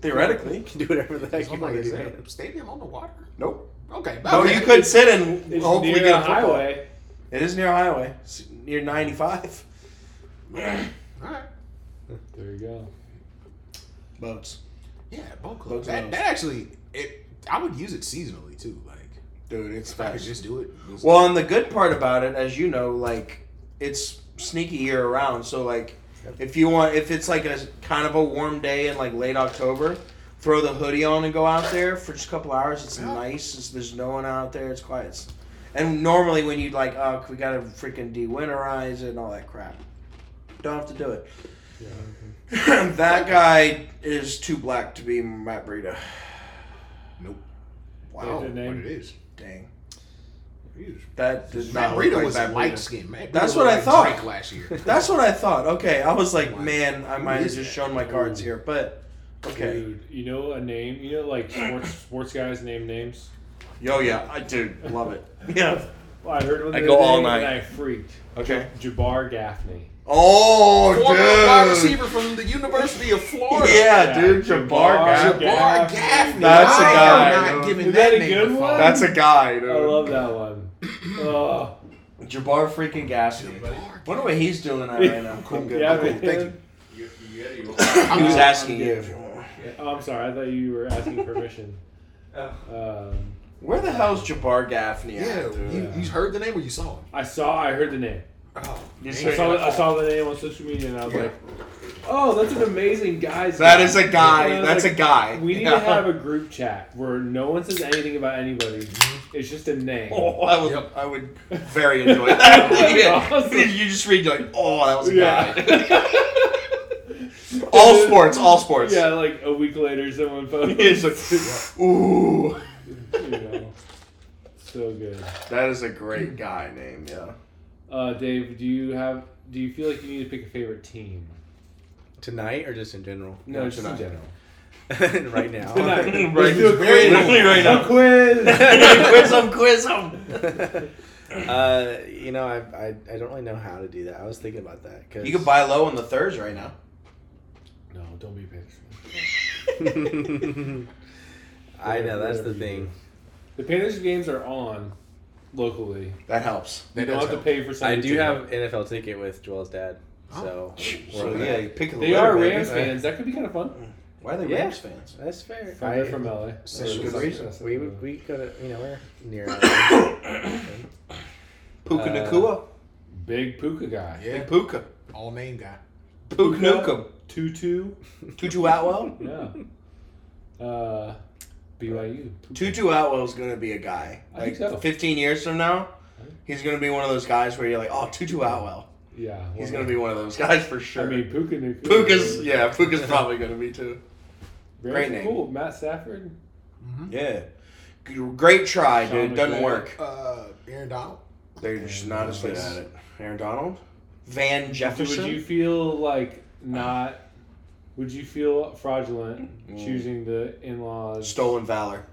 Speaker 2: theoretically.
Speaker 4: You can do whatever the
Speaker 3: is
Speaker 4: heck you want
Speaker 3: somebody
Speaker 4: to
Speaker 3: in
Speaker 4: say.
Speaker 3: a stadium on the water?
Speaker 2: Nope.
Speaker 3: Okay.
Speaker 2: No,
Speaker 3: okay.
Speaker 2: you could sit and
Speaker 1: It's
Speaker 2: hopefully
Speaker 1: near
Speaker 2: get
Speaker 1: a
Speaker 2: a football.
Speaker 1: highway.
Speaker 2: It is near a highway. It's near 95.
Speaker 3: All right.
Speaker 1: There you go.
Speaker 2: Boats,
Speaker 3: Yeah,
Speaker 2: Boat
Speaker 3: boat club. That,
Speaker 2: clubs.
Speaker 3: that actually, it. I would use it seasonally too. Like
Speaker 2: dude. It's
Speaker 3: if I could just do it. just-
Speaker 2: Well, and the good part about it, as you know, like it's sneaky year around. So like, if you want, if it's like a kind of a warm day in like late October, throw the hoodie on and go out there for just a couple hours. It's
Speaker 3: Yeah.
Speaker 2: nice. It's, there's no one out there. It's quiet. It's- and normally when you'd like, oh, we gotta freaking dewinterize it and all that crap. Don't have to do it. that guy is too black to be Matt Breida.
Speaker 3: Nope.
Speaker 2: Wow.
Speaker 1: Yeah,
Speaker 3: oh, what
Speaker 1: the name.
Speaker 3: it is.
Speaker 2: Dang.
Speaker 3: It is.
Speaker 2: That did
Speaker 3: Matt
Speaker 2: not look
Speaker 3: Breida
Speaker 2: like
Speaker 3: was
Speaker 2: Matt
Speaker 3: light
Speaker 2: Breida.
Speaker 3: skinned man.
Speaker 2: That's
Speaker 3: Breida
Speaker 2: what
Speaker 3: looked
Speaker 2: I
Speaker 3: like
Speaker 2: thought.
Speaker 3: Drake last year.
Speaker 2: That's what I thought. Okay, I was like,
Speaker 3: Wow.
Speaker 2: man, I might have
Speaker 3: is
Speaker 2: just
Speaker 3: that?
Speaker 2: shown my cards here, but okay.
Speaker 1: Dude, you know a name? You know like sports sports guys name names?
Speaker 2: Yo, yeah, I do love it. Yeah.
Speaker 1: Well, I heard one the
Speaker 2: I
Speaker 1: other
Speaker 2: go
Speaker 1: day
Speaker 2: all
Speaker 1: and
Speaker 2: night.
Speaker 1: I freaked.
Speaker 2: Okay.
Speaker 1: Jabbar Gaffney.
Speaker 2: Oh,
Speaker 3: Former wide
Speaker 2: dude.
Speaker 3: receiver from the University of Florida.
Speaker 2: Yeah, dude,
Speaker 1: Jabbar
Speaker 2: Jabbar. Gaffney.
Speaker 1: Gaffney. Gaffney.
Speaker 3: Jabbar Gaffney.
Speaker 2: That's a
Speaker 3: I am
Speaker 2: guy,
Speaker 3: not
Speaker 2: yo.
Speaker 3: giving
Speaker 1: Is that a
Speaker 3: name
Speaker 1: good
Speaker 3: phone.
Speaker 1: one?
Speaker 2: That's a guy, dude.
Speaker 1: I love that one. Oh,
Speaker 2: Jabbar freaking Gaffney.
Speaker 3: Jabbar
Speaker 2: Wonder what he's doing at right now. I'm good.
Speaker 1: yeah,
Speaker 2: I'm good.
Speaker 1: man.
Speaker 3: thank
Speaker 8: You, you gotta go.
Speaker 2: He was
Speaker 3: I'm-
Speaker 2: asking you. if you want.
Speaker 1: Oh, I'm sorry. I thought you were asking permission.
Speaker 2: Oh.
Speaker 1: Um,
Speaker 2: Where the hell's Jabbar Gaffney at?
Speaker 3: Yeah,
Speaker 2: dude?
Speaker 3: you, you heard the name or you saw him?
Speaker 1: I saw. I heard the name.
Speaker 3: Oh,
Speaker 2: You
Speaker 1: I
Speaker 2: said-
Speaker 1: saw, the, I saw the name on social media, and I was like, oh, that's an amazing guy's
Speaker 3: That is a
Speaker 1: And I
Speaker 3: guy.
Speaker 1: was
Speaker 3: That's a
Speaker 1: like,
Speaker 3: guy.
Speaker 1: We need
Speaker 3: Yeah.
Speaker 1: to have a group chat where no one says anything about anybody. It's just a name.
Speaker 3: Oh, I would, I would very enjoy that.
Speaker 1: That'd be
Speaker 3: Yeah.
Speaker 1: awesome.
Speaker 3: You just read you're like, oh, that was a guy.
Speaker 1: Yeah.
Speaker 3: all sports, all sports.
Speaker 1: Yeah, like a week later, someone posted.
Speaker 3: It's like, ooh,
Speaker 1: you know, so good.
Speaker 9: That is a great guy name, yeah.
Speaker 1: Uh, Dave, do you have? Do you feel like you need to pick a favorite team?
Speaker 4: Tonight or just in general?
Speaker 1: No, just in
Speaker 9: tonight.
Speaker 1: general.
Speaker 4: right now.
Speaker 1: Tonight.
Speaker 3: Right,
Speaker 1: Let's do a
Speaker 3: it's very
Speaker 1: quiz.
Speaker 3: lonely right now.
Speaker 1: A quiz.
Speaker 3: quiz him, quiz him.
Speaker 4: uh, you know, I, I I don't really know how to do that. I was thinking about that because
Speaker 2: You could buy low on the thirds right now.
Speaker 1: no, don't be pissed.
Speaker 4: I know that's
Speaker 1: Whatever
Speaker 4: the
Speaker 1: you
Speaker 4: thing.
Speaker 1: The Panthers games are on locally.
Speaker 3: That helps.
Speaker 1: You
Speaker 3: That
Speaker 1: don't have
Speaker 3: does
Speaker 1: to
Speaker 3: help.
Speaker 1: pay for
Speaker 4: I
Speaker 1: Sunday
Speaker 4: do
Speaker 1: ticket.
Speaker 4: have NFL ticket with Joel's dad, so we're
Speaker 2: So
Speaker 4: on
Speaker 2: yeah,
Speaker 4: that.
Speaker 2: you pick a
Speaker 1: They
Speaker 2: litter,
Speaker 1: are
Speaker 2: baby.
Speaker 1: Rams fans. That could be kind of fun.
Speaker 2: Why are they
Speaker 4: Yeah.
Speaker 2: Rams fans?
Speaker 4: that's fair.
Speaker 1: Fun, They're from LA.
Speaker 3: Such a
Speaker 1: So
Speaker 3: good
Speaker 1: it's-
Speaker 3: reason.
Speaker 1: that's-
Speaker 4: we would- we could you know we're near. LA.
Speaker 2: Puka
Speaker 4: Uh,
Speaker 2: Nakua,
Speaker 1: big Puka guy.
Speaker 3: Yeah,
Speaker 2: Puka,
Speaker 3: all name guy.
Speaker 2: Puka Nukem,
Speaker 1: Tutu.
Speaker 2: Tutu Atwell.
Speaker 1: Yeah. Uh, BYU.
Speaker 2: Tutu Atwell's gonna be a guy.
Speaker 1: I think
Speaker 2: Like
Speaker 1: so.
Speaker 2: 15 years from now, he's gonna be one of those guys where you're like, oh, Tutu Atwell.
Speaker 1: Yeah.
Speaker 2: He's
Speaker 1: well,
Speaker 2: gonna be one of those guys for
Speaker 1: I
Speaker 2: sure.
Speaker 1: mean, Puka. Nuka-
Speaker 2: Puka's yeah, Puka's probably gonna be too.
Speaker 1: Rams
Speaker 2: great
Speaker 1: are
Speaker 2: name.
Speaker 1: Cool. Matt Stafford.
Speaker 2: Yeah, G- great try,
Speaker 1: Sean
Speaker 2: dude. Doesn't
Speaker 1: McVay.
Speaker 2: work.
Speaker 3: Uh, Aaron Donald.
Speaker 2: They're just not as good
Speaker 3: Yes.
Speaker 2: at it. Aaron Donald, Van
Speaker 1: Would
Speaker 2: Jefferson.
Speaker 1: you feel like not? Would you feel fraudulent choosing the in-laws
Speaker 2: Stolen valor.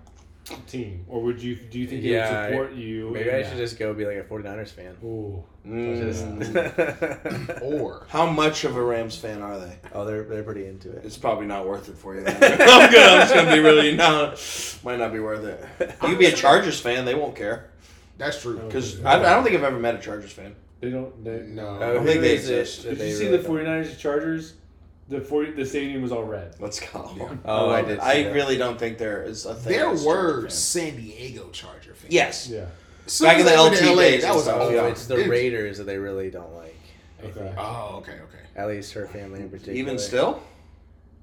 Speaker 1: team, or would you? Do you think
Speaker 4: Yeah, I-
Speaker 1: they would support you?
Speaker 4: Maybe
Speaker 1: in
Speaker 4: I
Speaker 1: that?
Speaker 4: should just go be like a 49ers fan.
Speaker 1: Ooh.
Speaker 2: Mm.
Speaker 4: Just-
Speaker 3: Or
Speaker 2: How much of a Rams fan are they?
Speaker 4: oh, they're they're pretty into it.
Speaker 2: It's probably not worth it for you. Then. I'm good. I'm just gonna be really no. Might not be worth it. You could be a Chargers fan; they won't care
Speaker 3: that's true.
Speaker 2: because I, I don't think I've ever met a Chargers fan.
Speaker 1: They don't. They,
Speaker 3: No.
Speaker 4: Oh,
Speaker 2: think
Speaker 4: who
Speaker 2: they
Speaker 4: is it
Speaker 2: exist.
Speaker 4: that
Speaker 1: Did
Speaker 4: they
Speaker 1: you see
Speaker 4: really
Speaker 1: the
Speaker 4: don't-
Speaker 1: 49ers Chargers? The 40, the stadium was all red.
Speaker 2: Let's go.
Speaker 4: Oh, I did. see
Speaker 2: I
Speaker 4: that.
Speaker 2: really don't think there is a thing.
Speaker 3: There
Speaker 2: as
Speaker 3: were
Speaker 2: Chargers
Speaker 3: San Diego Charger fans.
Speaker 2: fan. yes.
Speaker 1: Yeah.
Speaker 3: As soon
Speaker 2: Back
Speaker 3: as
Speaker 2: in the
Speaker 3: they went to
Speaker 2: LT
Speaker 3: LA,
Speaker 2: days
Speaker 3: That
Speaker 2: and
Speaker 3: was
Speaker 2: stuff,
Speaker 3: oh,
Speaker 4: Oh,
Speaker 2: yeah.
Speaker 4: it's the
Speaker 3: dude.
Speaker 4: Raiders that they really don't like. I
Speaker 1: Okay.
Speaker 4: think.
Speaker 3: Oh, okay, okay.
Speaker 4: At least her family in particular.
Speaker 2: Even still,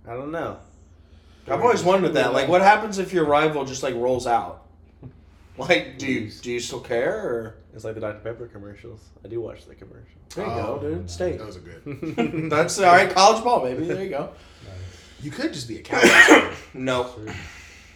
Speaker 4: I don't know.
Speaker 2: I've always wondered that. Like, what happens if your rival just like rolls out? Like, do you do you still care? Or
Speaker 4: It's like the Dr Pepper commercials. I do watch the commercial.
Speaker 2: there you
Speaker 3: Oh,
Speaker 2: go, dude. Stay.
Speaker 3: Those are good.
Speaker 2: That's all right. College ball, baby. There you go.
Speaker 3: You could just be a Cowboys.
Speaker 2: No.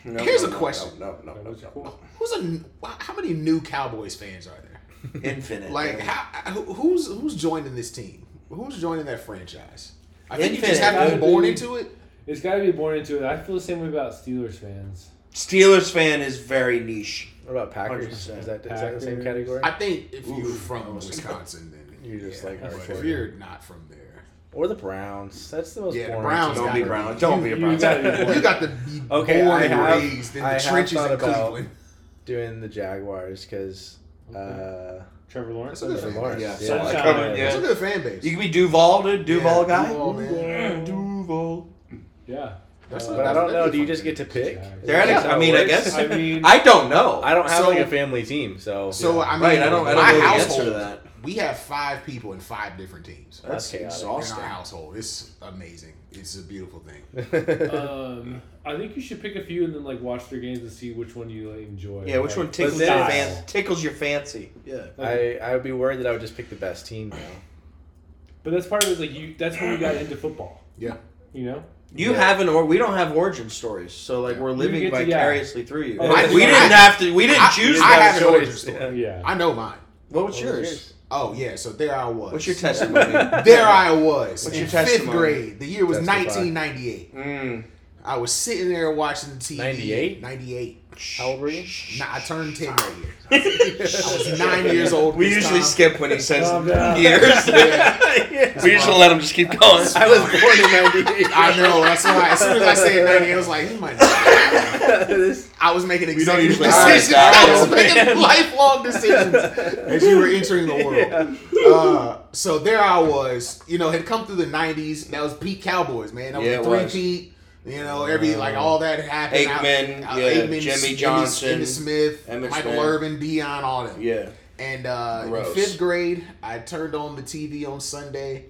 Speaker 2: no
Speaker 3: Here's
Speaker 2: no,
Speaker 3: a
Speaker 2: no,
Speaker 3: question.
Speaker 2: No, no,
Speaker 1: That
Speaker 2: no.
Speaker 1: was cool.
Speaker 3: Who's a how many new Cowboys fans are there?
Speaker 2: Infinite.
Speaker 3: Like, how, who- who's who's joining this team? Who's joining that franchise? I think you just
Speaker 2: Infinite.
Speaker 3: have to
Speaker 1: Gotta
Speaker 3: be born
Speaker 1: be-
Speaker 3: into it.
Speaker 1: It's got to be born into it. I feel the same way about Steelers fans.
Speaker 2: Steelers fan is very niche.
Speaker 4: What about Packers?
Speaker 2: 100%.
Speaker 4: Is that is that the same
Speaker 1: Packers.
Speaker 4: category?
Speaker 3: I think if you're
Speaker 2: Oof.
Speaker 3: from Wisconsin, then
Speaker 4: You're just, like,
Speaker 3: but if
Speaker 4: hardcore.
Speaker 3: you're not from there,
Speaker 4: Or the Browns? That's the most
Speaker 3: yeah, the
Speaker 4: boring.
Speaker 3: Browns
Speaker 4: team.
Speaker 2: Don't
Speaker 3: got
Speaker 2: be
Speaker 3: to
Speaker 2: Browns. Don't be a Browns.
Speaker 1: gotta be
Speaker 3: You
Speaker 1: born-
Speaker 3: got to be
Speaker 4: Okay,
Speaker 3: born
Speaker 4: I
Speaker 3: and
Speaker 4: have-
Speaker 3: raised in
Speaker 4: I
Speaker 3: the
Speaker 4: have
Speaker 3: trenches
Speaker 4: thought
Speaker 3: in
Speaker 4: about-
Speaker 3: Cleveland.
Speaker 4: doing the Jaguars because uh,
Speaker 1: Trevor Lawrence.
Speaker 3: That's a
Speaker 4: Trevor
Speaker 3: good
Speaker 4: Lawrence.
Speaker 2: Yeah,
Speaker 4: yeah.
Speaker 2: Sunshine
Speaker 4: Yeah.
Speaker 2: Man,
Speaker 3: It's a
Speaker 2: yeah.
Speaker 3: good fan base.
Speaker 2: You can be Duval, dude. Duval
Speaker 3: Yeah,
Speaker 2: guy.
Speaker 3: Duval, man.
Speaker 2: Duval.
Speaker 1: Yeah.
Speaker 3: That's
Speaker 1: Uh,
Speaker 3: not
Speaker 4: But I don't know.
Speaker 3: That'd
Speaker 4: Do
Speaker 3: be
Speaker 4: you
Speaker 3: fun.
Speaker 4: just get to pick?
Speaker 1: Jags.
Speaker 4: Is
Speaker 2: They're
Speaker 4: that
Speaker 2: at it.
Speaker 4: how
Speaker 2: I
Speaker 4: it
Speaker 2: mean, I
Speaker 4: works?
Speaker 2: guess-
Speaker 1: I mean,
Speaker 2: I don't know.
Speaker 4: I don't have
Speaker 3: So-
Speaker 4: like a family team, so,
Speaker 3: So I mean,
Speaker 2: Right, I don't- I don't
Speaker 3: my
Speaker 2: know the answer to
Speaker 3: household,
Speaker 2: that.
Speaker 3: We have five people in five different teams.
Speaker 2: That's
Speaker 4: Okay,
Speaker 3: In
Speaker 2: exhausting.
Speaker 3: our household, it's amazing. It's a beautiful thing.
Speaker 1: um, I think you should pick a few and then like watch their games and see which one you like, enjoy.
Speaker 2: Yeah, which
Speaker 1: Like,
Speaker 2: one tickles your,
Speaker 4: But then-
Speaker 2: fan- tickles your fancy? Yeah.
Speaker 4: I I would be worried that I would just pick the best team now.
Speaker 1: But that's part of it. Like you, that's when you got into football.
Speaker 3: Yeah.
Speaker 1: You know.
Speaker 2: You have an or we don't have origin stories, so like we're living
Speaker 1: get to- yeah.
Speaker 2: vicariously through you.
Speaker 1: Oh, that's
Speaker 2: we
Speaker 1: right.
Speaker 2: didn't have to. We didn't
Speaker 3: I-
Speaker 2: choose
Speaker 3: I
Speaker 2: that
Speaker 3: have an origin
Speaker 2: choice.
Speaker 3: story.
Speaker 4: Yeah.
Speaker 1: Yeah.
Speaker 3: I know mine.
Speaker 2: What was yours?
Speaker 3: Oh yeah, so there I was.
Speaker 2: What's your testimony?
Speaker 3: There I was
Speaker 2: What's
Speaker 3: in
Speaker 2: your
Speaker 3: fifth
Speaker 2: testimony?
Speaker 3: grade. The year was
Speaker 4: Testify.
Speaker 3: 1998.
Speaker 2: Mm.
Speaker 3: I was sitting there watching the TV.
Speaker 4: 98?
Speaker 3: 98.
Speaker 4: How old were you?
Speaker 3: Nah, I turned 10 that year. I was nine years old.
Speaker 2: We
Speaker 3: this
Speaker 2: usually
Speaker 3: time.
Speaker 2: skip when he says
Speaker 4: Oh,
Speaker 1: Calm down.
Speaker 2: years. We usually let him just keep going.
Speaker 4: I was born in '98.
Speaker 3: I know. That's why. As soon as I said 98, I was like, he might not.
Speaker 4: This-
Speaker 3: I was making
Speaker 2: We don't
Speaker 3: executive
Speaker 2: usually hire
Speaker 3: decisions.
Speaker 2: guys.
Speaker 3: I was making lifelong decisions as you were entering the world.
Speaker 4: Yeah.
Speaker 3: Uh, so there I was, you know, had come through the '90s. That was peak Cowboys, man. That was
Speaker 2: Yeah,
Speaker 3: the
Speaker 2: it
Speaker 3: three
Speaker 2: was.
Speaker 3: peat. You know, every like all that happened.
Speaker 2: Aikman,
Speaker 3: Out- out-
Speaker 2: yeah,
Speaker 3: Aikman,
Speaker 2: Jimmy
Speaker 3: S- Emmitt-
Speaker 2: Johnson,
Speaker 3: Emmitt Smith,
Speaker 2: Emmitt
Speaker 3: Michael
Speaker 2: Smith.
Speaker 3: Irvin, Dion, all them.
Speaker 2: Yeah.
Speaker 3: And uh, in
Speaker 2: Gross.
Speaker 3: fifth grade, I turned on the TV on Sunday,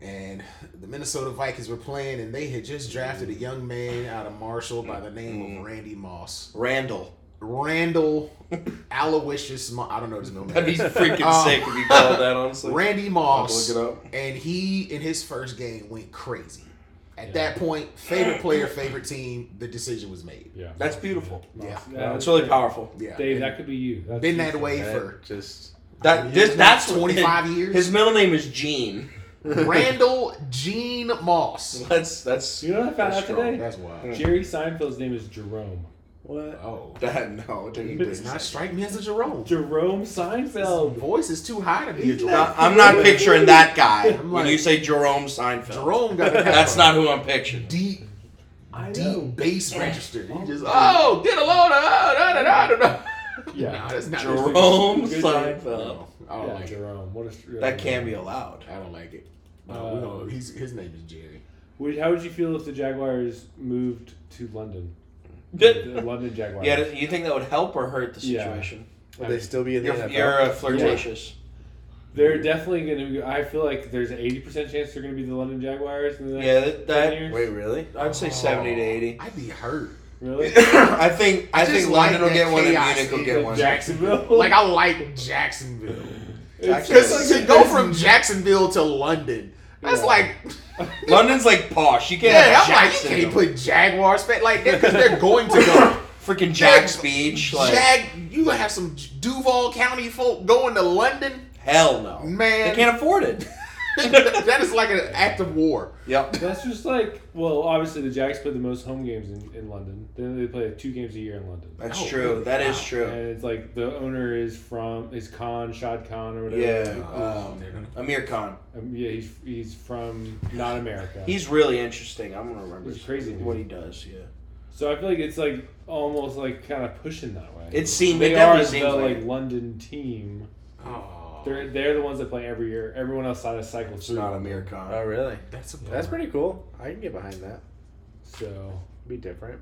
Speaker 3: and the Minnesota Vikings were playing, and they had just drafted a young man out of Marshall by the
Speaker 2: Mm.
Speaker 3: name of Randy Moss.
Speaker 10: Randall.
Speaker 3: Randall Aloysius. Mo- I don't know his middle
Speaker 2: That'd
Speaker 3: name.
Speaker 2: be freaking
Speaker 3: Um,
Speaker 2: sick if you called that, honestly.
Speaker 3: Randy
Speaker 2: I'll have to
Speaker 3: Moss.
Speaker 2: Look it up.
Speaker 3: And he, in his first game, went crazy. At
Speaker 1: Yeah.
Speaker 3: that point, favorite player, favorite team, the decision was made.
Speaker 1: Yeah.
Speaker 2: That's beautiful.
Speaker 3: Yeah.
Speaker 1: Yeah.
Speaker 2: That's really powerful.
Speaker 3: Yeah.
Speaker 1: Dave,
Speaker 3: And
Speaker 1: that could be you. That's
Speaker 3: been
Speaker 1: you.
Speaker 3: that way for
Speaker 4: That just
Speaker 2: That this, that's what-
Speaker 3: 25 years.
Speaker 2: His middle name is Gene.
Speaker 3: Randall Gene Moss.
Speaker 2: That's that's
Speaker 1: You know what I found
Speaker 2: That's
Speaker 1: out
Speaker 2: strong.
Speaker 1: today?
Speaker 3: That's wild.
Speaker 1: Jerry Seinfeld's name is Jerome.
Speaker 4: what?
Speaker 3: Oh.
Speaker 2: that no,
Speaker 3: He
Speaker 2: dude.
Speaker 3: does not strike me as a Jerome.
Speaker 1: Jerome
Speaker 3: His
Speaker 1: Seinfeld.
Speaker 3: voice is too high to be a
Speaker 2: No,
Speaker 3: Jerome.
Speaker 2: I'm not picturing that guy when
Speaker 3: I'm like-
Speaker 2: you say Jerome Seinfeld.
Speaker 3: Jerome got a
Speaker 2: That's not who I'm picturing.
Speaker 3: deep,
Speaker 1: I know.
Speaker 3: deep bass register. He just oh, did alone, oh, da da da da da.
Speaker 1: Yeah.
Speaker 3: Nah, that's not
Speaker 2: Jerome
Speaker 1: Good name.
Speaker 2: Seinfeld.
Speaker 3: No, I don't
Speaker 1: yeah,
Speaker 3: like it.
Speaker 1: Jerome. What a,
Speaker 2: That can't be allowed.
Speaker 3: I don't like it. Uh, No, we don't- he's, his name is Jerry.
Speaker 1: Would, how would you feel if the Jaguars moved to London?
Speaker 2: Yeah,
Speaker 1: The London Jaguars.
Speaker 2: you think that would help or hurt the
Speaker 1: Yeah.
Speaker 2: situation?
Speaker 4: Will they still be in the
Speaker 2: You're,
Speaker 4: NFL?
Speaker 2: you're uh, flirtatious.
Speaker 1: They're definitely going to. be I feel like there's an 80% chance they're going to be the London Jaguars in the
Speaker 2: Yeah,
Speaker 1: next 10
Speaker 2: that, that
Speaker 1: years.
Speaker 4: Wait, really?
Speaker 2: I'd say 70 to 80.
Speaker 3: Oh, I'd be hurt.
Speaker 1: Really?
Speaker 2: I think I
Speaker 3: Oh. Just
Speaker 2: think
Speaker 3: like
Speaker 2: London will
Speaker 3: that
Speaker 2: get one and
Speaker 3: chaos
Speaker 2: Munich will
Speaker 3: in
Speaker 2: get
Speaker 3: the
Speaker 2: one.
Speaker 3: Jack-
Speaker 1: Jacksonville?
Speaker 3: Like I like Jacksonville
Speaker 1: It's
Speaker 2: Jacksonville.
Speaker 1: just
Speaker 3: because
Speaker 1: like
Speaker 3: to go from Jacksonville to London, that's
Speaker 1: Yeah.
Speaker 3: like
Speaker 2: London's like posh. You can't
Speaker 3: yeah,
Speaker 2: have
Speaker 3: I'm like you
Speaker 2: Jackson.
Speaker 3: can't put Jaguars back like that because they're going to go.
Speaker 2: freaking Jack's Beach. Like
Speaker 3: Jag, you gonna have some Duval County folk going to London?
Speaker 2: hell no.
Speaker 3: Man.
Speaker 2: they can't afford it.
Speaker 3: that is like an act of war.
Speaker 2: Yep.
Speaker 1: That's just like, well, obviously the Jags play the most home games in, in London. Then they play two games a year in London.
Speaker 2: That's
Speaker 3: Oh,
Speaker 2: true. That is
Speaker 3: wow.
Speaker 1: And
Speaker 2: true.
Speaker 1: it's like the owner is from is Khan Shad Khan or whatever.
Speaker 2: Yeah.
Speaker 1: oh,
Speaker 2: Um, Amir Khan.
Speaker 1: Um, yeah, he's he's from not America.
Speaker 2: He's really interesting. I'm gonna remember
Speaker 1: He's crazy, dude.
Speaker 2: what he does. Yeah.
Speaker 1: so I feel like it's like almost like kind of pushing that way.
Speaker 2: It seems.
Speaker 1: they
Speaker 2: it
Speaker 1: are
Speaker 2: definitely
Speaker 1: the
Speaker 2: seems
Speaker 1: like,
Speaker 2: like.
Speaker 1: London team.
Speaker 3: Oh,
Speaker 1: They're they're the ones that play every year. Everyone else side of cycle
Speaker 2: It's
Speaker 1: through.
Speaker 2: not Amir Khan.
Speaker 4: Oh, really?
Speaker 3: that's a
Speaker 4: That's pretty cool. I can get behind that.
Speaker 1: So
Speaker 4: Be different.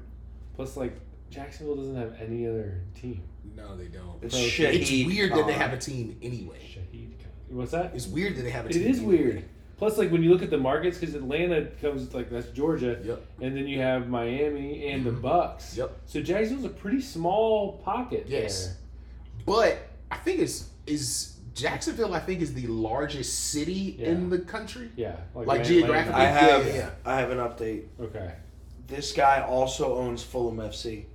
Speaker 1: plus like Jacksonville doesn't have any other team.
Speaker 3: No, they don't.
Speaker 2: It's
Speaker 1: Bro,
Speaker 2: shit.
Speaker 3: It's weird that they have a
Speaker 2: it.
Speaker 3: team anyway.
Speaker 1: Shahid Khan. What's that?
Speaker 3: It's weird that they have a
Speaker 1: It
Speaker 3: team.
Speaker 1: is
Speaker 3: anyway.
Speaker 1: weird. Plus, like when you look at the markets, because Atlanta comes like that's Georgia,
Speaker 3: Yep. Mm-hmm.
Speaker 1: and then you have Miami and the Bucks.
Speaker 3: Yep.
Speaker 1: So Jacksonville's a pretty small pocket.
Speaker 3: Yes. But I think it's is Jacksonville. I think is the largest city
Speaker 1: Yeah.
Speaker 3: in the country.
Speaker 1: There. Yeah.
Speaker 3: Like
Speaker 1: Atlanta.
Speaker 3: geographically?
Speaker 2: I have.
Speaker 3: Yeah, yeah.
Speaker 2: I have an update.
Speaker 1: Okay.
Speaker 2: This guy also owns Fulham FC.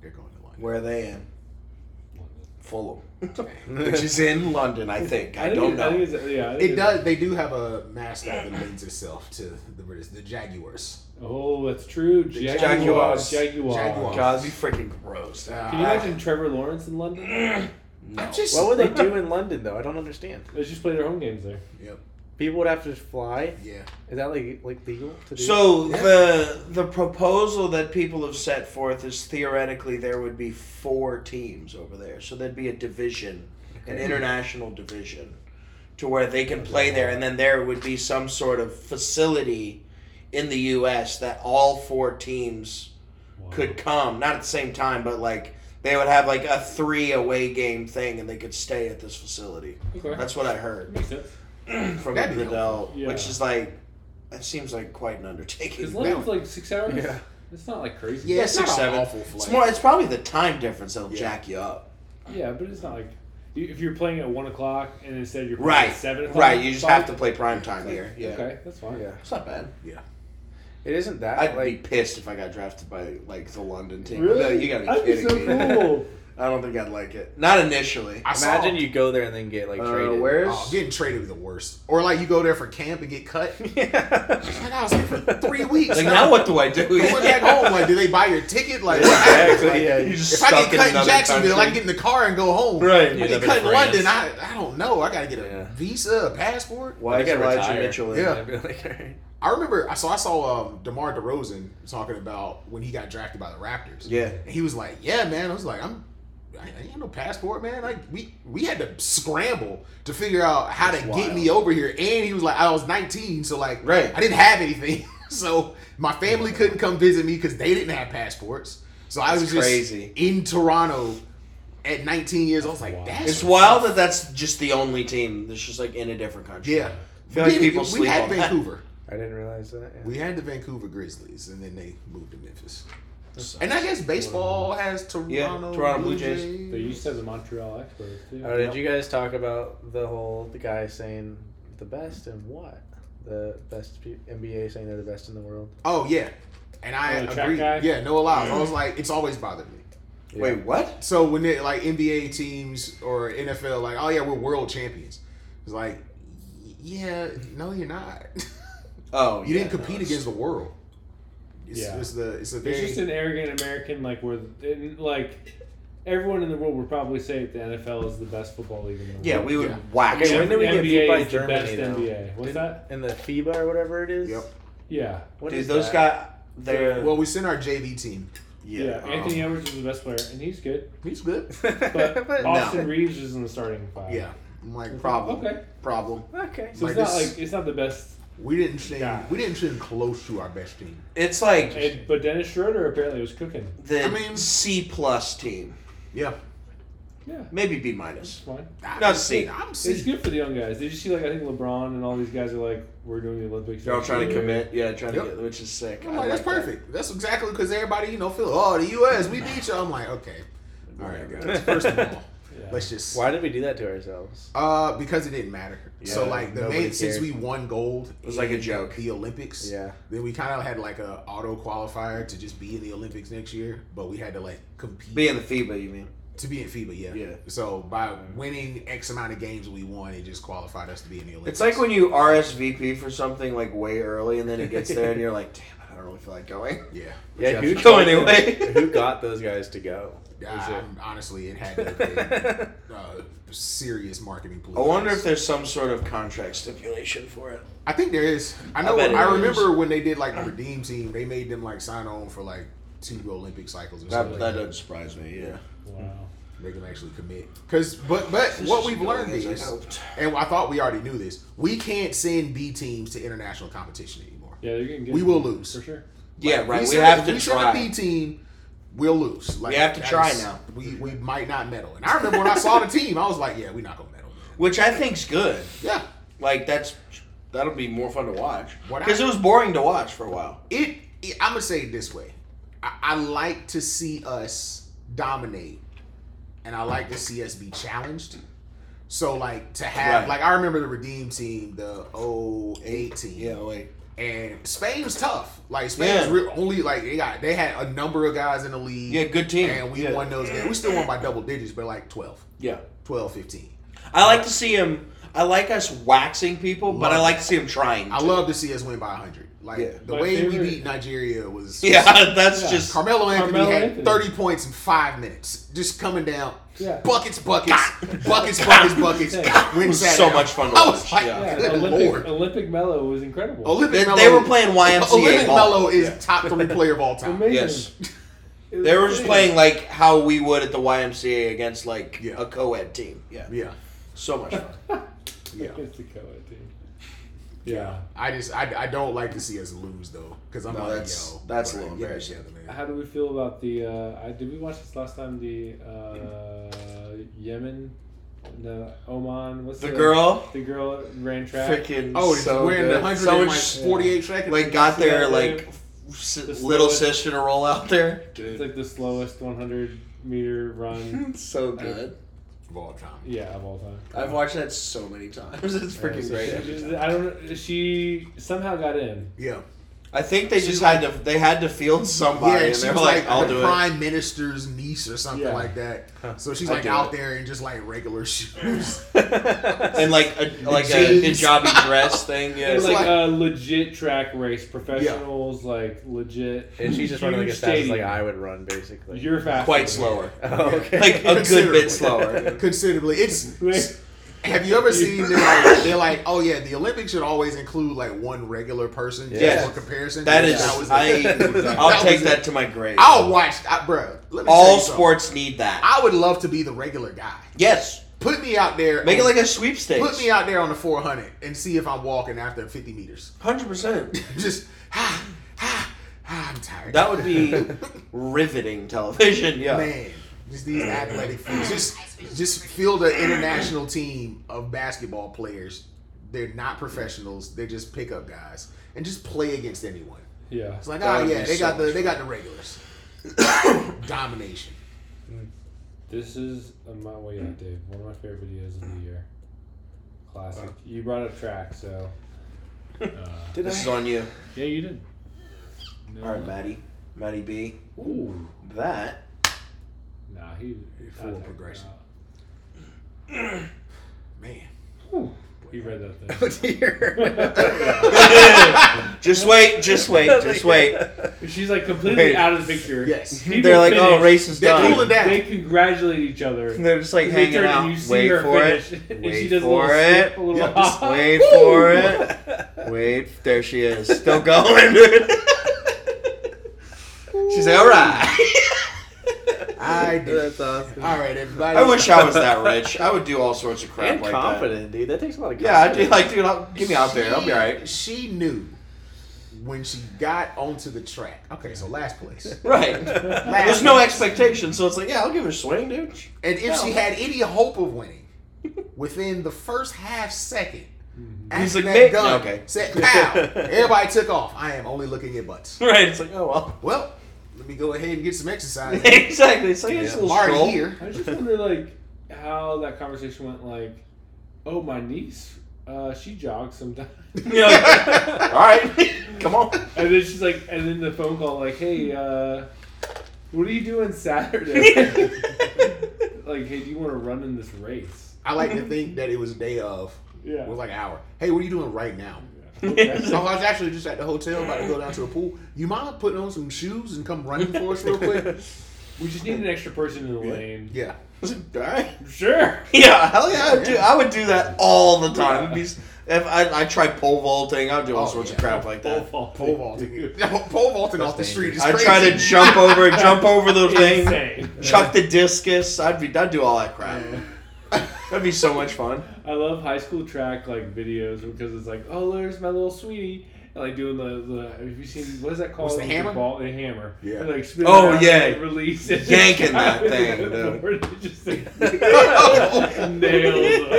Speaker 3: They're going to London.
Speaker 2: Where are they in? Fulham, which is in London, I think. I,
Speaker 1: think
Speaker 2: don't
Speaker 1: it-
Speaker 2: know.
Speaker 1: I think it's, yeah. I think
Speaker 3: It
Speaker 1: it's-
Speaker 3: does. They do have a mascot that lends itself to the British, the Jaguars.
Speaker 1: Oh, that's true.
Speaker 2: Jaguars.
Speaker 1: Jaguars. Jaguars.
Speaker 3: Jaguars.
Speaker 2: God, that'd be freaking gross.
Speaker 3: Uh,
Speaker 1: Can you imagine Trevor Lawrence in London?
Speaker 3: I just.
Speaker 4: What would they do in London though? I don't understand.
Speaker 1: They just play their home games there.
Speaker 3: Yep.
Speaker 4: People would have to fly.
Speaker 3: Yeah.
Speaker 4: Is that like like legal to do?
Speaker 2: So the the proposal that people have set forth is theoretically there would be four teams over there, so there'd be a division, an international division, to where they can play there, and then there would be some sort of facility in the U.S. that all four teams
Speaker 1: Wow.
Speaker 2: could come, not at the same time, but like they would have like a three away game thing, and they could stay at this facility.
Speaker 1: Okay.
Speaker 2: That's what I heard
Speaker 1: Makes sense.
Speaker 2: from
Speaker 3: That'd be
Speaker 2: Goodell,
Speaker 1: Yeah.
Speaker 2: which is like that seems like quite an undertaking.
Speaker 1: Because London's like six hours.
Speaker 4: Yeah.
Speaker 1: It's not like crazy.
Speaker 3: Yeah, it's
Speaker 2: six,
Speaker 3: not
Speaker 2: seven.
Speaker 3: an awful flight.
Speaker 2: It's more. It's probably the time difference that'll
Speaker 3: Yeah.
Speaker 2: jack you up.
Speaker 1: Yeah, but it's not like you- if you're playing at one o'clock and instead you're playing
Speaker 2: Right.
Speaker 1: at seven o'clock.
Speaker 2: Right. You just
Speaker 1: five-
Speaker 2: have to play prime time here. Yeah.
Speaker 1: Okay, that's fine.
Speaker 4: yeah,
Speaker 2: It's not bad.
Speaker 4: it isn't that
Speaker 2: I'd
Speaker 4: like
Speaker 2: be pissed if I got drafted by like the London team.
Speaker 1: Really?
Speaker 2: No, you gotta be
Speaker 1: That'd be
Speaker 2: kidding
Speaker 1: so
Speaker 2: me.
Speaker 1: cool.
Speaker 2: I don't think I'd like it. Not initially.
Speaker 3: I saw-
Speaker 4: Imagine you go there and then get like
Speaker 2: Uh,
Speaker 4: traded.
Speaker 3: Oh, getting traded was the worst. Or like you go there for camp and get cut.
Speaker 4: Yeah.
Speaker 3: Like I was there for three weeks.
Speaker 2: Like now, what do I do?
Speaker 3: Going back home, like do they buy your ticket? Like what happens? Like,
Speaker 4: exactly. Yeah.
Speaker 2: You just
Speaker 3: if I
Speaker 2: stuck
Speaker 3: get
Speaker 2: in
Speaker 3: cut in
Speaker 2: another
Speaker 3: Jacksonville, I
Speaker 2: country.
Speaker 3: can get in the car and go home.
Speaker 2: Right.
Speaker 3: If
Speaker 2: You
Speaker 3: I get
Speaker 2: end up
Speaker 3: cut
Speaker 2: in
Speaker 3: in London, I,
Speaker 2: France.
Speaker 3: I don't know. I gotta get a
Speaker 4: Yeah.
Speaker 3: visa, a passport.
Speaker 2: Why is
Speaker 4: I gotta
Speaker 2: Elijah
Speaker 4: retire.
Speaker 2: Mitchell in?
Speaker 3: Yeah.
Speaker 4: I'd be like, all right.
Speaker 3: I remember I saw I saw um, DeMar DeRozan talking about when he got drafted by the Raptors.
Speaker 2: Yeah.
Speaker 3: And he was like, "Yeah, man." I was like, "I'm." I ain't got no passport, man. Like we we had to scramble to figure out how to
Speaker 2: That's
Speaker 3: get me over here. And he was like, I was 19, so like,
Speaker 2: Right.
Speaker 3: I didn't have anything, so my family couldn't come visit me because they didn't have passports. So I
Speaker 2: That's
Speaker 3: was just
Speaker 2: crazy.
Speaker 3: in Toronto at 19 years. old. I was like,
Speaker 1: wild.
Speaker 3: that's
Speaker 2: It's wild that that's just the only team that's just like in a different country.
Speaker 3: Yeah,
Speaker 2: feel like
Speaker 3: We did-
Speaker 2: people
Speaker 3: we
Speaker 2: sleep
Speaker 3: had
Speaker 2: on that.
Speaker 3: Vancouver.
Speaker 4: I didn't realize that. Yeah.
Speaker 3: We had the Vancouver Grizzlies, and then they moved to Memphis. And I guess baseball has Toronto,
Speaker 2: Yeah, Toronto Blue Jays.
Speaker 1: They used to have the Montreal Expos too.
Speaker 4: Oh, did you guys talk about the whole the guy saying the best and what? The best pe- NBA saying they're the best in the world.
Speaker 3: Oh yeah, and I
Speaker 1: Oh, the track
Speaker 3: agree.
Speaker 1: guy?
Speaker 3: Yeah, no allows. I was like, it's always bothered me.
Speaker 2: Wait, what?
Speaker 3: So when they like NBA teams or NFL, like, oh yeah, we're world champions. It's like, y- yeah, no, you're not.
Speaker 2: Oh,
Speaker 3: you
Speaker 2: yeah,
Speaker 3: didn't compete
Speaker 2: no, it's-
Speaker 3: against the world. It's,
Speaker 1: Yeah.
Speaker 3: it's the it's a
Speaker 1: There's just
Speaker 3: very
Speaker 1: an arrogant American, like we're and, like everyone in the world would probably say the NFL is the best football league in the world.
Speaker 2: Yeah, we would
Speaker 3: Yeah.
Speaker 2: whack.
Speaker 4: Okay,
Speaker 2: you.
Speaker 4: when did we
Speaker 1: NBA
Speaker 4: get beat by
Speaker 1: is the best
Speaker 4: Germany? though?
Speaker 1: NBA. What's that?
Speaker 4: In the FIBA or whatever it is.
Speaker 3: Yep.
Speaker 1: Yeah,
Speaker 4: What
Speaker 2: Dude,
Speaker 4: is
Speaker 2: those
Speaker 4: that?
Speaker 2: guys, they're
Speaker 3: well. We sent our JV team.
Speaker 1: yeah.
Speaker 2: yeah. Oh.
Speaker 1: Anthony Edwards is the best player, and he's good.
Speaker 3: He's good.
Speaker 1: But,
Speaker 4: But-
Speaker 1: Austin Reeves is in the starting five.
Speaker 3: Yeah, I'm like problem,
Speaker 1: Okay.
Speaker 3: problem.
Speaker 4: Okay.
Speaker 1: So
Speaker 3: Like
Speaker 1: it's not
Speaker 3: this-
Speaker 1: like it's not the best.
Speaker 3: We didn't send
Speaker 1: Yeah.
Speaker 3: we didn't send close to our best team.
Speaker 2: It's like
Speaker 1: And, but Dennis Schroeder apparently was cooking.
Speaker 2: the
Speaker 3: I mean-
Speaker 2: C plus team,
Speaker 3: Yeah,
Speaker 1: Yeah,
Speaker 2: maybe B
Speaker 1: it's
Speaker 2: minus.
Speaker 1: fine.
Speaker 2: Not C.
Speaker 3: I'm
Speaker 1: It's
Speaker 3: C.
Speaker 1: good for the young guys. Did you see like I think LeBron and all these guys are like we're doing the Olympics.
Speaker 2: They're all trying to commit. Yeah, trying to
Speaker 3: Yep.
Speaker 2: get, which is sick.
Speaker 3: I'm
Speaker 2: I
Speaker 3: like, that's
Speaker 2: like that.
Speaker 3: perfect. That's exactly because everybody, you know, feel oh the U.S. we beat you. I'm like, okay,
Speaker 2: Oh,
Speaker 3: all right, guys. First of all,
Speaker 1: Yeah.
Speaker 3: let's just
Speaker 4: Why did we do that to ourselves?
Speaker 3: Uh, because it didn't matter. so
Speaker 4: Yeah,
Speaker 3: like the
Speaker 4: nobody
Speaker 3: main since
Speaker 4: cared.
Speaker 3: we won gold, it
Speaker 2: was like a joke.
Speaker 3: The Olympics.
Speaker 4: Yeah.
Speaker 3: Then we kind of had like a auto qualifier to just be in the Olympics next year, but we had to like compete
Speaker 2: Be in the FIBA, you mean?
Speaker 3: to be in FIBA. Yeah.
Speaker 2: Yeah.
Speaker 3: So by winning X amount of games we won, it just qualified us to be in the
Speaker 2: It's
Speaker 3: Olympics.
Speaker 2: like when you RSVP for something like way early, and then it gets there, and you're like, damn, I don't really feel like going.
Speaker 3: yeah.
Speaker 4: Yeah. Who
Speaker 2: Go anyway.
Speaker 4: who got those guys to go?
Speaker 3: Yeah,
Speaker 4: it-
Speaker 3: I'm- honestly, it had to have been, uh, serious marketing.
Speaker 2: I
Speaker 3: Politics.
Speaker 2: wonder if there's some sort of contract stipulation for it.
Speaker 3: I think there is. I know.
Speaker 2: bet it
Speaker 3: I,
Speaker 2: is.
Speaker 3: remember when they did like the redeem team, they made them like sign on for like two Olympic cycles. Or something
Speaker 2: That,
Speaker 3: like
Speaker 2: that doesn't surprise me. Yeah.
Speaker 1: Wow.
Speaker 3: make them actually commit. Because, but, but what we've learned
Speaker 2: As I
Speaker 3: is,
Speaker 2: hoped.
Speaker 3: and I thought we already knew this, we can't send B teams to international competition anymore.
Speaker 1: Yeah, they're getting good.
Speaker 3: We will lose.
Speaker 1: for sure.
Speaker 2: Yeah,
Speaker 3: Like,
Speaker 2: right. We,
Speaker 3: send a-
Speaker 2: have
Speaker 3: if
Speaker 2: to
Speaker 3: we
Speaker 2: try.
Speaker 3: Send a B team, we'll lose. Like,
Speaker 2: We have to
Speaker 3: that
Speaker 2: try
Speaker 3: is-
Speaker 2: now.
Speaker 3: We we might not medal. And I remember when I saw the team, I was like, yeah, we're not gonna medal. man.
Speaker 2: which I think's good.
Speaker 3: Yeah,
Speaker 2: Like that's that'll be more fun to watch
Speaker 3: What I-
Speaker 2: because it was boring to watch for a while.
Speaker 3: it. it I'm gonna say it this way. I, I like to see us dominate, and I like to see us be challenged. So like to have
Speaker 2: Right.
Speaker 3: like I remember the redeem team, the 08 team.
Speaker 2: wait.
Speaker 3: And Spain was tough. Like Spain's
Speaker 2: Yeah.
Speaker 3: re- only like they got they had a number of guys in the league.
Speaker 2: Yeah, good team.
Speaker 3: And we won those games. We still won by double digits, but like 12,
Speaker 2: Yeah,
Speaker 3: 12, 15.
Speaker 2: I like to see him. I like us waxing people, but I like to see him trying.
Speaker 3: I
Speaker 2: to.
Speaker 3: love to see us win by 100. Like
Speaker 2: Yeah.
Speaker 3: the
Speaker 1: My
Speaker 3: way we
Speaker 1: favorite-
Speaker 3: beat Nigeria was
Speaker 2: Yeah, that's
Speaker 1: Yeah.
Speaker 2: just
Speaker 3: Carmelo Anthony
Speaker 1: Carmelo
Speaker 3: had
Speaker 1: Anthony.
Speaker 3: 30 points in 5 minutes. Just coming down.
Speaker 1: Yeah.
Speaker 3: Buckets, buckets, buckets, buckets, buckets.
Speaker 1: Hey.
Speaker 3: Win
Speaker 2: it was so
Speaker 3: Saturday.
Speaker 2: much fun to
Speaker 3: I was
Speaker 2: watch.
Speaker 3: like,
Speaker 2: yeah.
Speaker 1: Yeah,
Speaker 3: Good
Speaker 1: Olympic
Speaker 3: lord.
Speaker 1: Olympic Mello was incredible.
Speaker 3: Olympic
Speaker 2: They-
Speaker 3: Melo,
Speaker 2: they were playing YMCA
Speaker 3: Olympic
Speaker 2: ball.
Speaker 3: Melo is
Speaker 1: Yeah.
Speaker 3: top three player of all time.
Speaker 1: Amazing.
Speaker 2: Yes.
Speaker 1: It was
Speaker 2: They were just
Speaker 1: amazing.
Speaker 2: playing like how we would at the YMCA against like
Speaker 3: Yeah.
Speaker 2: a co-ed team. Yeah,
Speaker 3: Yeah,
Speaker 2: so much fun.
Speaker 3: yeah.
Speaker 1: Against the co-ed team. Yeah.
Speaker 3: I just I, I don't like to see us lose though because I'm
Speaker 2: No,
Speaker 3: like
Speaker 2: that's-
Speaker 3: yo
Speaker 2: that's a
Speaker 3: like,
Speaker 2: little
Speaker 3: get
Speaker 2: embarrassing.
Speaker 3: it together, man.
Speaker 1: How do we feel about the? Uh, I, did we watch this last time? The uh, Yemen, the Oman. What's
Speaker 2: The girl,
Speaker 1: The girl ran track.
Speaker 2: freaking
Speaker 3: Oh,
Speaker 2: so
Speaker 3: we're in the
Speaker 2: good.
Speaker 3: hundred
Speaker 2: So
Speaker 3: and like
Speaker 2: much-
Speaker 3: forty eight seconds.
Speaker 2: like got their
Speaker 1: Yeah,
Speaker 2: like
Speaker 1: they-
Speaker 2: s-
Speaker 1: the
Speaker 2: little
Speaker 1: slowest-
Speaker 2: sister to roll out there.
Speaker 1: It's like the slowest 100 meter run.
Speaker 2: so good.
Speaker 3: of all time.
Speaker 1: yeah, of all time.
Speaker 2: I've watched that so many times. It's
Speaker 1: Yeah,
Speaker 2: freaking
Speaker 1: so
Speaker 2: great.
Speaker 1: she-
Speaker 2: every time.
Speaker 1: I don't. know- She somehow got in.
Speaker 3: Yeah,
Speaker 2: I think they just had to. They had to field
Speaker 3: yeah.
Speaker 2: somebody,
Speaker 3: and
Speaker 2: and
Speaker 3: she
Speaker 2: they were
Speaker 3: was
Speaker 2: like,
Speaker 3: like,
Speaker 2: "I'll
Speaker 3: the
Speaker 2: do it."
Speaker 3: prime minister's niece or something
Speaker 1: Yeah.
Speaker 3: like that. So she's
Speaker 2: I'll
Speaker 3: like
Speaker 2: do
Speaker 3: out
Speaker 2: it.
Speaker 3: there in just like regular shoes.
Speaker 2: And like a like a
Speaker 3: Jeez.
Speaker 2: hijabi dress thing. Yeah,
Speaker 1: It's
Speaker 3: It's
Speaker 1: like,
Speaker 3: like-
Speaker 1: a legit track race. Professionals, like legit.
Speaker 4: And she's just running like
Speaker 1: huge
Speaker 4: as fast as like
Speaker 1: stadium.
Speaker 4: I would run, basically.
Speaker 1: You're faster.
Speaker 2: quite
Speaker 1: than
Speaker 2: slower,
Speaker 4: Oh, okay.
Speaker 2: like a good
Speaker 3: Considerably.
Speaker 2: bit slower.
Speaker 3: Considerably, it's.
Speaker 1: me.
Speaker 3: Have you ever seen they're like, they're like, oh yeah, the Olympics should always include like one regular person
Speaker 2: Yeah.
Speaker 3: just for comparison.
Speaker 2: That
Speaker 3: Because
Speaker 2: is,
Speaker 3: was the-
Speaker 2: I.
Speaker 3: That
Speaker 2: I'll take
Speaker 3: was it.
Speaker 2: that to my grave.
Speaker 3: I'll watch, I, bro. Let me tell
Speaker 2: All
Speaker 3: you something.
Speaker 2: sports need that.
Speaker 3: I would love to be the regular guy.
Speaker 2: Yes,
Speaker 3: Put me out there.
Speaker 2: make it
Speaker 3: on-
Speaker 2: like a sweepstakes.
Speaker 3: Put me out there on the 400 and see if I'm walking after 50 meters.
Speaker 2: hundred percent.
Speaker 3: Just, ah, ah, ah, I'm tired.
Speaker 2: That would be riveting television. Yeah,
Speaker 3: Man, just these athletic feats. Just, just field an international team of basketball players They're not professionals. They're just pickup guys and just play against anyone.
Speaker 1: Yeah.
Speaker 3: It's like,
Speaker 2: That
Speaker 3: oh
Speaker 2: would
Speaker 3: yeah,
Speaker 2: be
Speaker 3: they
Speaker 2: so
Speaker 3: got the
Speaker 2: much
Speaker 3: they got the regulars. Domination.
Speaker 1: This is uh, my way out, Dave. One of my favorite videos of the year. Classic. You brought up track, so. Uh,
Speaker 4: Did
Speaker 2: This
Speaker 4: I?
Speaker 2: is on you.
Speaker 1: yeah, you did. No.
Speaker 2: All right, Maddie. Maddie B.
Speaker 1: Ooh.
Speaker 2: That.
Speaker 1: Nah, he.
Speaker 3: He
Speaker 1: I
Speaker 3: full
Speaker 1: think,
Speaker 3: progression. Man.
Speaker 1: uh, He read that thing.
Speaker 3: Oh dear.
Speaker 2: Just wait. Just wait. Just wait.
Speaker 1: She's like completely
Speaker 2: Wait.
Speaker 1: out of the picture.
Speaker 3: yes.
Speaker 1: People
Speaker 2: They're like, oh,
Speaker 1: finish.
Speaker 2: race is
Speaker 3: They're
Speaker 2: done.
Speaker 3: cooling down.
Speaker 1: They congratulate each other.
Speaker 2: They're just like
Speaker 1: They
Speaker 2: hanging
Speaker 1: turn and
Speaker 2: out.
Speaker 1: you see
Speaker 2: Wait
Speaker 1: her
Speaker 2: for it.
Speaker 1: finish, and she
Speaker 2: Wait
Speaker 1: does a little
Speaker 2: for
Speaker 1: slip,
Speaker 2: it.
Speaker 1: a little-
Speaker 2: Yeah, just wait for it. Oh, Wait. There she is. Still going. She's like, all right.
Speaker 3: I did.
Speaker 4: That's awesome.
Speaker 3: All right, everybody.
Speaker 2: I wish I was that rich. I would do all sorts of crap
Speaker 4: And
Speaker 2: like
Speaker 4: confident, dude. That takes a lot of
Speaker 2: that. Yeah, I'd
Speaker 4: confidence.
Speaker 2: be like, dude, I'll, get me out there. I'll be all right.
Speaker 3: She knew when she got onto the track. Okay, so last place.
Speaker 2: Right. There's no expectation, so it's like, yeah, I'll give it a swing, dude.
Speaker 3: And if she had any hope of winning, within the first half second,
Speaker 2: He's
Speaker 3: after
Speaker 2: like,
Speaker 3: that
Speaker 2: "Mate."
Speaker 3: gun
Speaker 2: Okay.
Speaker 3: said, pow, everybody took off. I am only looking at butts.
Speaker 2: Right. It's like, oh well.
Speaker 3: Well, let me go ahead and get some exercise.
Speaker 2: exactly. It's like it's a
Speaker 3: I'm
Speaker 2: little
Speaker 3: already
Speaker 2: stroll.
Speaker 3: here.
Speaker 1: I just wonder like how that conversation went. Like, oh, my niece, uh, she jogs sometimes,
Speaker 2: You're like, all right, come on.
Speaker 1: and then she's like, and then the phone call, like, hey, uh, what are you doing Saturday? like, hey, do you want to run in this race?
Speaker 3: I like to think that it was a day of,
Speaker 1: Yeah.
Speaker 3: it was like an hour. Hey, what are you doing right now?
Speaker 1: Okay.
Speaker 3: So I was actually just at the hotel about to go down to the pool. You mind putting on some shoes and come running for us real quick?
Speaker 1: we just need an extra person in the lane.
Speaker 3: Yeah.
Speaker 2: all right.
Speaker 1: Sure.
Speaker 2: Yeah, hell yeah, I would do. I would do that all the time. It'd be- If I, I try pole vaulting, I'd do all
Speaker 3: Oh,
Speaker 2: sorts of
Speaker 3: yeah.
Speaker 2: crap like
Speaker 1: Pole
Speaker 2: that.
Speaker 1: vault.
Speaker 3: Pole vaulting. Pole vaulting off the street is
Speaker 2: I
Speaker 3: crazy.
Speaker 2: try to jump over, jump over the thing,
Speaker 1: Insane.
Speaker 2: chuck the discus. I'd be, I'd do all that crap. That'd be so much fun.
Speaker 1: I love high school track like videos because it's like, oh, there's my little sweetie. And, like doing the, the have you seen what is that called?
Speaker 3: What's the
Speaker 1: Like,
Speaker 3: hammer?
Speaker 1: ball, the hammer.
Speaker 3: Yeah.
Speaker 1: And, like spin
Speaker 2: Oh,
Speaker 1: around
Speaker 2: yeah.
Speaker 1: and release it.
Speaker 2: Yanking that thing,
Speaker 1: And
Speaker 2: dude.
Speaker 1: we're just like, nailed.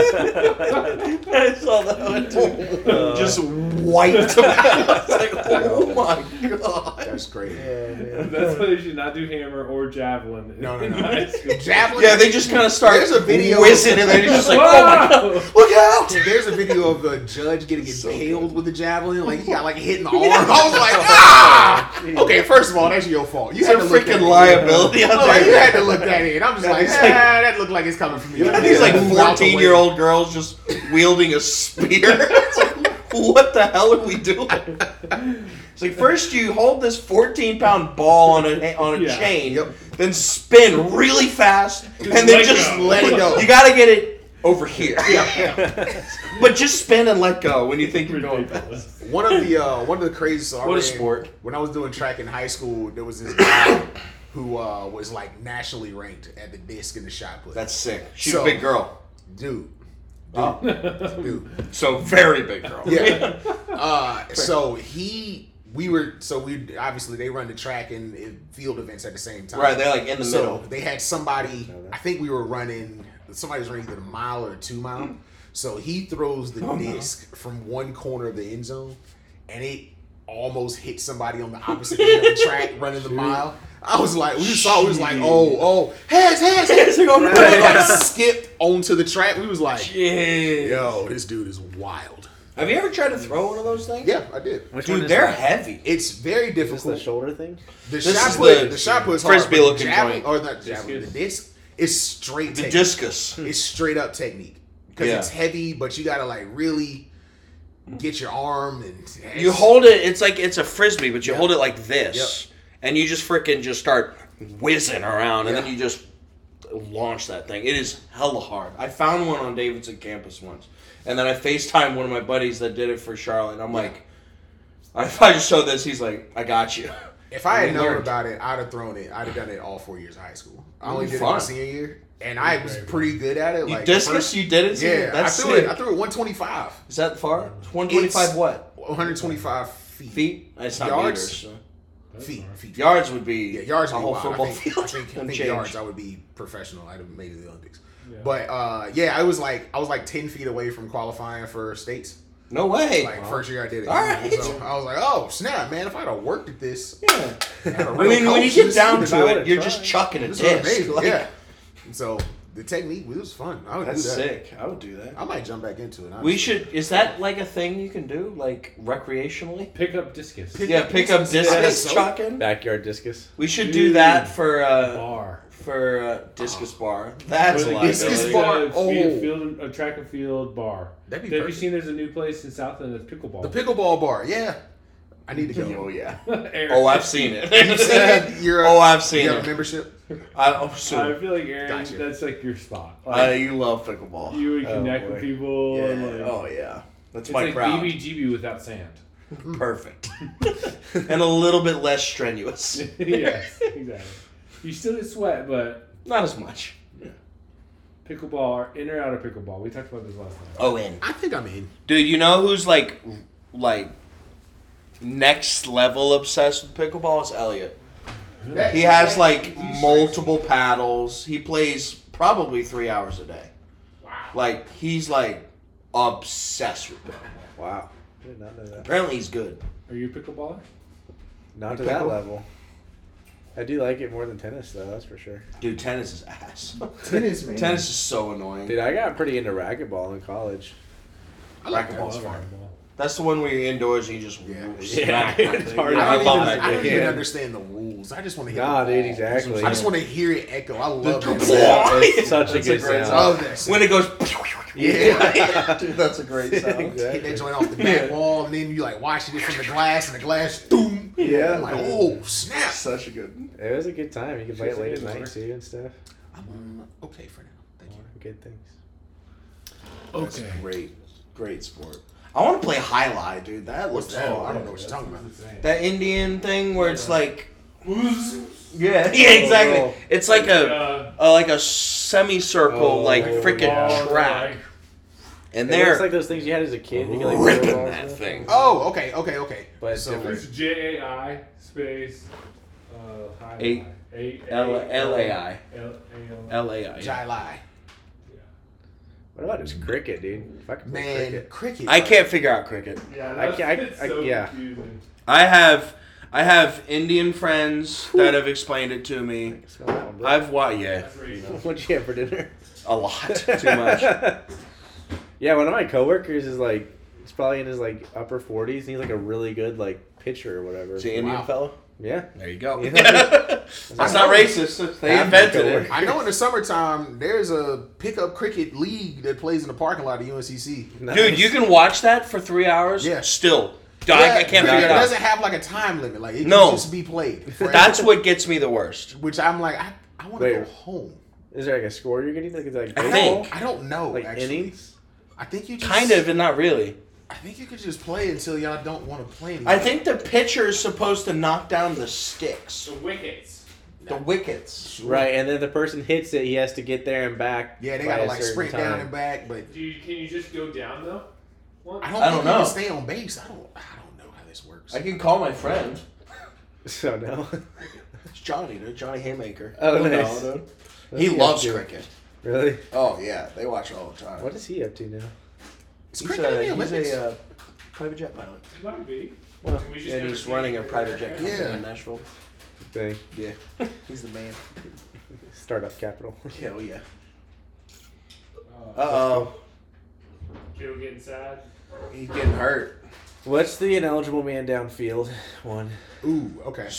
Speaker 2: I saw that one.
Speaker 4: Uh,
Speaker 2: Just wiped them out. It's like, oh my god.
Speaker 3: That's crazy.
Speaker 4: Oh,
Speaker 1: That's why they should not do hammer or javelin.
Speaker 3: No, no,
Speaker 1: in
Speaker 3: no.
Speaker 1: high school.
Speaker 3: Javelin.
Speaker 2: Yeah, they just kind of start
Speaker 3: There's a video-
Speaker 2: whizzing, and they're just like, oh my god,
Speaker 1: Whoa!
Speaker 2: look out!
Speaker 3: There's a video of the judge getting
Speaker 2: So
Speaker 3: impaled with a javelin, like he got like hit in the arm. I was like, ah. Okay, first of all, that's your fault. You
Speaker 2: It's a
Speaker 3: had to look that
Speaker 2: freaking
Speaker 3: in.
Speaker 2: liability out
Speaker 3: Like, you
Speaker 2: there.
Speaker 3: had to look that in. I'm just like,
Speaker 2: it's like-
Speaker 3: ah, that looked like it's coming from you.
Speaker 2: These like
Speaker 3: Move out the way.
Speaker 2: 14 year old girls just wielding a spear. It's like, what the hell are we doing? It's like first you hold this 14 pound ball on a on a
Speaker 1: Yeah.
Speaker 2: chain,
Speaker 3: Yep.
Speaker 2: then spin really fast, and then
Speaker 1: let
Speaker 2: just
Speaker 1: go.
Speaker 3: Let it go.
Speaker 2: You gotta get it over here.
Speaker 3: Yeah.
Speaker 2: but just spin and let go when you think you're going fast.
Speaker 1: Ridiculous.
Speaker 3: One of the uh, one of the craziest. I
Speaker 2: What a
Speaker 3: ran-
Speaker 2: sport.
Speaker 3: When I was doing track in high school, there was this guy who uh, was like nationally ranked at the disc and the shot put.
Speaker 2: That's sick. She's
Speaker 3: So-
Speaker 2: a big girl.
Speaker 3: dude,
Speaker 2: Oh,
Speaker 3: dude.
Speaker 2: so very big girl.
Speaker 3: Yeah. Uh, so he, we were, so we obviously they run the track and uh, field events at the same time.
Speaker 2: Right, they're like in the
Speaker 3: so
Speaker 2: middle.
Speaker 3: they had somebody. I think we were running. Somebody was running either a mile or two mile.
Speaker 2: Hmm.
Speaker 3: So he throws the disc from one corner of the end zone, and it almost hit somebody on the opposite end of the track running the mile. I was like, we saw, we was like, oh, oh, heads, heads, heads.
Speaker 2: They're going
Speaker 3: And
Speaker 2: right.
Speaker 3: it, like skipped onto the track. We was like,
Speaker 2: Yeah.
Speaker 3: yo, this dude is wild.
Speaker 2: Have you ever tried to throw one of those things?
Speaker 3: Yeah, I did.
Speaker 4: Which one
Speaker 2: Dude,
Speaker 4: is
Speaker 2: they're
Speaker 4: that?
Speaker 2: heavy.
Speaker 3: It's very
Speaker 4: Is this the
Speaker 3: difficult.
Speaker 4: shoulder thing?
Speaker 3: The
Speaker 2: This
Speaker 3: shot
Speaker 2: is
Speaker 3: put,
Speaker 2: the
Speaker 3: the, shot put is
Speaker 2: frisbee
Speaker 3: hard, but
Speaker 2: looking
Speaker 3: javelin,
Speaker 2: joint.
Speaker 3: or not javelin. The
Speaker 1: Discus.
Speaker 3: disc is straight.
Speaker 2: The
Speaker 3: technique.
Speaker 2: discus.
Speaker 3: It's straight up technique because
Speaker 2: Yeah.
Speaker 3: it's heavy, but you gotta like really get your arm and
Speaker 2: You hold it. It's like it's a frisbee, but you hold it like this, and you just frickin' just start whizzing around, and then
Speaker 3: Yeah.
Speaker 2: you just launch that thing. It is hella hard. I found one on Davidson campus once, and then I Facetime one of my buddies that did it for Charlotte. and I'm like, I, I just showed this. He's like, I got you.
Speaker 3: If I had
Speaker 2: We
Speaker 3: known
Speaker 2: learned.
Speaker 3: about it, I'd have thrown it. I'd have done it all four years of high school. I only
Speaker 2: Ooh,
Speaker 3: did it
Speaker 2: fun.
Speaker 3: my senior year, and I was
Speaker 1: Very
Speaker 3: pretty good at it.
Speaker 2: You
Speaker 3: Like the
Speaker 2: discus,
Speaker 3: first-
Speaker 2: you did it. too?
Speaker 3: yeah, I
Speaker 2: that's
Speaker 3: threw
Speaker 2: sick.
Speaker 3: it. I threw it 125,
Speaker 2: Is that far? One twenty-five what
Speaker 3: 125 feet.
Speaker 2: feet? It's not
Speaker 3: Yards?
Speaker 2: meters. so-
Speaker 3: feet, feet.
Speaker 2: Yards would be
Speaker 3: Yeah, yards
Speaker 2: a
Speaker 3: would be
Speaker 2: whole
Speaker 3: wild.
Speaker 2: football
Speaker 3: I think,
Speaker 2: field.
Speaker 3: I think, I
Speaker 2: Don't
Speaker 3: think
Speaker 2: change.
Speaker 3: yards, I would be professional. I'd have made it to the Olympics. But uh, yeah, I was like, I was like ten feet away from qualifying for states.
Speaker 2: No way.
Speaker 3: Like first year I did it.
Speaker 2: All right.
Speaker 3: So I was like, oh snap, man! If I'd have worked at this,
Speaker 2: yeah.
Speaker 3: had a
Speaker 2: I
Speaker 3: real
Speaker 2: mean, when you
Speaker 3: coach,
Speaker 2: get
Speaker 3: this-
Speaker 2: down
Speaker 3: this
Speaker 2: to
Speaker 3: would've
Speaker 2: it, you're
Speaker 3: tried.
Speaker 2: just chucking a
Speaker 3: This was
Speaker 2: disc.
Speaker 3: amazing.
Speaker 2: Like,
Speaker 3: yeah. And so the technique it was fun. I would
Speaker 2: That's
Speaker 3: do that.
Speaker 2: sick. I would do that.
Speaker 3: I might jump back into it. honestly.
Speaker 2: We should. Is that like a thing you can do, like recreationally?
Speaker 1: Pick up discus.
Speaker 3: Pick
Speaker 2: Yeah,
Speaker 3: up
Speaker 2: pick up
Speaker 3: discs.
Speaker 2: discus
Speaker 3: Yeah.
Speaker 2: chucking.
Speaker 4: Backyard discus.
Speaker 2: We should
Speaker 1: Dude.
Speaker 2: do that for uh,
Speaker 1: bar.
Speaker 2: for uh, discus bar. That's
Speaker 1: Put
Speaker 2: a
Speaker 1: a
Speaker 3: discus
Speaker 2: liability.
Speaker 3: bar.
Speaker 1: Uh,
Speaker 3: oh.
Speaker 1: field, field, a track and field bar.
Speaker 3: That'd be
Speaker 1: Have you
Speaker 3: perfect.
Speaker 1: seen there's a new place in Southland that's pickleball?
Speaker 3: The pickleball bar, yeah. I need to go.
Speaker 2: Oh yeah.
Speaker 1: Eric,
Speaker 2: Oh, I've seen it.
Speaker 3: You've seen it? You're a,
Speaker 2: Oh, I've
Speaker 3: you
Speaker 2: seen
Speaker 3: have a
Speaker 2: it.
Speaker 3: membership?
Speaker 2: I, oh, so,
Speaker 1: I feel like Aaron,
Speaker 3: Gotcha.
Speaker 1: that's like your spot.
Speaker 2: uh,
Speaker 1: Like,
Speaker 2: you love pickleball.
Speaker 1: you would
Speaker 4: oh,
Speaker 1: connect with
Speaker 4: boy.
Speaker 1: people.
Speaker 2: Yeah.
Speaker 1: and like,
Speaker 2: Oh yeah. That's
Speaker 1: it's
Speaker 2: my
Speaker 1: like
Speaker 2: crowd.
Speaker 1: BBGB without sand.
Speaker 2: Perfect. and a little bit less strenuous.
Speaker 1: yes, exactly. You still get sweat, but
Speaker 2: Not as much.
Speaker 1: pickleball or in or out of pickleball. We talked about this last time.
Speaker 2: Oh, in.
Speaker 3: I think I'm in.
Speaker 2: Dude, you know who's like, like, next level obsessed with pickleball is Elliot. He has like multiple paddles. He plays probably three hours a day. Like he's like obsessed with it.
Speaker 4: Wow. I did not know that.
Speaker 2: Apparently he's good.
Speaker 1: Are you a pickleballer?
Speaker 4: Not to
Speaker 2: Pickle?
Speaker 4: that level. I do like it more than tennis, though. That's for sure.
Speaker 2: Dude, tennis is ass.
Speaker 10: Tennis, man.
Speaker 2: tennis is so annoying.
Speaker 4: Dude, I got pretty into racquetball in college.
Speaker 3: I like that.
Speaker 2: Racquetball's
Speaker 3: It's fun.
Speaker 1: Pickleball.
Speaker 2: That's the one where you're indoors and you just
Speaker 3: Yeah.
Speaker 2: smack
Speaker 4: Yeah,
Speaker 2: that
Speaker 4: it's
Speaker 2: thing.
Speaker 4: hard.
Speaker 2: I
Speaker 3: I don't,
Speaker 2: love
Speaker 3: even,
Speaker 2: that
Speaker 3: I don't
Speaker 2: game.
Speaker 3: even
Speaker 4: Yeah.
Speaker 3: understand the rules. I just want to hit
Speaker 4: Nah,
Speaker 3: the
Speaker 4: dude,
Speaker 3: ball.
Speaker 4: exactly.
Speaker 3: I just want to hear it echo. I love
Speaker 2: The-
Speaker 3: that.
Speaker 4: It's such a
Speaker 2: That's
Speaker 4: good
Speaker 2: great
Speaker 4: sound.
Speaker 3: I
Speaker 2: sound.
Speaker 3: love that.
Speaker 2: When it goes,
Speaker 3: Yeah.
Speaker 2: dude, that's a great sound.
Speaker 3: hit that joint off the back wall, and then you like watching it from the glass, and the glass, boom.
Speaker 4: Yeah.
Speaker 3: I'm like, oh snap!
Speaker 2: Such a good.
Speaker 4: It was a good time. You could play it late at night too and stuff.
Speaker 3: I'm um, okay for now. Thank you.
Speaker 4: Good things.
Speaker 2: That's great, great sport. I want to play high lie, dude. That
Speaker 3: What's
Speaker 2: looks
Speaker 3: that?
Speaker 2: fun.
Speaker 3: I don't know what you're talking about.
Speaker 2: That Indian thing where it's like, yeah, yeah, exactly.
Speaker 4: Oh.
Speaker 2: It's like a,
Speaker 1: Uh,
Speaker 2: a like a semicircle,
Speaker 4: Oh,
Speaker 2: like
Speaker 4: yeah.
Speaker 2: freaking
Speaker 1: ball,
Speaker 2: track,
Speaker 1: like,
Speaker 2: and
Speaker 4: It looks
Speaker 2: they're
Speaker 4: like those things you had as a kid. You could, like, throw
Speaker 2: ripping
Speaker 4: balls
Speaker 2: that
Speaker 4: with.
Speaker 2: thing.
Speaker 3: Oh, okay, okay, okay.
Speaker 4: But it's
Speaker 1: It's
Speaker 4: different.
Speaker 1: J A I space uh, high
Speaker 2: A-
Speaker 1: A
Speaker 2: L L A I
Speaker 1: L A L.
Speaker 2: L A I.
Speaker 3: Jai
Speaker 4: What about just cricket, dude? If I could play
Speaker 3: Man,
Speaker 4: cricket.
Speaker 3: cricket.
Speaker 2: I can't figure out cricket.
Speaker 1: Yeah,
Speaker 4: I
Speaker 1: that's,
Speaker 4: can't- I-
Speaker 1: it's
Speaker 4: I-
Speaker 1: so
Speaker 4: yeah.
Speaker 1: confusing.
Speaker 2: I have I have Indian friends that have explained it to
Speaker 4: I
Speaker 2: me.
Speaker 4: can smell that one, bro.
Speaker 2: I've watched yeah
Speaker 1: That's where you know.
Speaker 4: What'd you have for dinner?
Speaker 2: a lot too much.
Speaker 4: yeah, one of my coworkers is like, he's probably in his like upper forties, and he's like a really good like pitcher or whatever.
Speaker 2: It's an Indian
Speaker 3: Wow.
Speaker 2: fellow.
Speaker 4: Yeah,
Speaker 2: There you go.
Speaker 4: Yeah.
Speaker 2: That's not racist. They
Speaker 4: Half
Speaker 2: invented
Speaker 4: the
Speaker 2: it.
Speaker 3: I know in the summertime there's a pickup cricket league that plays in the parking lot of UNCC.
Speaker 2: Dude, you can watch that for three hours.
Speaker 3: Yeah.
Speaker 2: Still, Dog, I can't
Speaker 3: Yeah,
Speaker 2: figure it out.
Speaker 3: doesn't have like a time limit. Like it can
Speaker 2: No.
Speaker 3: just be played. forever.
Speaker 2: That's what gets me the worst.
Speaker 3: which I'm like. I, I want to go
Speaker 4: Wait.
Speaker 3: home.
Speaker 4: Is there like a score you're getting? Like, it's like
Speaker 2: I
Speaker 3: I
Speaker 4: baseball?
Speaker 2: think.
Speaker 3: don't, I don't know.
Speaker 4: like
Speaker 3: actually,
Speaker 4: innings.
Speaker 3: I think you just,
Speaker 2: Kind of, and not really.
Speaker 3: I think you could just play until y'all don't want to play. Anymore.
Speaker 2: I think the pitcher is supposed to knock down the sticks,
Speaker 1: The wickets.
Speaker 2: the wickets.
Speaker 4: Right, and then the person hits it, he has to get there and back.
Speaker 3: Yeah, they
Speaker 4: by
Speaker 3: gotta
Speaker 4: a
Speaker 3: like
Speaker 4: certain
Speaker 3: sprint
Speaker 4: time.
Speaker 3: down and back, but
Speaker 1: Do you, can you just go down though? What?
Speaker 3: I don't.
Speaker 2: I
Speaker 3: think
Speaker 2: don't
Speaker 3: you
Speaker 2: know.
Speaker 3: Can stay on base. I don't. I don't know how this works.
Speaker 2: I can call my friend.
Speaker 4: So no,
Speaker 2: It's Johnny, dude. Johnny Haymaker.
Speaker 4: Oh,
Speaker 2: He'll
Speaker 4: nice.
Speaker 2: know, dude.
Speaker 4: What's
Speaker 2: He
Speaker 4: up
Speaker 2: loves
Speaker 4: to?
Speaker 2: cricket.
Speaker 4: Really?
Speaker 2: Oh yeah, they watch it all the time.
Speaker 4: What is he up to now?
Speaker 3: It's
Speaker 2: He's
Speaker 3: cricket in
Speaker 2: a,
Speaker 3: the
Speaker 2: he's
Speaker 3: Olympics.
Speaker 2: a uh, private jet pilot,
Speaker 1: Might be.
Speaker 4: Well,
Speaker 1: We just
Speaker 2: and
Speaker 1: never
Speaker 2: he's
Speaker 1: see
Speaker 2: running
Speaker 1: it.
Speaker 2: a private jet company
Speaker 3: Yeah.
Speaker 2: in Nashville.
Speaker 4: Thing.
Speaker 2: Yeah, he's the man.
Speaker 4: Startup capital.
Speaker 2: Hell yeah.
Speaker 1: Uh,
Speaker 2: Uh oh,
Speaker 1: Joe getting sad.
Speaker 2: he's getting hurt.
Speaker 4: What's the ineligible man downfield one?
Speaker 2: uh,
Speaker 3: Ooh, okay.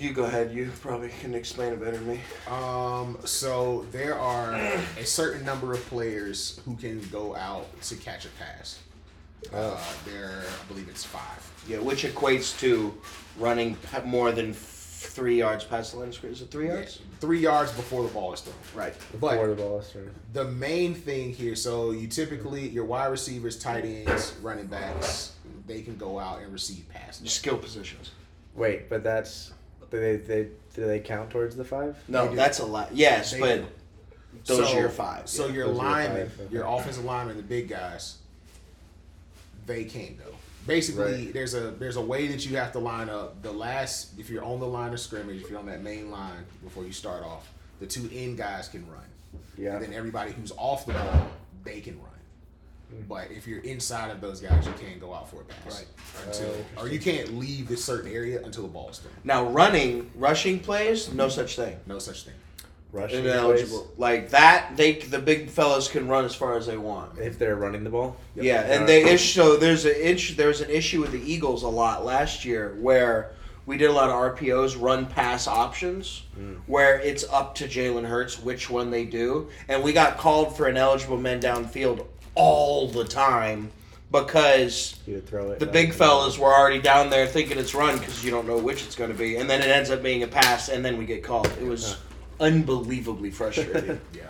Speaker 2: You go ahead. You probably can explain it better than me.
Speaker 3: Um, so there are a certain number of players who can go out to catch a pass. Uh,
Speaker 2: Oh.
Speaker 3: there, I believe it's five.
Speaker 2: Yeah, which equates to running p- more than f- three yards past the line of scrimmage. Is it three yards?
Speaker 3: Three yards before the ball is thrown.
Speaker 2: Right.
Speaker 4: Or
Speaker 3: But
Speaker 4: the ball is thrown.
Speaker 3: the main thing here, so you typically your wide receivers, tight ends, running backs, they can go out and receive passes.
Speaker 2: Skill positions.
Speaker 4: Wait, but that's do they, they do they count towards the five?
Speaker 2: No, that's a lot. Yes,
Speaker 3: They
Speaker 2: but
Speaker 3: do.
Speaker 2: those
Speaker 3: So-
Speaker 2: are your five.
Speaker 3: So
Speaker 2: yeah.
Speaker 3: your
Speaker 4: those are your
Speaker 3: linemen,
Speaker 4: five, okay.
Speaker 3: your offensive linemen, the big guys, they can't go. Basically,
Speaker 4: Right.
Speaker 3: there's a there's a way that you have to line up. The last, if you're on the line of scrimmage, if you're on that main line before you start off, the two end guys can run.
Speaker 4: Yeah.
Speaker 3: Then everybody who's off the ball, they can run.
Speaker 4: Hmm.
Speaker 3: But if you're inside of those guys, you can't go out for a pass.
Speaker 2: Right.
Speaker 4: Uh,
Speaker 3: Until, or you can't leave this certain area until the ball's thrown.
Speaker 2: Now, running, rushing plays, no such thing.
Speaker 3: No such thing.
Speaker 4: Rushing
Speaker 2: Ineligible.
Speaker 4: plays,
Speaker 2: Like that, they the big fellas can run as far as they want.
Speaker 4: if they're running the ball.
Speaker 2: Yeah, and they ish, so there's a inch there was an issue with the Eagles a lot last year where we did a lot of RPOs, run pass options, where it's up to Jalen Hurts which one they do, and we got called for ineligible men downfield all the time because
Speaker 4: You would throw it.
Speaker 2: the
Speaker 4: up.
Speaker 2: big fellas were already down there thinking it's run because you don't know which it's going to be, and then it ends up being a pass, and then we get called. It was unbelievably frustrating,
Speaker 3: Yeah.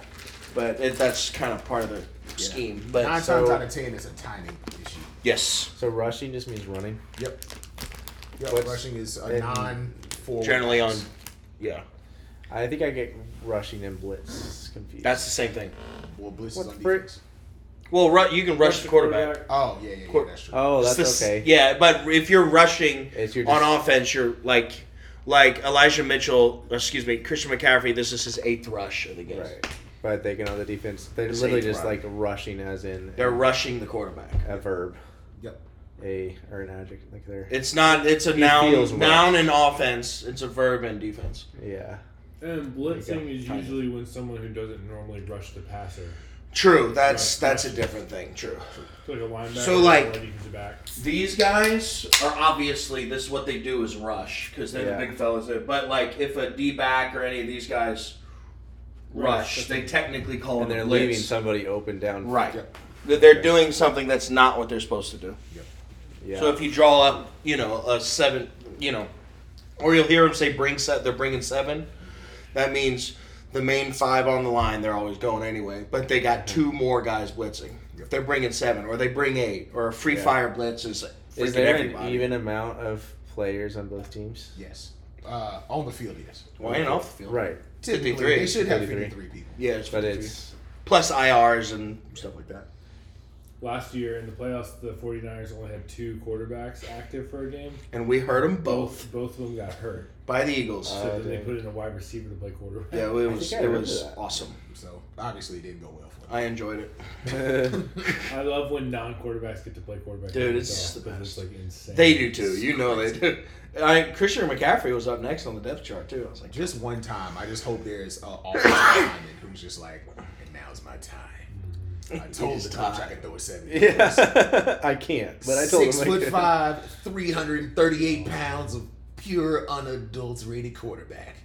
Speaker 2: but it, that's kind of part of the scheme. But
Speaker 3: Nine
Speaker 4: so-
Speaker 3: times out of ten, it's a timing issue.
Speaker 2: yes.
Speaker 4: So rushing just means running.
Speaker 3: Yep. Yep.
Speaker 4: What's-
Speaker 3: rushing is a
Speaker 4: and-
Speaker 3: non-forward.
Speaker 2: generally on
Speaker 3: pass.
Speaker 2: yeah
Speaker 4: I think I get rushing and blitz confused.
Speaker 2: that's the same thing
Speaker 3: Well, blitz
Speaker 4: What
Speaker 3: is
Speaker 4: the
Speaker 3: on
Speaker 4: frick?
Speaker 3: defense.
Speaker 2: well ru- you can rush the quarterback
Speaker 3: Oh yeah, yeah, yeah
Speaker 2: Court-
Speaker 3: that's true.
Speaker 4: oh,
Speaker 2: It's
Speaker 4: that's
Speaker 2: this-
Speaker 4: okay.
Speaker 2: yeah but if you're rushing
Speaker 4: It's your just-
Speaker 2: on offense you're like like Elijah Mitchell or excuse me Christian McCaffrey this is his eighth rush of the game
Speaker 4: Right. But they can on the defense. They're
Speaker 2: It's
Speaker 4: literally
Speaker 2: eight
Speaker 4: just
Speaker 2: run.
Speaker 4: like rushing, as in
Speaker 2: they're
Speaker 4: a,
Speaker 2: rushing the quarterback
Speaker 4: a verb,
Speaker 3: Yep.
Speaker 4: a or an adjective. Like they're
Speaker 2: it's not it's a
Speaker 4: He feels
Speaker 2: noun noun
Speaker 4: rushed.
Speaker 2: in offense it's a verb in defense
Speaker 4: yeah.
Speaker 1: And blitzing is
Speaker 4: Kinda.
Speaker 1: usually when someone who doesn't normally rush the passer,
Speaker 2: true that's that's a different thing true
Speaker 1: so like a linebacker,
Speaker 2: So, like-
Speaker 1: or a defensive back.
Speaker 2: These guys are obviously this is what they do is rush because they're
Speaker 4: Yeah.
Speaker 2: the big fellas. There. But like if a D back or any of these guys rush,
Speaker 1: Rush.
Speaker 2: they technically call
Speaker 4: And
Speaker 2: it
Speaker 4: they're
Speaker 2: a
Speaker 4: leaving
Speaker 2: blitz.
Speaker 4: somebody open down.
Speaker 2: right.
Speaker 3: Yep.
Speaker 2: That They're doing something that's not what they're supposed to do.
Speaker 4: Yeah.
Speaker 2: So if you draw up, you know, a seven, you know, or you'll hear them say bring set. They're bringing seven. That means the main five on the line. They're always going anyway, but they got two
Speaker 4: Mm-hmm.
Speaker 2: more guys blitzing. If they're bringing seven, or they bring eight, or a free
Speaker 4: Yeah.
Speaker 2: fire blitz is.
Speaker 4: is
Speaker 2: freaking
Speaker 4: there
Speaker 2: everybody.
Speaker 4: an even amount of players on both teams?
Speaker 3: Yes. Uh, on the field, yes.
Speaker 2: Well, and off the field.
Speaker 4: Right.
Speaker 3: Typically,
Speaker 2: 53.
Speaker 3: they should have
Speaker 4: 53.
Speaker 3: 53 people.
Speaker 2: Yeah, it's
Speaker 4: But
Speaker 2: 53.
Speaker 4: it's
Speaker 2: plus IRs and
Speaker 3: Stuff like that.
Speaker 1: Last year in the playoffs, the 49ers only had two quarterbacks active for a game.
Speaker 2: and we heard them both
Speaker 1: Both of them got hurt.
Speaker 2: by the Eagles.
Speaker 1: So
Speaker 4: Oh,
Speaker 1: then they
Speaker 4: dang.
Speaker 1: put in a wide receiver to play quarterback.
Speaker 2: yeah, it was
Speaker 4: think I
Speaker 2: it
Speaker 4: remember
Speaker 2: was
Speaker 4: that.
Speaker 2: awesome.
Speaker 3: So, obviously, it didn't go well for them.
Speaker 2: I enjoyed it.
Speaker 1: I love when non-quarterbacks get to play quarterback.
Speaker 2: Dude,
Speaker 1: It's
Speaker 2: it's the
Speaker 1: because it's,
Speaker 2: best.
Speaker 1: like insane.
Speaker 2: They do too. You know they do. I Christian McCaffrey was up next on the depth chart too. I was like,
Speaker 3: Just one time, I just hope there's an offensive lineman who's just like, and now's my time. I told the coach I could throw a 70.
Speaker 4: yeah. I can't. But I told
Speaker 3: Six
Speaker 4: them I
Speaker 3: foot
Speaker 4: could.
Speaker 3: five, 338 pounds of pure unadulterated quarterback.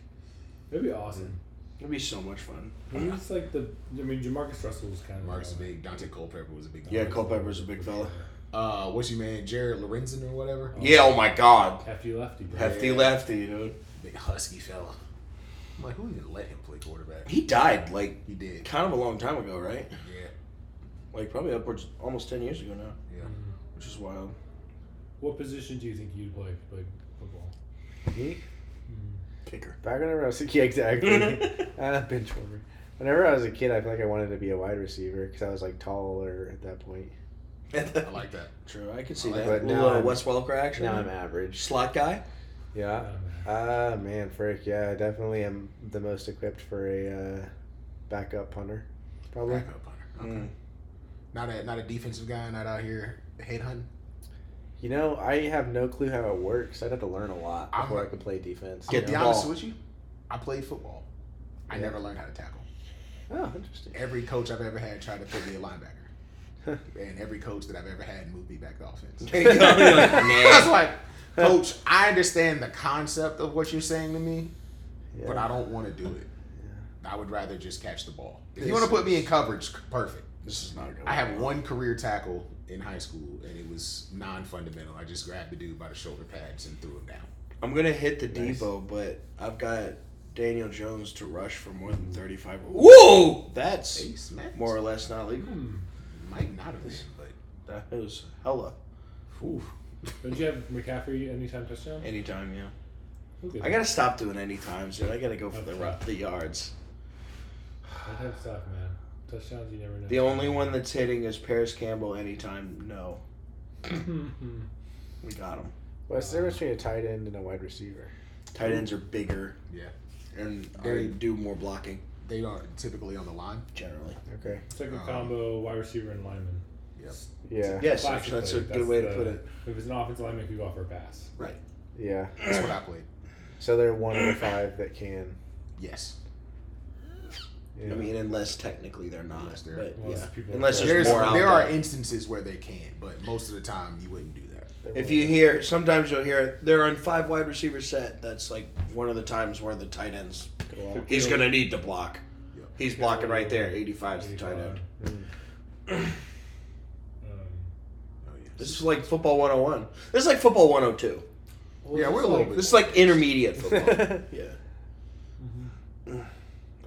Speaker 1: That'd be awesome.
Speaker 2: it'd be so much fun.
Speaker 1: Who's like the? I mean, Jamarcus Russell was kind of
Speaker 3: Mark's a big. Dante Culpepper was a big.
Speaker 2: Yeah, Culpepper's a big fella.
Speaker 3: Uh, what's your man, Jared Lorenzen or whatever?
Speaker 2: Yeah, oh my God,
Speaker 1: hefty lefty. Bro.
Speaker 2: hefty lefty, dude.
Speaker 3: Big husky fella. I'm like, who even let him play quarterback?
Speaker 2: He died like
Speaker 3: He did.
Speaker 2: kind of a long time ago, right?
Speaker 3: Yeah.
Speaker 2: Like probably upwards almost ten years ago now,
Speaker 3: Yeah.
Speaker 2: which is wild.
Speaker 1: Mm. What position do you think you'd play if you played football? Mm,
Speaker 4: Me?
Speaker 2: Kicker.
Speaker 4: Back when I was a kid, exactly. uh, bench warmer. Whenever I was a kid, I feel like I wanted to be a wide receiver because I was like taller at that point.
Speaker 3: I like that.
Speaker 2: True, I could see
Speaker 3: I like
Speaker 2: that.
Speaker 4: that.
Speaker 2: Little
Speaker 4: Now
Speaker 2: uh,
Speaker 4: I'm-
Speaker 2: Wes Welker action.
Speaker 4: Now I'm average.
Speaker 2: Slot guy.
Speaker 4: Yeah. Ah, man, frick. Yeah, I definitely am the most equipped for a uh, backup punter. Probably.
Speaker 3: Backup punter. Okay.
Speaker 2: Mm.
Speaker 4: Mm.
Speaker 3: Not a not a defensive guy. Not out here headhunting.
Speaker 4: You know, I have no clue how it works. I'd have to learn a lot
Speaker 3: I'm-
Speaker 4: before i could play defense.
Speaker 3: I'm
Speaker 2: Get
Speaker 3: gonna be
Speaker 2: the
Speaker 3: honest
Speaker 2: ball.
Speaker 3: with you. I played football. I
Speaker 4: Yeah.
Speaker 3: never learned how to tackle.
Speaker 4: Oh, interesting.
Speaker 3: Every coach I've ever had tried to put me a linebacker, and every coach that I've ever had moved me back to offense.
Speaker 2: You're like, nah.
Speaker 3: I was like, Coach, I understand the concept of what you're saying to me,
Speaker 4: Yeah.
Speaker 3: but I don't want to do it. I would rather just catch the ball. If you
Speaker 2: This
Speaker 3: want to put me in coverage, c- perfect.
Speaker 2: This is not a good.
Speaker 3: I have one career tackle in high school, and it was non-fundamental. I just grabbed the dude by the shoulder pads and threw him down.
Speaker 2: I'm gonna hit the depot, but I've got Daniel Jones to rush for more than 35. Whoa, that's
Speaker 3: Hey, smack.
Speaker 2: more or less not legal.
Speaker 1: Hmm.
Speaker 3: might not have been, but
Speaker 2: That is hella.
Speaker 3: oof.
Speaker 1: Don't you have McCaffrey anytime touchdown?
Speaker 2: Anytime, yeah.
Speaker 1: Who could-
Speaker 2: I gotta stop doing any times, dude. I gotta go for the ru- the yards.
Speaker 1: That type of stuff, man. Touchdowns, you never know.
Speaker 2: The only one that's hitting is Paris Campbell. Anytime, no,
Speaker 1: Hmm.
Speaker 2: we got him.
Speaker 4: What's the difference between a tight end and a wide receiver?
Speaker 2: Tight ends are bigger
Speaker 3: Yeah,
Speaker 2: and they
Speaker 3: Very-
Speaker 2: do more blocking
Speaker 3: they are typically on the line.
Speaker 2: generally.
Speaker 4: Okay.
Speaker 2: Um,
Speaker 1: It's like a combo wide receiver and lineman.
Speaker 4: Yeah.
Speaker 2: Yes,
Speaker 1: Classically,
Speaker 2: actually, that's a good way to
Speaker 1: the-
Speaker 2: put it.
Speaker 1: If it's an offensive lineman, you go for a pass.
Speaker 4: Yeah.
Speaker 3: That's what I played.
Speaker 4: So they're one of the five that can.
Speaker 3: Yes.
Speaker 4: Yeah.
Speaker 2: I mean, unless technically they're not.
Speaker 3: Unless they're-
Speaker 2: but
Speaker 1: Unless
Speaker 2: yeah.
Speaker 1: people-
Speaker 2: unless there's,
Speaker 3: There's,
Speaker 2: more out
Speaker 3: there are
Speaker 2: there.
Speaker 3: instances where they can, but most of the time you wouldn't do that.
Speaker 4: They're
Speaker 2: If
Speaker 4: one
Speaker 2: you
Speaker 4: of the-
Speaker 2: hear, sometimes you'll hear they're on five wide receiver set. That's like one of the times where the tight ends. He's gonna need to block.
Speaker 3: Yep.
Speaker 2: He's blocking right there. 85's the tight end.
Speaker 4: Mm.
Speaker 11: Um,
Speaker 3: Oh, yeah.
Speaker 2: This is like football 101. This is like football 102.
Speaker 3: yeah, we're a little bit.
Speaker 2: This is like intermediate football. yeah.
Speaker 1: Mhm.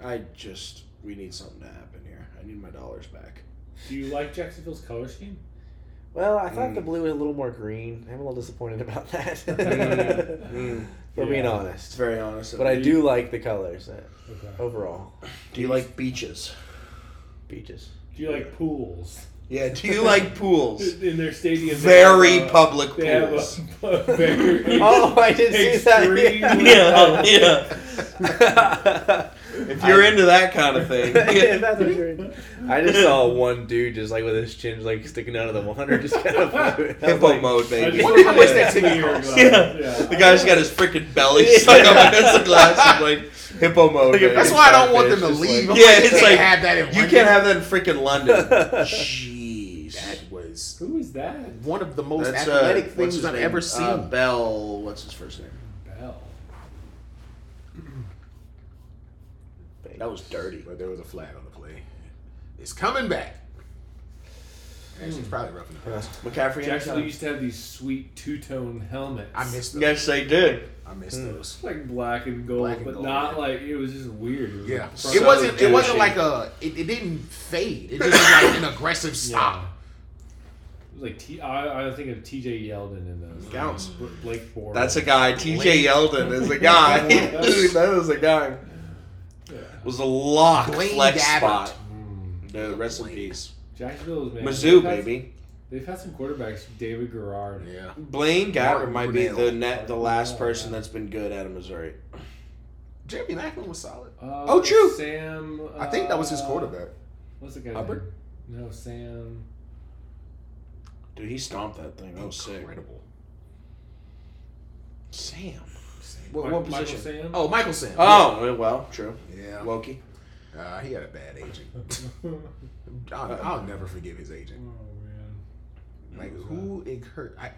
Speaker 2: I just we need something to happen here. I need my dollars back.
Speaker 1: Do you like Jacksonville's color scheme?
Speaker 4: well, I thought the
Speaker 2: Mm.
Speaker 4: blue was a little more green. I'm a little disappointed about that.
Speaker 2: Mm.
Speaker 4: For being
Speaker 1: Yeah.
Speaker 2: It's
Speaker 4: honest,
Speaker 2: very honest.
Speaker 4: but I do like the colors uh,
Speaker 1: Okay.
Speaker 2: Oh.
Speaker 4: overall.
Speaker 2: do you like beaches?
Speaker 4: Beaches.
Speaker 1: Do you like pools
Speaker 2: Yeah. Do you like pools?
Speaker 1: in their stadium? they have
Speaker 2: Very
Speaker 1: a-
Speaker 2: public
Speaker 1: They have a,
Speaker 2: pools.
Speaker 1: a very
Speaker 4: Oh, I didn't see that.
Speaker 1: extremely
Speaker 4: Yeah.
Speaker 2: Yeah, yeah.
Speaker 4: if
Speaker 2: If you're into that kind of thing,
Speaker 4: I just saw one dude just like with his chin like sticking out of the water, just kind of floating. I was
Speaker 2: hippo
Speaker 4: like,
Speaker 2: mode,
Speaker 1: I
Speaker 2: baby.
Speaker 1: just
Speaker 3: Wonder how much
Speaker 1: looked
Speaker 3: that
Speaker 1: at
Speaker 3: ticket
Speaker 1: clear
Speaker 3: costs.
Speaker 1: glass.
Speaker 2: Yeah. The guy's got his freaking belly stuck up against the glass. and like hippo mode.
Speaker 4: Look at-
Speaker 2: baby.
Speaker 3: That's why I don't want them to
Speaker 4: Just like-
Speaker 3: leave.
Speaker 2: Yeah,
Speaker 3: you
Speaker 2: it's
Speaker 3: can't
Speaker 2: like-
Speaker 3: have that in
Speaker 2: You
Speaker 3: London.
Speaker 2: can't have that in freaking London. Jeez.
Speaker 3: That was
Speaker 1: Who is that?
Speaker 3: one of the most
Speaker 2: That's, uh,
Speaker 3: athletic
Speaker 2: what's
Speaker 3: things
Speaker 2: his
Speaker 3: I've
Speaker 2: name?
Speaker 3: ever
Speaker 2: Uh,
Speaker 3: seen.
Speaker 2: Bell. What's his first name?
Speaker 1: Bell.
Speaker 2: That was dirty.
Speaker 3: but there was a flag on the play. It's coming back. Actually, it's probably roughing the pass.
Speaker 2: McCaffrey.
Speaker 1: Jacksonville
Speaker 2: anytime.
Speaker 1: used to have these sweet two-tone helmets.
Speaker 3: I missed those.
Speaker 2: Yes, they did.
Speaker 3: I missed those.
Speaker 1: like black and gold,
Speaker 3: Black and
Speaker 1: but
Speaker 3: gold,
Speaker 1: not
Speaker 3: yeah.
Speaker 1: like it was just weird. was
Speaker 3: Yeah,
Speaker 1: like
Speaker 3: it
Speaker 1: front-
Speaker 3: wasn't. It wasn't
Speaker 2: douchey.
Speaker 3: like a. It, it didn't fade. It just was like an aggressive stop.
Speaker 1: It was like T. I, I think of T.J. Yeldon in those.
Speaker 3: Counts.
Speaker 1: Bl- Blake Bortles.
Speaker 2: That's a guy. T.J. Yeldon is a guy. Dude, that was a guy. It was a lock
Speaker 3: Blaine
Speaker 2: flex
Speaker 3: Gabbert.
Speaker 2: spot.
Speaker 1: Mm.
Speaker 2: Dude, rest in peace.
Speaker 1: Jacksonville's man.
Speaker 2: Mizzou,
Speaker 1: they've had-
Speaker 2: baby.
Speaker 1: They've had some quarterbacks. David Garrard.
Speaker 3: Yeah,
Speaker 2: Blaine Gabbert
Speaker 3: Martin
Speaker 2: might be
Speaker 3: Brunell.
Speaker 2: the net, the last person that's been good out of Missouri.
Speaker 3: Jeremy Macklin was solid.
Speaker 1: Uh,
Speaker 2: Oh, true.
Speaker 1: Sam.
Speaker 3: I think that was his
Speaker 1: uh,
Speaker 3: quarterback.
Speaker 1: What's the guy?
Speaker 3: Hubbard?
Speaker 1: No, Sam.
Speaker 2: Dude, he stomped that thing. That was sick. Sam.
Speaker 3: What,
Speaker 1: Michael-
Speaker 3: what position?
Speaker 1: Michael Sam?
Speaker 3: Oh, Michael Sam. Oh.
Speaker 2: Oh, well, true.
Speaker 3: yeah.
Speaker 2: Loki.
Speaker 3: Uh, he had a bad agent.
Speaker 1: oh
Speaker 3: I'll, I'll never forgive his agent.
Speaker 1: man.
Speaker 3: Like who incurred? I,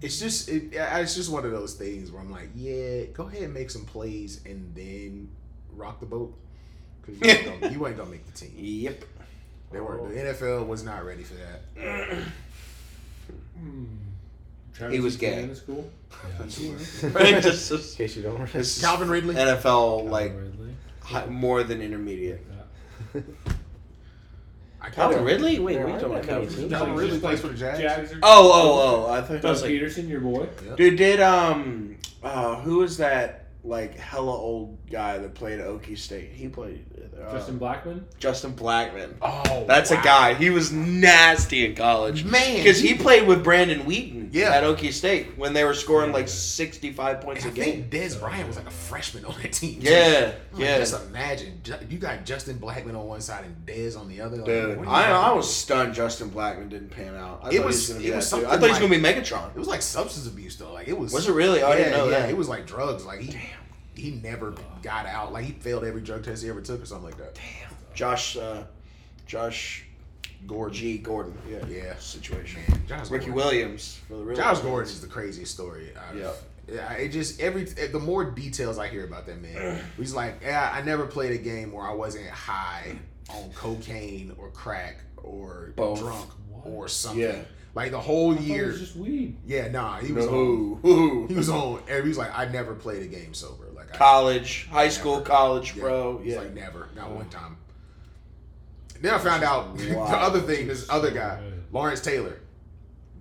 Speaker 3: it's just it, I- it's just one of those things where I'm like, yeah, go ahead and make some plays and then rock the boat because you, ain't gonna- you ain't gonna make the team.
Speaker 2: Yep.
Speaker 3: They were the NFL was not ready for that.
Speaker 1: Mm.
Speaker 2: He
Speaker 1: Travis
Speaker 2: was gay.
Speaker 1: in school.
Speaker 2: Right? Just, just-
Speaker 4: In case you don't.
Speaker 2: this is
Speaker 3: Calvin Ridley.
Speaker 2: uh, NFL like
Speaker 1: Ridley.
Speaker 2: hi- more than intermediate.
Speaker 3: I
Speaker 2: Calvin
Speaker 3: Calvin,
Speaker 2: Ridley? Wait,
Speaker 4: There
Speaker 2: what are you
Speaker 4: aren't
Speaker 2: talking about? Calvin
Speaker 4: that many teams.
Speaker 2: Ridley?
Speaker 3: Calvin Ridley plays for the Jags.
Speaker 1: Jags are-
Speaker 2: Oh, oh, oh! I thought that
Speaker 1: Doug
Speaker 2: was like,
Speaker 1: Peterson, your boy.
Speaker 2: dude. Did um, uh, who was that like hella old guy that played at Okie State? He played uh,
Speaker 1: Justin
Speaker 2: Justin
Speaker 1: Blackman.
Speaker 2: Blackman.
Speaker 3: Oh,
Speaker 2: That's
Speaker 3: wow.
Speaker 2: a guy. He was nasty in college
Speaker 3: man.
Speaker 2: because he played with Brandon Wheaton
Speaker 3: Yeah.
Speaker 2: at Okie State when they were scoring like sixty-five
Speaker 3: I
Speaker 2: points a game.
Speaker 3: think Des Bryant was like a freshman on that team. too.
Speaker 2: Yeah,
Speaker 3: I'm like,
Speaker 2: yeah.
Speaker 3: Just imagine Ju- you got Justin Blackman on one side and Dez on the other. Like,
Speaker 2: Dude,
Speaker 3: what do you
Speaker 2: I,
Speaker 3: have?
Speaker 2: I was stunned Justin Blackman didn't pan out. I
Speaker 3: It
Speaker 2: thought he
Speaker 3: was-
Speaker 2: was gonna be
Speaker 3: it was
Speaker 2: that dude. I
Speaker 3: something
Speaker 2: thought he was
Speaker 3: like-
Speaker 2: gonna be Megatron.
Speaker 3: It was like substance abuse though. Like it was.
Speaker 2: Was it really? Oh, I didn't know that.
Speaker 3: It was like drugs. Like he, he never got out. Like he failed every drug test he ever took or something like that.
Speaker 2: Josh, uh, Josh
Speaker 3: Gordon.
Speaker 2: G. Gordon. Yeah.
Speaker 3: Yeah.
Speaker 2: Situation.
Speaker 3: Man, Josh
Speaker 2: Ricky
Speaker 3: Gordon.
Speaker 2: Williams for the real.
Speaker 3: Josh Gordon is the craziest story. I've,
Speaker 2: Yeah.
Speaker 3: yeah. It just every the more details I hear about that man, he's like, yeah, I never played a game where I wasn't high on cocaine or crack or
Speaker 2: Both.
Speaker 3: drunk or something.
Speaker 2: Yeah.
Speaker 3: Like the whole
Speaker 1: I thought it
Speaker 3: year.
Speaker 1: was just weed.
Speaker 3: yeah, nah, he was on. He
Speaker 2: No.
Speaker 3: was on. He was like, I never played a game sober. Like I
Speaker 2: College, high school, college,
Speaker 3: Yeah.
Speaker 2: bro.
Speaker 3: He's
Speaker 2: Yeah.
Speaker 3: like never, not one time. Then I found out the other thing, this other guy, Lawrence Taylor,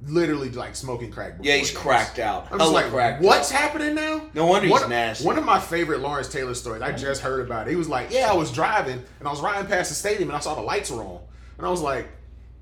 Speaker 3: literally like smoking crack. before
Speaker 2: Yeah, he's
Speaker 3: games.
Speaker 2: cracked out.
Speaker 3: I'm just
Speaker 2: Hella
Speaker 3: like,
Speaker 2: cracked
Speaker 3: what's
Speaker 2: out.
Speaker 3: happening now?
Speaker 2: No wonder he's
Speaker 3: one,
Speaker 2: nasty.
Speaker 3: One of my favorite Lawrence Taylor stories. I just heard about it. He was like, yeah, I was driving and I was riding past the stadium and I saw the lights were on and I was like.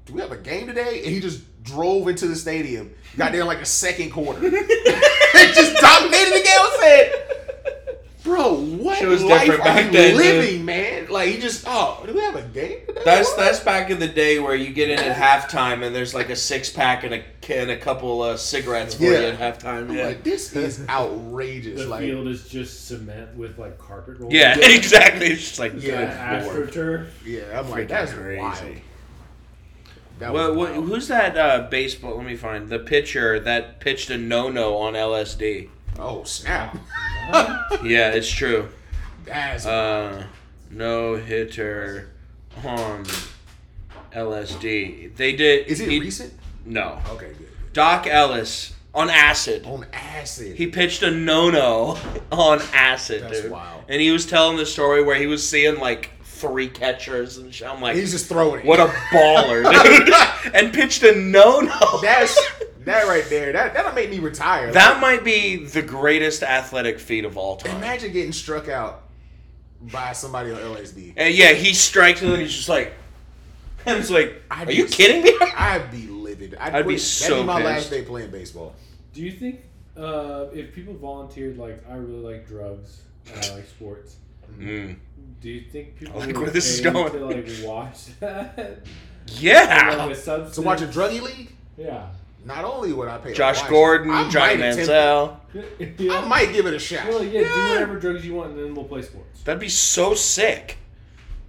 Speaker 3: Do we have a game today? And he just drove into the stadium, got there in like the second quarter. It just dominated the game. I said, Bro, what
Speaker 2: Shit was
Speaker 3: life
Speaker 2: different
Speaker 3: are
Speaker 2: back
Speaker 3: you
Speaker 2: then, dude.
Speaker 3: living, man? Like you just oh, do we have a game today?
Speaker 2: That's
Speaker 3: What?
Speaker 2: that's back in the day where you get in at halftime and there's like a six pack and a and a couple uh, cigarettes for
Speaker 3: Yeah.
Speaker 2: you at halftime.
Speaker 3: I'm
Speaker 2: Yeah.
Speaker 3: like, this is outrageous.
Speaker 1: The
Speaker 3: like
Speaker 1: field is just cement with like carpet rolls.
Speaker 2: Yeah, exactly. It's just like
Speaker 3: Yeah.
Speaker 1: Yeah,
Speaker 3: Lord.
Speaker 1: astroturf.
Speaker 3: yeah, I'm like
Speaker 2: Freaking
Speaker 3: that's
Speaker 2: crazy.
Speaker 3: wild. That
Speaker 2: Well,
Speaker 3: was
Speaker 2: what,
Speaker 3: wild.
Speaker 2: who's that uh, baseball? Let me find the pitcher that pitched a no-no on LSD.
Speaker 3: oh snap.
Speaker 2: Yeah, it's true.
Speaker 3: That's
Speaker 2: Uh, no hitter on LSD. They did.
Speaker 3: is it
Speaker 2: he-
Speaker 3: recent?
Speaker 2: No,
Speaker 3: Okay, good.
Speaker 2: Doc Ellis on acid.
Speaker 3: On acid.
Speaker 2: He pitched a no-no on acid,
Speaker 3: That's
Speaker 2: dude.
Speaker 3: wild.
Speaker 2: And he was telling the story where he was seeing like three catchers and shit. I'm like,
Speaker 3: He's just throwing it.
Speaker 2: what a baller, dude! and pitched a no-no.
Speaker 3: That's that right there. That that'll make me retire.
Speaker 2: That might be the greatest athletic feat of all
Speaker 3: Like,
Speaker 2: time.
Speaker 3: imagine getting struck out by somebody on LSD.
Speaker 2: And yeah, he strikes and then he's just like, and it's like,
Speaker 3: I'd
Speaker 2: are
Speaker 3: be
Speaker 2: you
Speaker 3: s-
Speaker 2: kidding me?
Speaker 3: I'd be livid. I'd,
Speaker 2: I'd be
Speaker 3: quit.
Speaker 2: so
Speaker 3: That'd be my last
Speaker 2: pissed.
Speaker 3: day playing baseball.
Speaker 1: Do you think uh, if people volunteered like I really like drugs, I like sports.
Speaker 2: Mm.
Speaker 1: Do you think
Speaker 3: Oh,
Speaker 1: people
Speaker 2: like
Speaker 1: would
Speaker 2: where this is
Speaker 1: pay
Speaker 2: going.
Speaker 1: to like watch that? Along
Speaker 2: Yeah.
Speaker 1: with substance?
Speaker 3: To watch a druggie league,
Speaker 1: Yeah.
Speaker 3: not only would I pay to
Speaker 2: Josh
Speaker 3: watch it,
Speaker 2: Gordon,
Speaker 3: I
Speaker 2: Johnny
Speaker 3: might
Speaker 2: Manziel.
Speaker 3: attempt Oh it.
Speaker 1: yeah.
Speaker 3: I might give it a shot.
Speaker 1: Really, yeah, Do
Speaker 2: Yeah.
Speaker 1: whatever drugs you want, and then we'll play sports.
Speaker 2: That'd be so sick.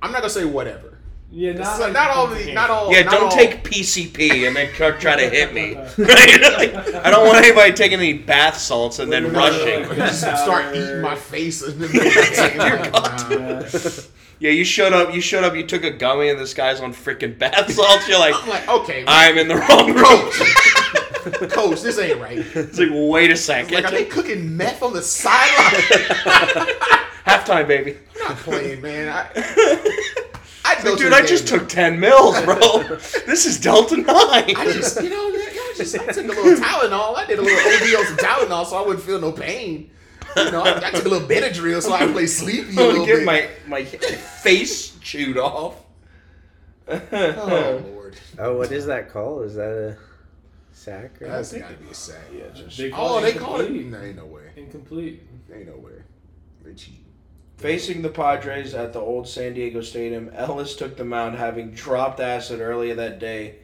Speaker 3: I'm not gonna say whatever.
Speaker 1: Yeah,
Speaker 3: This
Speaker 1: not
Speaker 3: is-
Speaker 1: like
Speaker 3: not all
Speaker 1: complicated.
Speaker 3: the, not all.
Speaker 2: yeah,
Speaker 3: Oh, not
Speaker 2: don't
Speaker 3: all-
Speaker 2: take PCP and then try try to hit me. Right? Like, I don't want anybody taking any bath salts and then
Speaker 1: Well,
Speaker 2: rushing.
Speaker 1: like-
Speaker 3: Just start eating my face. in the middle. Nah.
Speaker 1: Yeah.
Speaker 2: Yeah, you showed up. You showed up. You took a gummy and this guy's on freaking bath salts. You're like,
Speaker 3: I'm like, okay,
Speaker 2: I'm in the wrong room.
Speaker 3: coach, coach, this ain't right.
Speaker 2: It's like, wait a second.
Speaker 3: Like, are they cooking meth on the sideline?
Speaker 2: Halftime, baby.
Speaker 3: I'm not playing, man. I, I'd go to
Speaker 2: Dude,
Speaker 3: the
Speaker 2: I
Speaker 3: game.
Speaker 2: just took 10 mils, bro. this is Delta 9.
Speaker 3: I just, you know, I just I took a little Tylenol. I did a little OD on some Tylenol so I wouldn't feel no pain. You know, I, I took a little Benadryl so I could play sleepy a
Speaker 2: I'm gonna
Speaker 3: little
Speaker 2: get
Speaker 3: bit.
Speaker 2: my, my face chewed off.
Speaker 3: oh lord,
Speaker 4: Oh, what is that called? Is that a sack? Or
Speaker 3: that's gotta be a sack. Yeah,
Speaker 1: They call
Speaker 3: oh,
Speaker 1: it
Speaker 3: they call it.
Speaker 1: incomplete.
Speaker 3: No, ain't no way.
Speaker 1: Incomplete.
Speaker 3: Ain't no way. They cheat.
Speaker 2: Facing the Padres at the old San Diego Stadium, Ellis took the mound having dropped acid earlier that day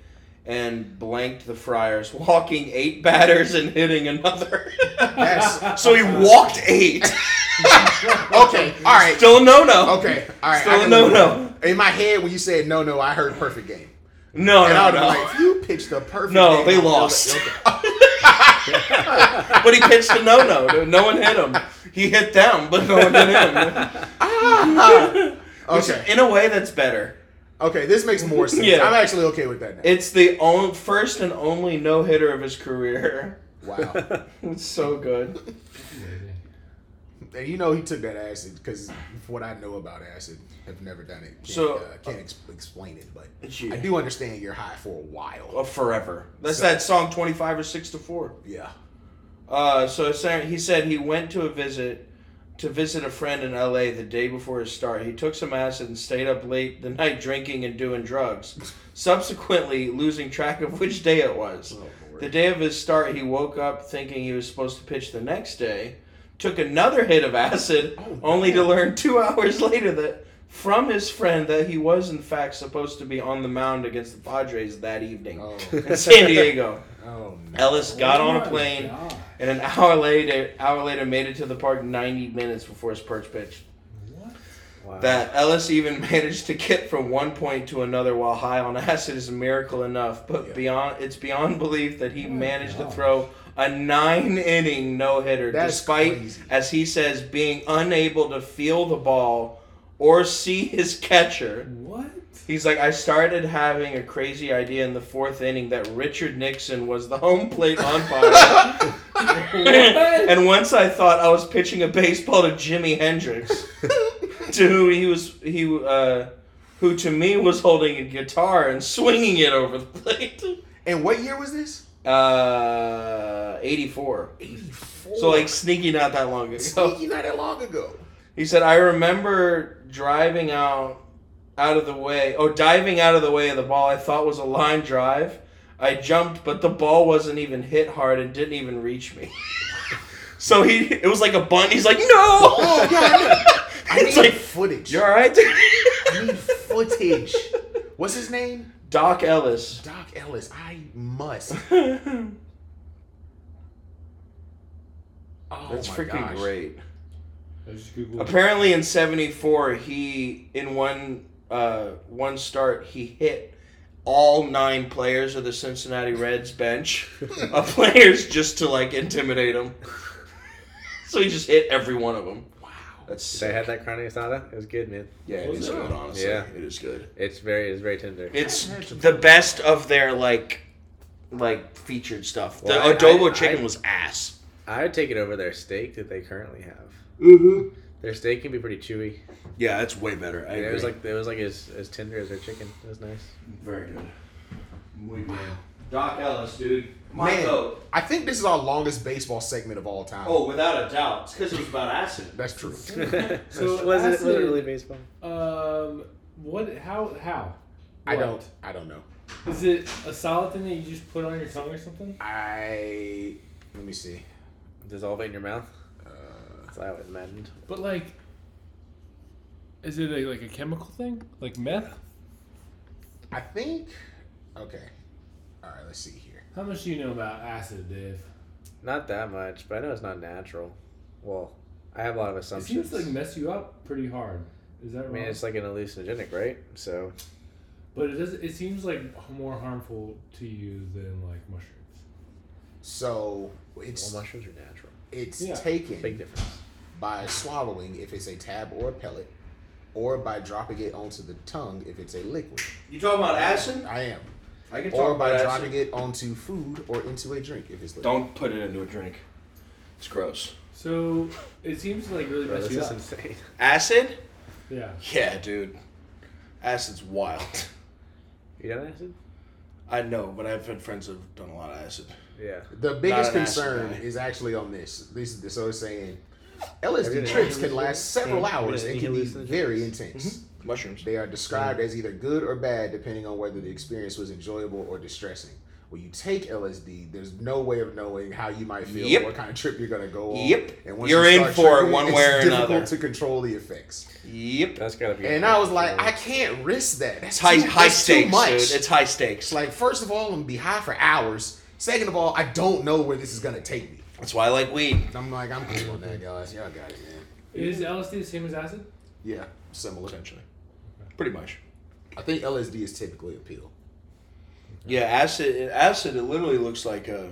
Speaker 2: and blanked the Friars, walking eight batters and hitting another.
Speaker 3: That's
Speaker 2: so he walked eight.
Speaker 3: okay. All right.
Speaker 2: Still a no no.
Speaker 3: Okay. All right. I
Speaker 2: Still a
Speaker 3: can-
Speaker 2: no no.
Speaker 3: In my head, when you said no, no, I heard perfect game.
Speaker 2: No,
Speaker 3: And
Speaker 2: Oh, no,
Speaker 3: I would be
Speaker 2: no.
Speaker 3: like, if you pitched the perfect
Speaker 2: No,
Speaker 3: game.
Speaker 2: they
Speaker 3: I'd be like,
Speaker 2: lost.
Speaker 3: okay.
Speaker 2: But he pitched a no no. No one hit him. He hit them, but no one hit him. Which,
Speaker 3: Ah. Okay.
Speaker 2: in a way, that's better.
Speaker 3: Okay, this makes more sense.
Speaker 2: Yeah.
Speaker 3: I'm actually okay with that now.
Speaker 2: It's the on- first and only no hitter of his career.
Speaker 3: wow.
Speaker 2: It's so good.
Speaker 3: and you know he took that acid because what I know about acid, I've never done it. Can't,
Speaker 2: So-
Speaker 3: uh, can't ex- explain it, but
Speaker 2: Yeah. Oh.
Speaker 3: I do understand you're high for a while.
Speaker 2: Of forever. That's that song 25 or 6 to 4.
Speaker 3: Yeah.
Speaker 2: Uh, so it's saying- he said he went to a visit to visit a friend in LA the day before his start. He took some acid and stayed up late the night drinking and doing drugs. Subsequently, losing track of which day it was. the day of his start, he woke up thinking he was supposed to pitch the next day. Took another hit of acid, only to learn two hours later that from his friend that he was in fact supposed to be on the mound against the Padres that evening
Speaker 3: Oh,
Speaker 2: in San Diego.
Speaker 3: oh no.
Speaker 2: Ellis got on a
Speaker 1: my
Speaker 2: plane
Speaker 1: God.
Speaker 2: and an hour later, hour later made it to the park 90 minutes before his perch pitch.
Speaker 4: Wow.
Speaker 2: That Ellis even managed to get from one point to another while high on acid is a miracle enough, but
Speaker 3: Yeah. Oh
Speaker 2: beyond it's beyond belief that he managed
Speaker 1: gosh.
Speaker 2: to throw a nine inning no hitter,
Speaker 3: That's
Speaker 2: despite
Speaker 3: crazy.
Speaker 2: as he says being unable to feel the ball or see his catcher.
Speaker 1: What?
Speaker 2: He's like, I started having a crazy idea in the fourth inning that Richard Nixon was the home plate umpire.
Speaker 1: What?
Speaker 2: and once I thought I was pitching a baseball to Jimi Hendrix, to who he was he uh, who to me was holding a guitar and swinging it over the plate.
Speaker 3: And what year was this?
Speaker 2: Uh, eighty four.
Speaker 3: 84.
Speaker 2: So like sneaky, not that long ago.
Speaker 3: Sneaky not that long ago.
Speaker 2: He said, "I remember driving out out of the way, oh, diving out of the way of the ball. I thought was a line drive. I jumped, but the ball wasn't even hit hard and didn't even reach me. So he, it was like a bun. He's like, no. Oh
Speaker 3: yeah, I I need
Speaker 2: it's like,
Speaker 3: footage.
Speaker 2: you're all right.
Speaker 3: I need footage. What's his name?
Speaker 2: Doc Ellis.
Speaker 3: Doc Ellis. I must. Oh
Speaker 2: That's
Speaker 3: my
Speaker 2: freaking
Speaker 3: gosh.
Speaker 2: great.
Speaker 1: I just Googled.
Speaker 2: Apparently, in '74, he in one uh, one start he hit all nine players of the Cincinnati Reds bench of players just to like intimidate them. so he just hit every one of them. Wow, that's
Speaker 4: Did I have that carne asada? It was good, man.
Speaker 2: yeah, it is good. Honestly,
Speaker 4: Yeah.
Speaker 2: it is good.
Speaker 4: It's very it's very tender.
Speaker 2: It's the best of their like like featured stuff. The
Speaker 4: Well, I-
Speaker 2: adobo
Speaker 4: I-
Speaker 2: chicken
Speaker 4: I-
Speaker 2: was ass.
Speaker 4: I would take it over their steak that they currently have.
Speaker 2: Mm-hmm.
Speaker 4: Their steak can be pretty chewy.
Speaker 2: Yeah, it's way better. I
Speaker 4: It was
Speaker 2: agree.
Speaker 4: like it was like as, as tender as their chicken. It was nice.
Speaker 2: Very good. Muy bien. Doc Ellis, dude. My
Speaker 3: Man,
Speaker 2: vote.
Speaker 3: I think this is our longest baseball segment of all time.
Speaker 2: Oh, without a doubt. It's because it was about acid.
Speaker 3: that's true.
Speaker 1: So
Speaker 4: was it was
Speaker 1: acid-
Speaker 4: it really baseball?
Speaker 1: Um, what? How? How?
Speaker 3: I
Speaker 1: What?
Speaker 3: don't. I don't know.
Speaker 1: Is it a solid thing that you just put on your tongue or something?
Speaker 3: I let me see.
Speaker 4: Dissolve it in your mouth. That's how it maddened.
Speaker 1: But like, is it a, like a chemical thing, like meth?
Speaker 3: I think. Okay. All right. Let's see here.
Speaker 1: How much do you know about acid, Dave?
Speaker 4: Not that much, but I know it's not natural. Well, I have a lot of
Speaker 1: It seems
Speaker 4: assumptions.
Speaker 1: to like mess you up pretty hard. Is that
Speaker 4: I
Speaker 1: wrong?
Speaker 4: mean, it's like an hallucinogenic, right? So
Speaker 1: but it does. It seems like more harmful to you than like mushrooms.
Speaker 3: So
Speaker 4: well,
Speaker 3: it's
Speaker 4: mushrooms are natural.
Speaker 3: it's
Speaker 1: Yeah.
Speaker 4: Big
Speaker 3: taken
Speaker 4: difference.
Speaker 3: by swallowing if it's a tab or a pellet, or by dropping it onto the tongue if it's a liquid.
Speaker 2: You talking about acid?
Speaker 3: I am.
Speaker 2: I can
Speaker 3: Or by dropping it onto food or into a drink if it's liquid.
Speaker 2: Don't put it into a drink. It's gross.
Speaker 1: So it seems to like really
Speaker 4: Bro,
Speaker 1: mess
Speaker 4: this
Speaker 1: you
Speaker 4: is
Speaker 1: up.
Speaker 4: insane.
Speaker 2: Acid?
Speaker 1: Yeah.
Speaker 2: Yeah, dude. Acid's wild.
Speaker 4: You done acid?
Speaker 2: I know, but I've had friends who've done a lot of acid.
Speaker 4: Yeah.
Speaker 3: The biggest
Speaker 2: an acid
Speaker 3: concern
Speaker 2: guy.
Speaker 3: is actually on this. This is so it's saying
Speaker 4: Everything
Speaker 3: LSD trips can
Speaker 4: else.
Speaker 3: last several
Speaker 4: Yeah.
Speaker 3: hours
Speaker 4: Yeah,
Speaker 3: and can be
Speaker 4: hallucinogens.
Speaker 3: very intense.
Speaker 1: Mm-hmm.
Speaker 2: Mushrooms.
Speaker 3: They are described as either good or bad depending on whether the experience was enjoyable or distressing. When you take LSD, there's no way of knowing how you might feel,
Speaker 2: Yep.
Speaker 3: what kind of trip you're gonna go on.
Speaker 2: Yep.
Speaker 3: and once
Speaker 2: You're
Speaker 3: you
Speaker 2: in
Speaker 3: start
Speaker 2: for it
Speaker 3: tripping,
Speaker 2: one way or
Speaker 3: It's
Speaker 2: another.
Speaker 3: difficult to control the effects.
Speaker 2: Yep.
Speaker 4: That's gotta be.
Speaker 3: And I was like, I can't risk that. That's
Speaker 2: It's high,
Speaker 3: too,
Speaker 2: high
Speaker 3: that's
Speaker 2: stakes,
Speaker 3: too much.
Speaker 2: dude. It's high stakes.
Speaker 3: It's like, first of all, I'm gonna be high for hours. Second of all, I don't know where this is gonna take me.
Speaker 2: That's why I like weed.
Speaker 3: I'm like, I'm cool on that, guys. Y'all got it, man.
Speaker 1: Is LSD the same as acid?
Speaker 3: Yeah, similar.
Speaker 2: Essentially. Pretty much.
Speaker 3: I think LSD is typically a pill.
Speaker 2: Yeah, acid. Acid. It literally looks like a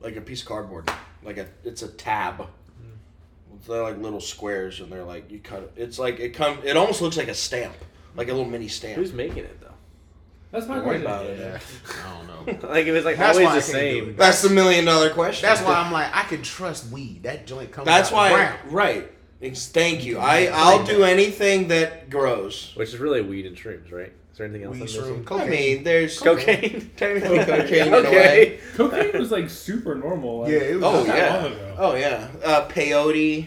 Speaker 2: like a piece of cardboard. Like a it's a tab.
Speaker 3: Mm.
Speaker 2: They're like little squares, and they're like you cut. it. It's like it come. It almost looks like a stamp, like a little mini stamp.
Speaker 4: Who's making it though?
Speaker 1: That's my
Speaker 2: Don't worry
Speaker 1: question.
Speaker 2: about it.
Speaker 3: I don't know.
Speaker 4: Like it was like
Speaker 3: That's why
Speaker 4: always the
Speaker 3: I can't do
Speaker 4: same.
Speaker 3: it.
Speaker 2: That's the million dollar question.
Speaker 3: That's why I'm like, I can trust weed. That joint comes.
Speaker 2: That's
Speaker 3: out
Speaker 2: why.
Speaker 3: brown.
Speaker 2: Right. It's, thank you. I I'll do anything that grows.
Speaker 4: Which is really weed and shrooms, right? Is there anything else?
Speaker 3: Weed,
Speaker 4: I'm missing?
Speaker 3: shroom, cocaine.
Speaker 2: I mean, there's
Speaker 4: Cocaine.
Speaker 2: technically cocaine. In a way.
Speaker 4: okay.
Speaker 1: Cocaine was like super normal. Like,
Speaker 3: yeah, it was.
Speaker 2: Oh
Speaker 3: just-
Speaker 1: that
Speaker 2: yeah.
Speaker 1: long ago.
Speaker 2: Oh yeah. Uh, peyote,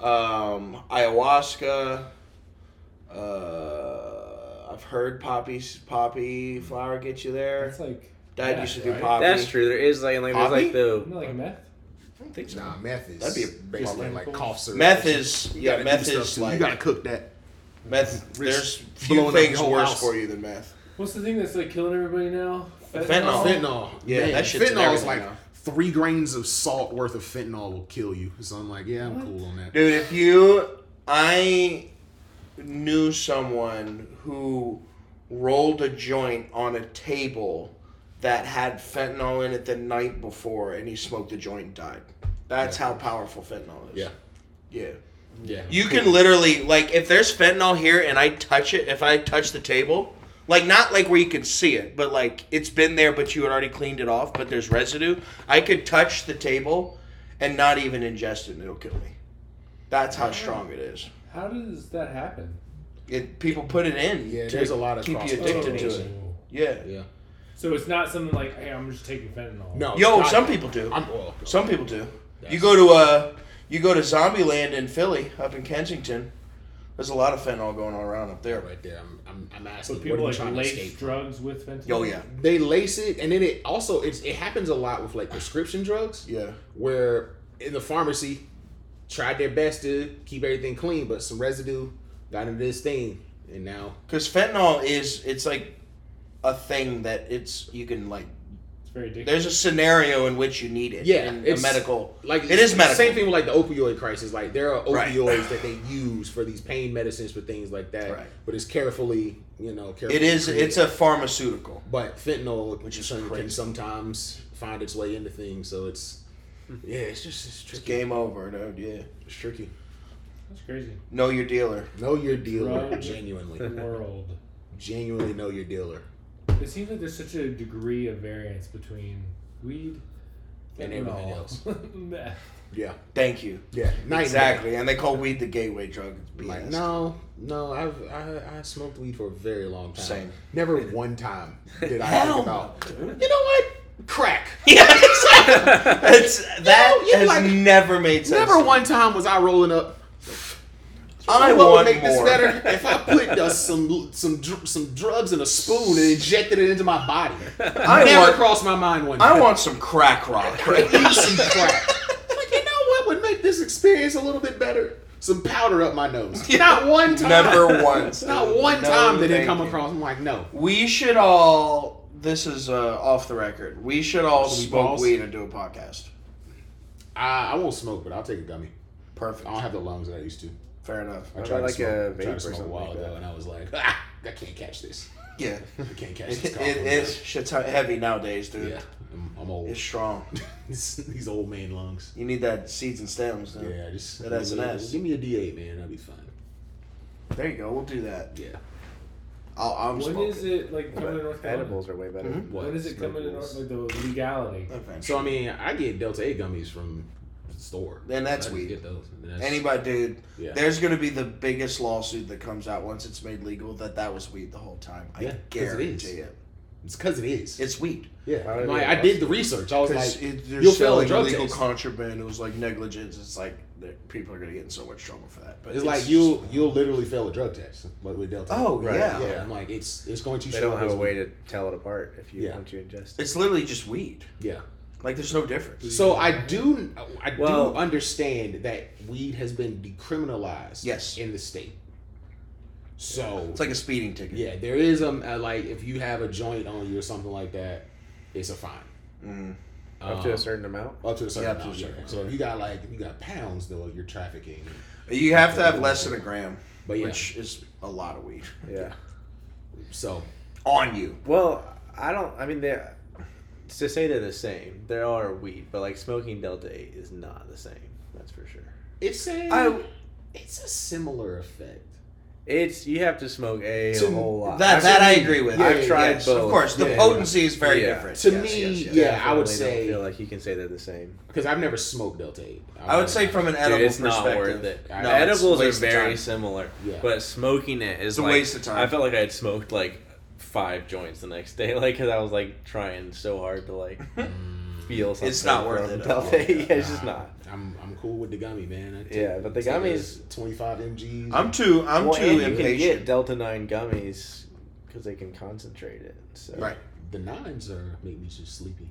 Speaker 2: um, ayahuasca. Uh, I've heard poppy poppy flower gets you there.
Speaker 1: That's like.
Speaker 2: Dad
Speaker 1: meth,
Speaker 2: used to do
Speaker 1: right?
Speaker 2: poppy.
Speaker 4: That's true. There is like, like there's like
Speaker 2: Hobby?
Speaker 1: Isn't that
Speaker 4: the
Speaker 1: like meth?
Speaker 2: I don't think so.
Speaker 3: Nah, meth is.
Speaker 2: That'd be a-
Speaker 3: basically
Speaker 1: just
Speaker 3: like
Speaker 1: chemicals.
Speaker 3: cough syrup.
Speaker 2: Meth is
Speaker 3: You
Speaker 2: yeah.
Speaker 3: gotta
Speaker 2: Meth
Speaker 3: do stuff
Speaker 2: is
Speaker 3: too. you
Speaker 2: like
Speaker 3: gotta cook that.
Speaker 2: meth. There's
Speaker 3: blowing
Speaker 2: few
Speaker 3: up your
Speaker 2: things
Speaker 3: whole
Speaker 2: worse
Speaker 3: house.
Speaker 2: for you than meth.
Speaker 1: What's the thing that's like killing everybody now?
Speaker 2: Fentanyl.
Speaker 3: Fentanyl.
Speaker 2: Yeah,
Speaker 3: Man,
Speaker 2: that shit's in
Speaker 3: fentanyl is
Speaker 2: everything
Speaker 3: like
Speaker 2: now.
Speaker 3: three grains of salt worth of fentanyl will kill you. So I'm like, yeah, I'm cool on that.
Speaker 2: Dude, if you, I knew someone who rolled a joint on a table that had fentanyl in it the night before, and he smoked the joint and died. That's how powerful fentanyl is.
Speaker 3: Yeah.
Speaker 2: Yeah.
Speaker 3: Yeah.
Speaker 2: You can literally like if there's fentanyl here and I touch it, if I touch the table, like not like where you can see it, but like it's been there but you had already cleaned it off, but there's residue, I could touch the table and not even ingest it and it'll kill me. That's how strong it is.
Speaker 1: How does that happen?
Speaker 2: It people put it in.
Speaker 3: Yeah,
Speaker 2: to
Speaker 3: there's a lot of
Speaker 2: keep you
Speaker 3: crossovers.
Speaker 2: addicted to it. Yeah.
Speaker 3: Yeah.
Speaker 1: Oh. So it's not something like, hey, I'm just taking fentanyl.
Speaker 3: No.
Speaker 2: Yo,
Speaker 3: God,
Speaker 2: some people do.
Speaker 3: I'm well,
Speaker 2: Some people do. You go to uh you go to Zombieland in Philly up in Kensington. There's a lot of fentanyl going on around up there.
Speaker 3: right there. I'm, I'm, I'm asking.
Speaker 1: So
Speaker 3: what are
Speaker 1: people
Speaker 3: you
Speaker 1: like
Speaker 3: trying to escape
Speaker 1: lace
Speaker 3: from?
Speaker 1: drugs with fentanyl.
Speaker 2: Oh yeah.
Speaker 3: They lace it, and then it also it's, it happens a lot with like prescription drugs.
Speaker 2: Yeah.
Speaker 3: where in the pharmacy tried their best to keep everything clean, but some residue got into this thing, and now
Speaker 2: Because fentanyl is it's like a thing that it's you can like.
Speaker 1: It's very addictive.
Speaker 2: There's a scenario in which you need it.
Speaker 3: Yeah,
Speaker 2: in the
Speaker 3: it's-
Speaker 2: medical.
Speaker 3: like
Speaker 2: It is medical.
Speaker 3: Same thing with like the opioid crisis. Like there are
Speaker 2: Right.
Speaker 3: opioids that they use for these pain medicines for things like that,
Speaker 2: Right.
Speaker 3: but it's carefully, you know, carefully.
Speaker 2: It is.
Speaker 3: created.
Speaker 2: It's a pharmaceutical.
Speaker 3: But fentanyl,
Speaker 2: Which
Speaker 3: which
Speaker 2: is
Speaker 3: is can
Speaker 2: crazy.
Speaker 3: sometimes find its way into things, so it's yeah, it's just it's
Speaker 2: It's
Speaker 3: tricky.
Speaker 2: game over, dude. Yeah.
Speaker 3: It's tricky.
Speaker 1: That's crazy.
Speaker 2: Know your dealer.
Speaker 3: Know your dealer
Speaker 1: Right.
Speaker 3: genuinely.
Speaker 1: World.
Speaker 3: genuinely know your dealer
Speaker 1: It seems like there's such a degree of variance between weed
Speaker 3: and everything
Speaker 1: fentanyl,
Speaker 3: else.
Speaker 1: meth.
Speaker 3: Yeah,
Speaker 2: Thank you.
Speaker 3: yeah, Night
Speaker 2: exactly, and they call weed the gateway drug. It's
Speaker 3: and day.
Speaker 2: BS.
Speaker 3: Like no, no, I've I, I smoked weed for a very long time.
Speaker 2: Same.
Speaker 3: Never one time did I
Speaker 2: Hell
Speaker 3: think about. You know what? Crack.
Speaker 2: Yeah, exactly. It's, that
Speaker 3: You know, you
Speaker 2: has
Speaker 3: like-
Speaker 2: never made sense.
Speaker 3: Never one time was I rolling up. "Oh,
Speaker 2: I
Speaker 3: what would
Speaker 2: want
Speaker 3: make
Speaker 2: more.
Speaker 3: this better if I put uh, some some dr- some drugs in a spoon and injected it into my body.
Speaker 2: I
Speaker 3: Never
Speaker 2: want-
Speaker 3: crossed my mind one time.
Speaker 2: I want some crack rock.
Speaker 3: At least some crack. Like, you know what would make this experience a little bit better? Some powder up my nose. Not one time.
Speaker 2: Never once.
Speaker 3: Not one
Speaker 2: No,
Speaker 3: time did it
Speaker 2: thank
Speaker 3: come
Speaker 2: you.
Speaker 3: across. I'm like, no.
Speaker 2: We should all. This is uh, off the record. We should all
Speaker 3: Should we
Speaker 2: smoke
Speaker 3: pause?
Speaker 2: weed and do a podcast.
Speaker 3: I, I won't smoke, but I'll take a gummy.
Speaker 2: Perfect.
Speaker 3: I don't have the lungs that I used to.
Speaker 2: Fair enough.
Speaker 3: I
Speaker 4: about
Speaker 3: tried
Speaker 4: like
Speaker 3: to smoke,
Speaker 4: a
Speaker 3: I tried
Speaker 4: vape or
Speaker 3: to smoke a
Speaker 4: something
Speaker 3: while
Speaker 4: like
Speaker 3: ago,
Speaker 4: that?
Speaker 3: and I was like, ah, I can't catch this.
Speaker 2: Yeah.
Speaker 3: I can't catch
Speaker 2: It,
Speaker 3: this.
Speaker 2: it,
Speaker 3: cough.
Speaker 2: it's shit's heavy nowadays, dude.
Speaker 3: Yeah, I'm, I'm old.
Speaker 2: It's strong.
Speaker 3: These old man lungs.
Speaker 2: You need that seeds and stems. Dude.
Speaker 3: Yeah, just
Speaker 2: That has an
Speaker 3: give me-
Speaker 2: ass.
Speaker 3: Give me a D8, man. That'll be fine.
Speaker 2: There you go. We'll do that.
Speaker 3: Yeah.
Speaker 2: I'll, I'm
Speaker 1: When
Speaker 2: smoking.
Speaker 1: is it like coming to North
Speaker 4: But
Speaker 1: Carolina?
Speaker 4: edibles are way better.
Speaker 3: Mm-hmm.
Speaker 2: Mhm.
Speaker 1: When is it coming to North? Like the legality.
Speaker 2: Eventually.
Speaker 3: So I mean, I get Delta A gummies from the store.
Speaker 2: Then that's
Speaker 3: I just
Speaker 2: weed.
Speaker 3: Get those. And that's-
Speaker 2: Anybody, dude.
Speaker 3: Yeah.
Speaker 2: There's going to be the biggest lawsuit that comes out once it's made legal that that was weed the whole time. I
Speaker 3: Yeah, 'cause it
Speaker 2: guarantee
Speaker 3: is.
Speaker 2: it.
Speaker 3: It's because it is.
Speaker 2: It's weed.
Speaker 3: yeah.
Speaker 4: Why would
Speaker 3: Like,
Speaker 4: it
Speaker 3: I
Speaker 4: be
Speaker 3: did the research. I was
Speaker 2: Because
Speaker 3: like,
Speaker 2: they're
Speaker 3: you'll fail a
Speaker 2: selling
Speaker 3: drug
Speaker 2: illegal
Speaker 3: test.
Speaker 2: contraband. It was like negligence. It's like that people are going to get in so much trouble for that. But
Speaker 3: it's, like you you'll literally fail a drug test like with Delta.
Speaker 2: Oh
Speaker 4: Right,
Speaker 2: yeah.
Speaker 3: yeah. I'm like it's it's going to
Speaker 4: They
Speaker 3: show
Speaker 4: don't have
Speaker 3: as
Speaker 4: a way
Speaker 3: weed.
Speaker 4: to tell it apart if you
Speaker 3: Yeah.
Speaker 4: once you ingest it.
Speaker 2: It's literally just weed.
Speaker 3: Yeah.
Speaker 2: Like there's no difference.
Speaker 3: So I do I
Speaker 4: Well-
Speaker 3: do understand that weed has been decriminalized.
Speaker 2: Yes.
Speaker 3: In the state. So
Speaker 2: It's like a speeding ticket.
Speaker 3: yeah, there is um, a like if you have a joint on you or something like that, it's a fine.
Speaker 2: Mm.
Speaker 4: Up to
Speaker 3: Um,
Speaker 4: a certain amount.
Speaker 3: Up to a certain
Speaker 2: Yeah, up to a
Speaker 3: amount. yeah.
Speaker 2: certain
Speaker 3: So if you got like if you got pounds though, you're trafficking.
Speaker 2: You have to have less than a gram,
Speaker 3: But Oh, yeah,
Speaker 2: which is a lot of weed
Speaker 4: Yeah.
Speaker 3: so
Speaker 2: on you.
Speaker 4: Well, I don't. I mean, they're to say they're the same. They are weed, but like smoking Delta Eight is not the same. That's for sure.
Speaker 3: it's a
Speaker 2: I-
Speaker 3: it's a similar effect.
Speaker 4: It's you have to smoke a
Speaker 3: To-
Speaker 4: whole lot.
Speaker 2: That
Speaker 4: I've
Speaker 2: that I
Speaker 4: seen-
Speaker 2: agree with.
Speaker 4: Yeah,
Speaker 2: I-
Speaker 4: I've tried
Speaker 2: yes, Of
Speaker 4: both.
Speaker 2: course, the
Speaker 4: Yeah.
Speaker 2: potency is very
Speaker 4: Yeah.
Speaker 2: different.
Speaker 3: To
Speaker 2: Yes,
Speaker 3: me,
Speaker 2: yes, yes.
Speaker 3: yeah, I would
Speaker 4: definitely don't
Speaker 3: say-
Speaker 4: feel like you can say they're the same.
Speaker 3: Because I've never smoked Delta Eight.
Speaker 2: I would say from an edible
Speaker 4: Dude, it's
Speaker 2: perspective,
Speaker 4: not worth it.
Speaker 3: No,
Speaker 4: The
Speaker 3: it's
Speaker 4: edibles
Speaker 2: a
Speaker 4: are
Speaker 2: waste of
Speaker 4: very
Speaker 2: time.
Speaker 4: similar,
Speaker 3: Yeah.
Speaker 4: but smoking it is
Speaker 2: a
Speaker 4: like-
Speaker 2: waste of time.
Speaker 4: I felt like I had smoked like five joints the next day, like because I was like trying so hard to like feel something.
Speaker 2: not worth
Speaker 4: from
Speaker 2: it.
Speaker 4: Delta
Speaker 3: Yeah,
Speaker 4: 8. Yeah, it's just
Speaker 3: nah.
Speaker 4: not.
Speaker 3: I'm I'm cool with the gummy, man. I
Speaker 4: Yeah, but the gummies-
Speaker 3: twenty five mgs.
Speaker 2: I'm too. I'm
Speaker 4: Well,
Speaker 2: too
Speaker 4: and you can
Speaker 2: impatient.
Speaker 4: get Delta Nine gummies because they can concentrate it. So
Speaker 2: Right.
Speaker 3: the nines are make me just sleepy.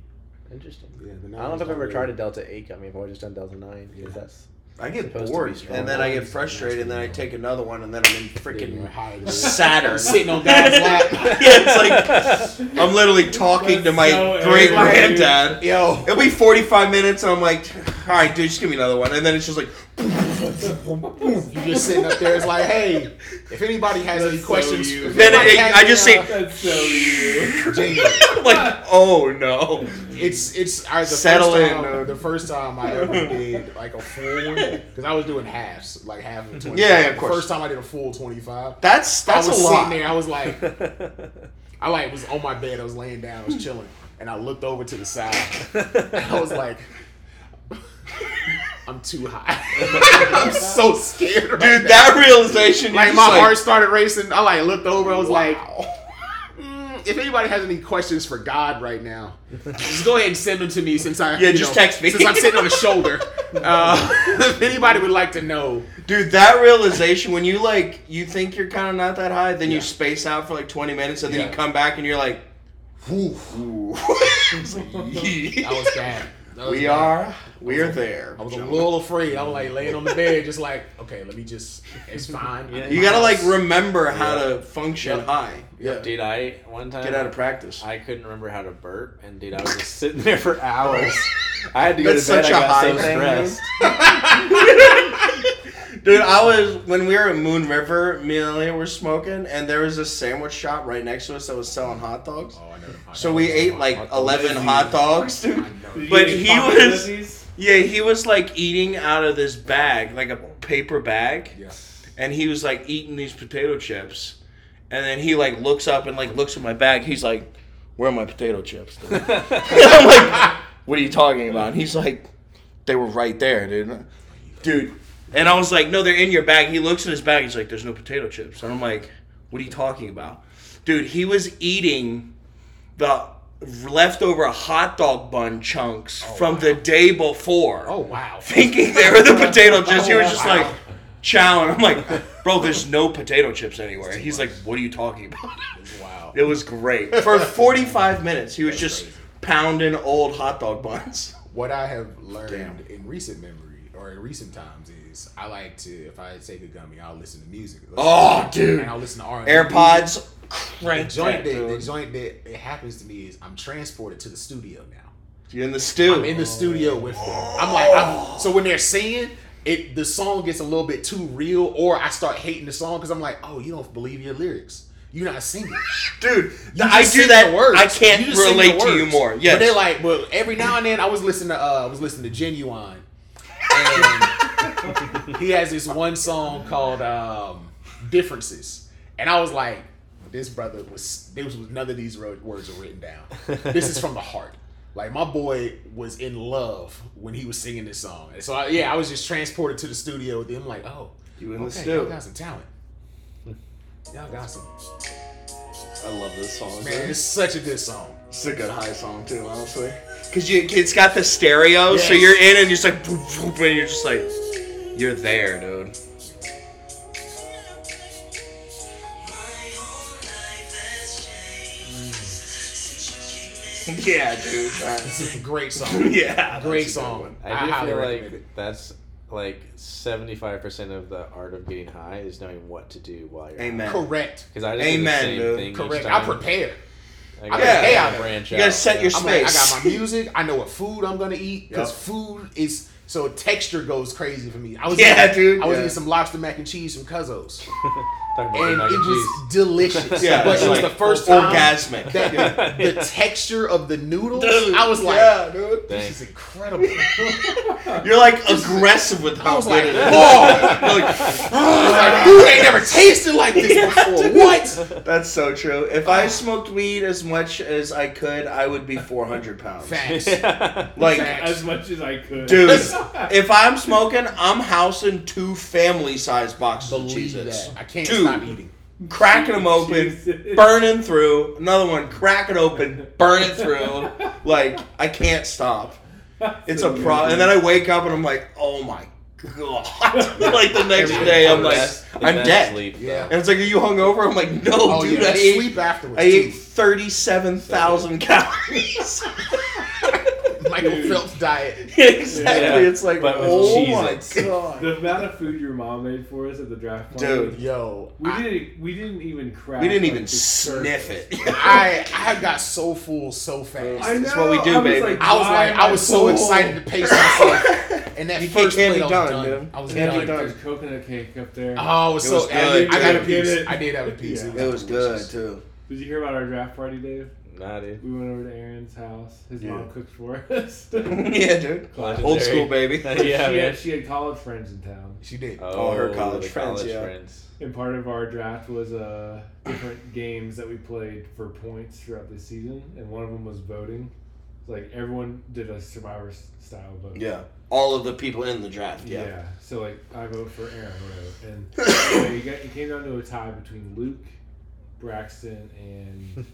Speaker 4: interesting.
Speaker 3: Yeah, the nines
Speaker 4: I don't know if I've ever
Speaker 3: really-
Speaker 4: tried a Delta Eight gummy. I've always just done Delta Nine.
Speaker 3: Yeah.
Speaker 4: 'cause that's
Speaker 2: I get
Speaker 4: supposed to be
Speaker 2: bored,
Speaker 4: strong.
Speaker 2: and then I get
Speaker 3: Nice,
Speaker 2: frustrated, and then I
Speaker 3: nice.
Speaker 2: take another one, and then I'm in
Speaker 3: They're
Speaker 2: freaking
Speaker 3: high, they're-
Speaker 2: Saturn.
Speaker 3: sitting on God's lap.
Speaker 2: yeah, it's like I'm literally talking to my
Speaker 1: That's so
Speaker 2: great
Speaker 1: irritating.
Speaker 2: granddad.
Speaker 3: Yo,
Speaker 2: It'll be 45 minutes, and I'm like, all right, dude, just give me another one. And then it's just like,
Speaker 3: you just sitting up there. It's like, hey, if anybody has any
Speaker 1: so
Speaker 3: questions,
Speaker 1: you.
Speaker 3: if
Speaker 2: then
Speaker 3: anybody
Speaker 2: it,
Speaker 3: has
Speaker 2: I
Speaker 3: any,
Speaker 2: just
Speaker 3: uh,
Speaker 2: say,
Speaker 1: That's so you.
Speaker 3: James,
Speaker 2: I'm like, oh no.
Speaker 3: It's it's I, the
Speaker 2: Settle
Speaker 3: first
Speaker 2: in,
Speaker 3: time,
Speaker 2: dude.
Speaker 3: the first time I ever did like a full because I was doing halves like half of twenty.
Speaker 2: Yeah, yeah, of
Speaker 3: The
Speaker 2: course.
Speaker 3: First time I did a full twenty five.
Speaker 2: That's that's
Speaker 3: I was
Speaker 2: a
Speaker 3: sitting
Speaker 2: lot.
Speaker 3: there. I was like, I like was on my bed. I was laying down. I was chilling, and I looked over to the side. And I was like, I'm too high. I'm so scared, right
Speaker 2: Dude,
Speaker 3: now.
Speaker 2: that realization,
Speaker 3: like
Speaker 2: like
Speaker 3: my heart started racing. I like looked over. I was like,
Speaker 2: Wow.
Speaker 3: "Mm, if anybody has any questions for God right now, just go ahead and send them to me. Since I
Speaker 2: Yeah,
Speaker 3: you
Speaker 2: just
Speaker 3: know,
Speaker 2: text me.
Speaker 3: Since I'm sitting on his shoulder, uh, if anybody would like to know,
Speaker 2: Dude, that realization when you like you think you're kind of not that high, then you
Speaker 3: Yeah.
Speaker 2: space out for like 20 minutes, and then
Speaker 3: Yeah.
Speaker 2: you come back and you're like,
Speaker 3: whew,
Speaker 2: ooh.
Speaker 3: that was bad. That That was
Speaker 2: we
Speaker 3: bad.
Speaker 2: are we are there.
Speaker 3: I was a
Speaker 2: gentlemen.
Speaker 3: little afraid. I was like laying on the bed, just like, okay, let me just. It's fine.
Speaker 4: Yeah.
Speaker 2: You gotta like remember how to function
Speaker 10: Yeah.
Speaker 2: high.
Speaker 3: Yeah.
Speaker 10: Dude, I one time
Speaker 2: Get out of practice.
Speaker 10: I couldn't remember how to burp, and dude, I was just sitting there for hours. I had to go
Speaker 2: That's
Speaker 10: to bed.
Speaker 2: such
Speaker 10: I
Speaker 2: a
Speaker 10: got
Speaker 2: high
Speaker 10: so
Speaker 2: thing,
Speaker 10: stressed.
Speaker 2: Dude, I was when we were at Moon River, me and Leah were smoking, and there was a sandwich shop right next to us that was selling hot dogs.
Speaker 3: Oh, I know them hot
Speaker 2: So
Speaker 3: dogs.
Speaker 2: we ate like
Speaker 3: Hot dogs.
Speaker 2: eleven hot dogs,
Speaker 3: I
Speaker 2: dude.
Speaker 3: know
Speaker 1: Did
Speaker 3: them.
Speaker 1: you
Speaker 2: But
Speaker 1: get
Speaker 2: he
Speaker 1: Papa
Speaker 2: was-
Speaker 1: Murphy's?
Speaker 2: Yeah, he was like eating out of this bag, like a paper bag,
Speaker 3: Yeah.
Speaker 2: and he was like eating these potato chips, and then he like looks up and like looks at my bag. He's like, "Where are my potato chips?" dude?" I'm like, "What are you talking about?" And he's like, "They were right there, dude." Dude, and I was like, "No, they're in your bag." He looks in his bag. He's like, "There's no potato chips," and I'm like, "What are you talking about?" Dude, he was eating the leftover hot dog bun chunks from the day before
Speaker 3: Oh wow.
Speaker 2: thinking they were the potato chips. he
Speaker 3: Oh,
Speaker 2: was just
Speaker 3: wow.
Speaker 2: like chowing. I'm like, bro, there's no potato chips anywhere. He's like, what are you talking about?
Speaker 3: Wow.
Speaker 2: It was great. For 45 minutes, he was just pounding old hot dog buns.
Speaker 3: What I have learned in recent memory or in recent times is I like to if I take a gummy, I'll listen to music.
Speaker 2: Oh, dude.
Speaker 3: And I'll listen to R
Speaker 2: AirPods,
Speaker 3: The
Speaker 2: crank that,
Speaker 3: joint that the
Speaker 2: dude.
Speaker 3: joint that it happens to me is I'm transported to the studio now.
Speaker 2: You in the
Speaker 3: I'm
Speaker 2: stew.
Speaker 3: in the studio with them. I'm like, I'm, so when they're singing, it the song gets a little bit too real, or I start hating the song because I'm like, oh, you don't believe your lyrics. You're not singing.
Speaker 2: Dude,
Speaker 3: You
Speaker 2: I
Speaker 3: just
Speaker 2: do
Speaker 3: sing
Speaker 2: that.
Speaker 3: the words.
Speaker 2: I can't
Speaker 3: You just sing the
Speaker 2: relate to you
Speaker 3: words.
Speaker 2: more.
Speaker 3: But they're
Speaker 2: Yes.
Speaker 3: like, well, every now and then I was listening to uh, I was listening to Genuine, and he has this one song called um, "Differences," and I was like, this brother was this was none of these ro- words were written down. This is from the heart. Like my boy was in love when he was singing this song, and so I, yeah, I was just transported to the studio with him. Like, oh,
Speaker 2: You in the
Speaker 3: okay, y'all
Speaker 2: stew.
Speaker 3: got some talent. Y'all got some.
Speaker 2: I love this song.
Speaker 3: Man, it's such a good song.
Speaker 2: It's a good high song too, honestly. Cause you, it's got the stereo, so
Speaker 3: Yes.
Speaker 2: you're in and you're just like, boop, boop, and you're just like, you're there, dude. Yeah, dude.
Speaker 3: It's a great song.
Speaker 2: Yeah,
Speaker 3: Great
Speaker 2: that's a good
Speaker 3: song.
Speaker 2: one.
Speaker 3: I
Speaker 4: I do
Speaker 3: highly
Speaker 4: feel
Speaker 3: recommend
Speaker 4: like that's like seventy five percent of the art of getting high is knowing what to do while you're
Speaker 2: Amen.
Speaker 3: Correct.
Speaker 4: Because I just do the
Speaker 2: Amen,
Speaker 4: same
Speaker 2: dude.
Speaker 4: thing.
Speaker 3: Correct.
Speaker 4: Each
Speaker 3: I
Speaker 4: time.
Speaker 3: prepare.
Speaker 4: I
Speaker 3: I'm
Speaker 4: gotta
Speaker 2: like, hey,
Speaker 4: kinda
Speaker 3: I'm-
Speaker 4: branch
Speaker 2: You gotta
Speaker 4: out.
Speaker 2: set your
Speaker 3: I'm like, I
Speaker 2: space.
Speaker 3: got my music. I know what food I'm gonna eat because
Speaker 2: Yup.
Speaker 3: food is so texture goes crazy for me. I was
Speaker 2: Yeah,
Speaker 3: eating,
Speaker 2: dude,
Speaker 3: I was
Speaker 2: yeah.
Speaker 3: eating some lobster mac and cheese from Cuzzo's,
Speaker 4: Talk about
Speaker 3: and
Speaker 4: mac
Speaker 3: it
Speaker 4: and
Speaker 3: was delicious.
Speaker 2: Yeah,
Speaker 3: but
Speaker 2: it's
Speaker 3: it was
Speaker 4: like
Speaker 3: the first time
Speaker 2: Orgasmic.
Speaker 3: that the texture of the noodles.
Speaker 2: Dude,
Speaker 3: I was like,
Speaker 2: yeah,
Speaker 4: Dang.
Speaker 3: this is incredible.
Speaker 2: You're like aggressive with how
Speaker 3: was
Speaker 2: good it
Speaker 3: like,
Speaker 2: is.
Speaker 3: whoa.
Speaker 2: You're like,
Speaker 3: I was like, food ain't never tasted like this before. What?
Speaker 2: That's so true. If I smoked weed as much as I could, I would be 400 pounds.
Speaker 3: Facts.
Speaker 2: Like,
Speaker 3: Facts.
Speaker 1: As much as I could.
Speaker 2: dude, if I'm smoking, I'm housing two family-sized boxes of
Speaker 3: Believe
Speaker 2: cheeses,
Speaker 3: that. I can't
Speaker 2: Dude.
Speaker 3: stop eating.
Speaker 2: cracking them open,
Speaker 1: Jesus.
Speaker 2: burning through. Another one, crack it open, burn it through. Like, I can't stop. It's a pro. And then I wake up and I'm like, oh my god. like the next day, I'm like,
Speaker 4: The
Speaker 2: I'm
Speaker 4: best
Speaker 2: dead.
Speaker 4: Sleep,
Speaker 3: Yeah.
Speaker 2: And it's like, are you hungover? I'm like, no,
Speaker 3: Oh
Speaker 2: dude.
Speaker 3: yeah,
Speaker 2: I ate
Speaker 3: sleep afterwards.
Speaker 2: I
Speaker 3: too.
Speaker 2: ate 37,000 calories.
Speaker 3: Michael Phelps diet.
Speaker 2: exactly.
Speaker 4: Yeah,
Speaker 2: It's like,
Speaker 4: but with
Speaker 2: oh
Speaker 4: Cheez-Its.
Speaker 2: my god.
Speaker 1: The amount of food your mom made for us at the draft party.
Speaker 2: Dude.
Speaker 3: Yo,
Speaker 1: We
Speaker 3: I,
Speaker 1: didn't, we didn't even crack.
Speaker 2: We didn't
Speaker 1: like,
Speaker 2: even
Speaker 1: the
Speaker 2: sniff
Speaker 1: surface.
Speaker 2: it.
Speaker 3: I I got so full so fast.
Speaker 1: I know.
Speaker 2: That's what we do,
Speaker 1: I was
Speaker 2: baby.
Speaker 1: Like,
Speaker 3: I was
Speaker 1: why
Speaker 3: like,
Speaker 1: am
Speaker 3: I was so
Speaker 1: full?
Speaker 3: excited to pace myself. And that
Speaker 2: You
Speaker 3: first
Speaker 2: can't be
Speaker 3: plate, I
Speaker 2: done,
Speaker 3: was done.
Speaker 2: dude.
Speaker 3: I was
Speaker 1: And
Speaker 2: Can't be
Speaker 1: like,
Speaker 3: done.
Speaker 2: done.
Speaker 1: there's coconut cake up there.
Speaker 3: Oh, it was
Speaker 2: It
Speaker 3: so
Speaker 2: was
Speaker 3: I,
Speaker 2: good,
Speaker 3: I got a
Speaker 1: dude. Get
Speaker 3: piece.
Speaker 1: it.
Speaker 3: I did have a piece.
Speaker 1: Yeah.
Speaker 2: It was good, too.
Speaker 1: Did you hear about our draft party, Dave?
Speaker 4: Nah, dude.
Speaker 1: We went over to Aaron's house. His
Speaker 3: Yeah.
Speaker 1: mom cooked for us.
Speaker 2: yeah, dude. Old school, baby.
Speaker 4: yeah,
Speaker 1: she,
Speaker 4: man.
Speaker 1: had, she had college friends in town,
Speaker 3: She did.
Speaker 2: All her college
Speaker 4: the
Speaker 2: friends, yeah.
Speaker 4: friends.
Speaker 1: and part of our draft was uh, different games that we played for points throughout the season, and one of them was voting. Like everyone did a survivor s- style vote.
Speaker 2: Yeah. All of the people in the draft,
Speaker 1: Yeah.
Speaker 2: yeah.
Speaker 1: So like, I vote for Aaron, whatever. And so you, got, you came down to a tie between Luke, Braxton, and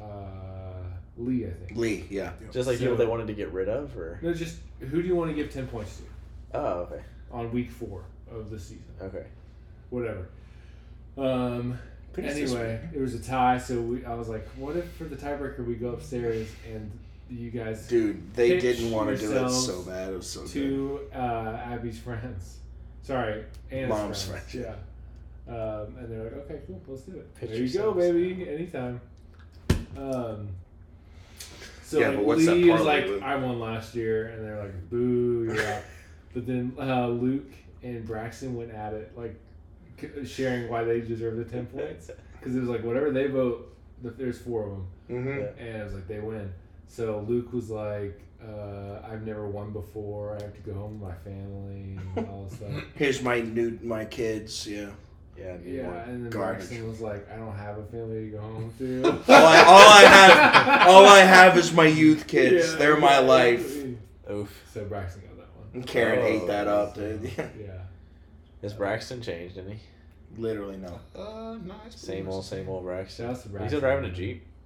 Speaker 1: uh, Lee. I think.
Speaker 2: Lee, yeah.
Speaker 4: Just like
Speaker 1: So-
Speaker 4: people they wanted to get rid of, or
Speaker 1: No, just who do you want to give ten points to
Speaker 4: oh, okay,
Speaker 1: on week four of the season?
Speaker 4: okay.
Speaker 1: Whatever. Um.
Speaker 2: Pretty
Speaker 1: anyway, it was a tie, so we, I was like, "What if for the tiebreaker we go upstairs and you guys
Speaker 2: Dude, they
Speaker 1: Pitch
Speaker 2: didn't want to do it
Speaker 1: yourselves
Speaker 2: so bad. It was so good.
Speaker 1: to uh, Abby's friends. Sorry, Anna's
Speaker 2: Mom's
Speaker 1: friends.
Speaker 2: friends,
Speaker 1: Yeah. Um, and they're like, okay, cool, let's do it.
Speaker 4: Pitch
Speaker 1: there you go,
Speaker 4: yourselves.
Speaker 1: baby, anytime. Um, so
Speaker 2: Yeah,
Speaker 1: like,
Speaker 2: but what's that
Speaker 1: Lee is
Speaker 2: parlay
Speaker 1: like,
Speaker 2: with?
Speaker 1: I won last year, and they're like, boo, yeah. but then uh, Luke and Braxton went at it, like c- sharing why they deserve the ten points because it was like whatever they vote, th- there's four of them
Speaker 2: Mm-hmm.
Speaker 1: and I was like, they win. So Luke was like, uh, I've never won before. I have to go home to my family and all this stuff.
Speaker 2: Here's my new my kids. Yeah.
Speaker 4: Yeah.
Speaker 1: yeah, and then
Speaker 2: garbage.
Speaker 1: Braxton was like, I don't have a family to go home to.
Speaker 2: All I, all I have, all I have is my youth kids.
Speaker 1: Yeah,
Speaker 2: They're my
Speaker 1: yeah.
Speaker 2: life.
Speaker 4: Oof.
Speaker 1: So Braxton got that one.
Speaker 2: And Karen ate
Speaker 4: Oh,
Speaker 2: that up, dude.
Speaker 1: Yeah.
Speaker 4: Has Braxton changed any?
Speaker 2: Literally no.
Speaker 3: Uh, nice.
Speaker 4: Same old, same old Braxton.
Speaker 1: Shouts to Braxton.
Speaker 4: He's still driving a jeep.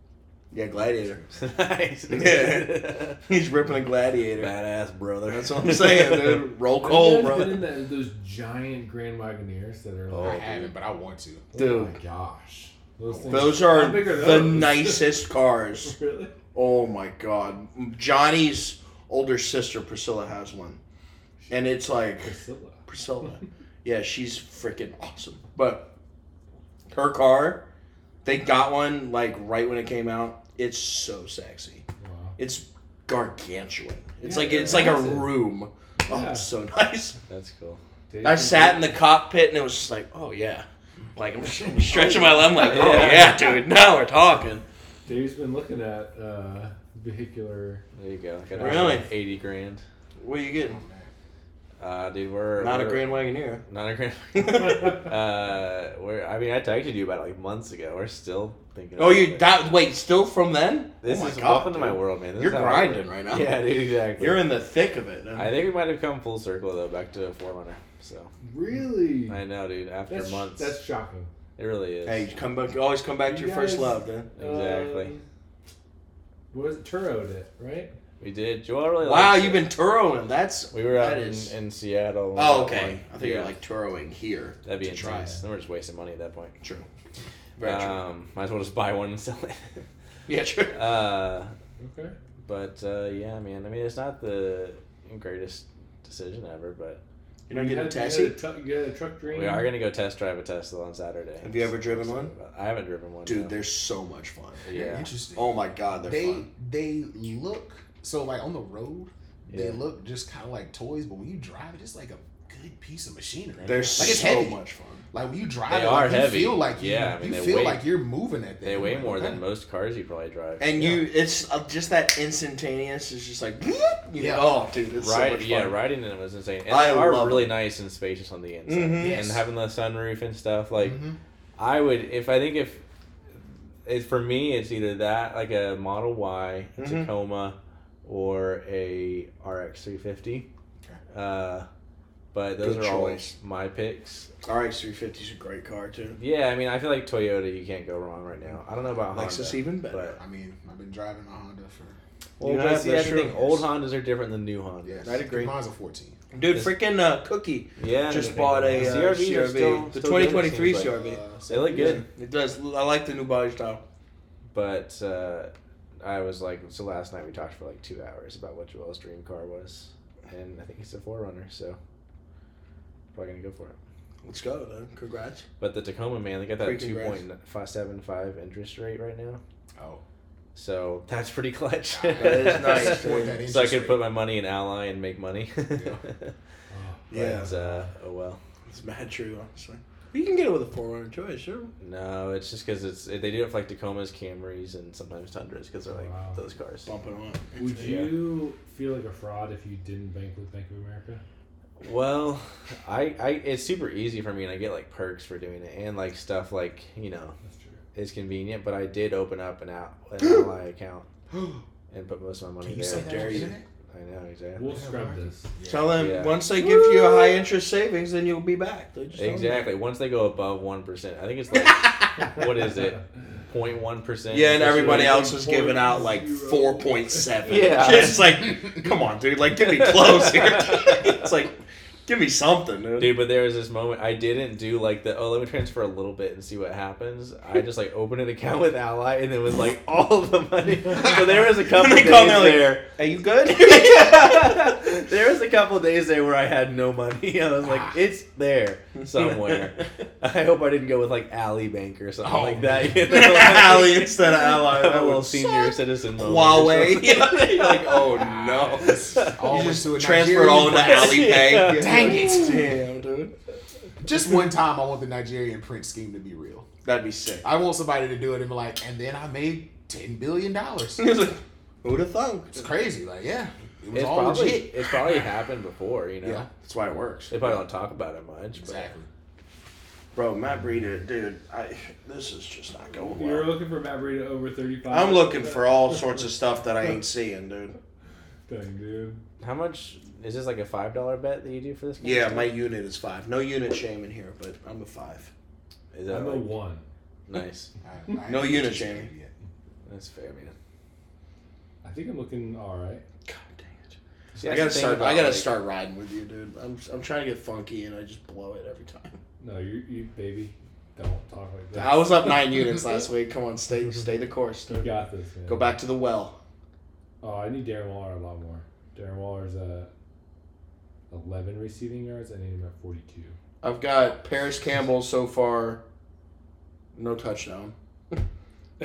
Speaker 2: Yeah, Gladiator.
Speaker 4: nice.
Speaker 2: Yeah. He's ripping a Gladiator.
Speaker 4: Badass brother.
Speaker 2: That's what I'm saying, dude. Roll
Speaker 1: Have you
Speaker 2: call,
Speaker 1: guys
Speaker 2: brother.
Speaker 1: been in that, those giant Grand Wagoneers that are
Speaker 3: I
Speaker 1: like,
Speaker 3: haven't, but I want to.
Speaker 1: oh my
Speaker 2: Oh, Dude,
Speaker 1: gosh. Those, things-
Speaker 2: those are
Speaker 1: How big
Speaker 2: the
Speaker 1: those?
Speaker 2: nicest cars.
Speaker 1: really?
Speaker 2: Oh my god. Johnny's older sister Priscilla has one. And it's like
Speaker 1: Priscilla.
Speaker 2: Priscilla. Yeah, she's freaking awesome. But her car, they got one like right when it came out. It's so sexy.
Speaker 1: Wow.
Speaker 2: It's gargantuan. It's
Speaker 1: Yeah,
Speaker 2: like
Speaker 1: they're
Speaker 2: it's like a
Speaker 1: massive.
Speaker 2: room. Oh,
Speaker 1: Yeah.
Speaker 2: it's so nice.
Speaker 4: That's cool.
Speaker 2: I sat in the cockpit and it was just like, oh yeah. Like I'm stretching my leg. I'm like, oh yeah,
Speaker 4: Yeah.
Speaker 2: dude. Now we're talking.
Speaker 1: Dave's been looking at uh, vehicular
Speaker 4: There you go. Got
Speaker 2: Really?
Speaker 4: another Eighty grand.
Speaker 2: What are you getting?
Speaker 4: Uh, dude, we're
Speaker 2: Not a
Speaker 4: we're-
Speaker 2: Grand Wagoneer.
Speaker 4: Not a grand. Uh, we're. I mean, I texted you about it like months ago. We're still thinking.
Speaker 2: oh,
Speaker 4: about
Speaker 2: you
Speaker 4: it.
Speaker 2: that wait? Still from then?
Speaker 4: This
Speaker 2: oh my
Speaker 4: is
Speaker 2: god,
Speaker 4: welcome to my
Speaker 2: dude.
Speaker 4: world, man. This
Speaker 2: You're
Speaker 4: is how I work.
Speaker 2: grinding right now.
Speaker 4: Yeah, dude, exactly.
Speaker 2: You're in the thick of it.
Speaker 4: I think we might have come full circle though, back to Forerunner. So
Speaker 1: Really?
Speaker 4: I know, dude. After
Speaker 1: That's,
Speaker 4: months,
Speaker 1: that's shocking.
Speaker 4: it really is.
Speaker 2: Hey, uh, you come back. you Always come back to
Speaker 1: You
Speaker 2: your first
Speaker 1: guys-
Speaker 2: love, man.
Speaker 4: Exactly.
Speaker 1: Um, what was it? Turo did it, right?
Speaker 4: We did. Joel really.
Speaker 2: Wow,
Speaker 4: likes
Speaker 2: you've
Speaker 4: it.
Speaker 2: been touroing. That's
Speaker 4: We were out
Speaker 2: that
Speaker 4: in,
Speaker 2: is-
Speaker 4: in Seattle.
Speaker 2: Oh,
Speaker 4: at
Speaker 2: okay.
Speaker 4: one-
Speaker 2: I think you're
Speaker 4: yeah.
Speaker 2: like touroing here.
Speaker 4: That'd be
Speaker 2: to try
Speaker 4: intense. Then we're just wasting money at that point.
Speaker 2: True. Very true.
Speaker 4: um, might as well just buy one and sell it.
Speaker 2: Yeah, true.
Speaker 4: uh,
Speaker 1: Okay.
Speaker 4: but uh, yeah, man. I mean, it's not the greatest decision ever, but
Speaker 2: You're not getting a
Speaker 1: had,
Speaker 2: taxi.
Speaker 1: You had a, tu- you had a truck dream.
Speaker 4: we are gonna go test drive a Tesla on Saturday.
Speaker 2: Have you ever driven one?
Speaker 4: I haven't driven one,
Speaker 2: Dude,
Speaker 4: no.
Speaker 2: they're so much fun.
Speaker 3: They're
Speaker 4: yeah.
Speaker 3: Interesting.
Speaker 2: Oh my god, they're
Speaker 3: they
Speaker 2: fun.
Speaker 3: they look so like on the road. They
Speaker 4: Yeah.
Speaker 3: look just kind of like toys, but when you drive it, it's like a good piece of machinery.
Speaker 2: They're
Speaker 3: like
Speaker 2: so
Speaker 3: it's heavy.
Speaker 2: much fun.
Speaker 3: Like when you drive
Speaker 4: They
Speaker 3: it, like,
Speaker 4: are heavy.
Speaker 3: you feel like you,
Speaker 4: Yeah, I mean,
Speaker 3: you
Speaker 4: they
Speaker 3: feel
Speaker 4: weigh-
Speaker 3: like you're moving at that.
Speaker 4: They
Speaker 3: thing.
Speaker 4: weigh
Speaker 3: Like,
Speaker 4: more
Speaker 3: okay.
Speaker 4: than most cars you probably drive.
Speaker 2: And
Speaker 4: Yeah.
Speaker 2: you, it's uh, just that instantaneous. It's just like, you
Speaker 3: Yeah.
Speaker 2: know, oh, dude, it's
Speaker 4: right,
Speaker 2: so much fun.
Speaker 4: yeah, riding in them is insane. And
Speaker 2: I
Speaker 4: they are
Speaker 2: love
Speaker 4: really
Speaker 2: them.
Speaker 4: nice and spacious on the inside,
Speaker 2: Mhm.
Speaker 3: Yes.
Speaker 4: and having the sunroof and stuff. Like,
Speaker 2: Mm-hmm.
Speaker 3: Mhm.
Speaker 4: I would if I think if it's for me, it's either that like a Model Y, a
Speaker 2: Mhm.
Speaker 4: Tacoma, or a RX three fifty.
Speaker 3: Okay.
Speaker 4: Uh, but those
Speaker 2: Good
Speaker 4: are
Speaker 2: choice.
Speaker 4: all my picks.
Speaker 2: RX 350 is a great car too.
Speaker 4: Yeah, I mean, I feel like Toyota, you can't go wrong right now. I don't know about Honda.
Speaker 2: Lexus even better.
Speaker 4: But,
Speaker 3: I mean, I've been driving a Honda for
Speaker 4: well,
Speaker 2: You
Speaker 4: but
Speaker 2: have
Speaker 4: see,
Speaker 2: the
Speaker 4: that's the thing.
Speaker 2: assurance.
Speaker 4: Old Hondas are different than new Hondas.
Speaker 3: yes.
Speaker 2: I'd agree.
Speaker 3: Mine's a 14.
Speaker 2: Dude,
Speaker 4: This-
Speaker 2: freaking uh, Cookie
Speaker 4: Yeah.
Speaker 2: just
Speaker 4: and-
Speaker 2: bought a
Speaker 4: The
Speaker 2: uh, CRV.
Speaker 4: CRVs are still-
Speaker 2: the
Speaker 4: still good, it
Speaker 2: 2023
Speaker 4: seems like.
Speaker 2: CRV.
Speaker 3: uh,
Speaker 4: They look
Speaker 2: Yeah,
Speaker 4: good.
Speaker 2: It does. I like the new body style.
Speaker 4: But uh, I was like, so last night we talked for like two hours about what Joel's dream car was, and I think it's a Forerunner, so probably gonna go for it.
Speaker 2: Let's go, dude. Congrats.
Speaker 4: But the Tacoma man, they got that
Speaker 2: Freaking
Speaker 4: two point five seven five interest rate right now,
Speaker 3: Oh,
Speaker 4: so that's pretty clutch.
Speaker 3: God,
Speaker 2: that is nice,
Speaker 3: Support
Speaker 2: dude.
Speaker 3: that
Speaker 4: so I
Speaker 3: interest
Speaker 4: could
Speaker 3: rate.
Speaker 4: put my money in Ally and make money.
Speaker 3: Yeah.
Speaker 1: Oh,
Speaker 4: But, uh, oh well.
Speaker 2: It's mad true, honestly. But you can get it with a 400 choice, sure.
Speaker 4: No, it's just because it's they do it for like Tacomas, Camrys, and sometimes Tundras because they're like
Speaker 1: Wow.
Speaker 4: those cars.
Speaker 2: Bump it up.
Speaker 1: Would
Speaker 4: Yeah.
Speaker 1: you feel like a fraud if you didn't bank with Bank of America?
Speaker 4: Well, I, I it's super easy for me, and I get like perks for doing it, and like stuff like you know
Speaker 1: That's true.
Speaker 4: is convenient. But I did open up an out an ally account and put most of my money
Speaker 3: Can you
Speaker 4: there.
Speaker 3: say that?
Speaker 2: dare
Speaker 3: on the
Speaker 2: you.
Speaker 3: internet?
Speaker 4: I know exactly.
Speaker 1: We'll scrub this.
Speaker 3: Yeah.
Speaker 2: Tell them
Speaker 4: Yeah.
Speaker 2: once they give you a high interest savings, then you'll be back. Dude. Just tell 'em.
Speaker 4: Exactly. Once they go above one percent, I think it's like what is it, 01 percent?
Speaker 2: Yeah, and everybody
Speaker 1: Zero
Speaker 2: else is giving out like
Speaker 1: zero.
Speaker 2: 4.7.
Speaker 4: Yeah.
Speaker 2: It's like, come on, dude. Like, get me close here. it's like, Give me something,
Speaker 4: Dude, but there was this moment I didn't do like the oh let me transfer a little bit and see what happens. I just like opened an account with Ally and it was like all the money. So there was a couple
Speaker 2: They
Speaker 4: days
Speaker 2: call me, like-
Speaker 4: there.
Speaker 2: Are you good?
Speaker 4: there was a couple days there where I had no money. I was
Speaker 2: Ah.
Speaker 4: like, it's there somewhere. I hope I didn't go with like Alley Bank or something
Speaker 3: Oh,
Speaker 4: like that. You know?
Speaker 2: Alley instead of Ally.
Speaker 4: Have
Speaker 2: That
Speaker 4: a little
Speaker 2: would
Speaker 4: senior
Speaker 2: suck.
Speaker 4: citizen moment. or
Speaker 2: Huawei.
Speaker 4: something.
Speaker 2: You're like, oh no.
Speaker 3: All
Speaker 2: You
Speaker 3: went
Speaker 2: just
Speaker 3: to Oh, a
Speaker 2: transfer it all into
Speaker 3: Nigerian
Speaker 2: Alipay.
Speaker 3: prince. Dang it.
Speaker 2: Damn, dude.
Speaker 3: Just one time, I want the Nigerian print scheme to be real.
Speaker 2: That'd be sick.
Speaker 3: I want somebody to do it and be like, and then I made ten billion dollars.
Speaker 2: He was like, Who'd have thunk?
Speaker 3: It's crazy. Like, yeah, it was
Speaker 4: It's
Speaker 3: all
Speaker 4: probably
Speaker 3: legit.
Speaker 4: it's probably happened before, you know.
Speaker 3: Yeah,
Speaker 2: That's why it works.
Speaker 4: They probably don't talk about it much. But.
Speaker 3: exactly.
Speaker 2: Bro, Matt Breida, dude, I this is just not going well.
Speaker 1: You're looking for Matt Breida over 35.
Speaker 2: I'm looking for all sorts of stuff that I ain't seeing, dude.
Speaker 1: Dang, dude.
Speaker 4: How much is this like a five dollar bet that you do for this?
Speaker 2: Yeah, my unit is five. No unit shame in here, but I'm a five.
Speaker 4: is that
Speaker 1: I'm a
Speaker 4: like,
Speaker 1: one.
Speaker 4: nice?
Speaker 3: I- I
Speaker 2: No
Speaker 3: ain't
Speaker 2: unit
Speaker 3: just
Speaker 2: shaming.
Speaker 3: yet.
Speaker 4: That's fair, man.
Speaker 1: I think I'm looking all right.
Speaker 2: God dang it.
Speaker 4: See,
Speaker 2: I gotta
Speaker 4: that's the thing
Speaker 2: start.
Speaker 4: about,
Speaker 2: I gotta
Speaker 4: like-
Speaker 2: start riding with you, dude. I'm I'm trying to get funky, and I just blow it every time.
Speaker 1: No, you, you baby, don't talk like that.
Speaker 2: I was up nine units last week. Come on, stay stay the course,
Speaker 1: You
Speaker 2: dude.
Speaker 1: got this, man.
Speaker 2: Go back to the well.
Speaker 1: Oh, I need Darren Waller a lot more. Darren Waller's uh, 11 receiving yards. I need him at 42.
Speaker 2: I've got Paris Campbell so far. No touchdown.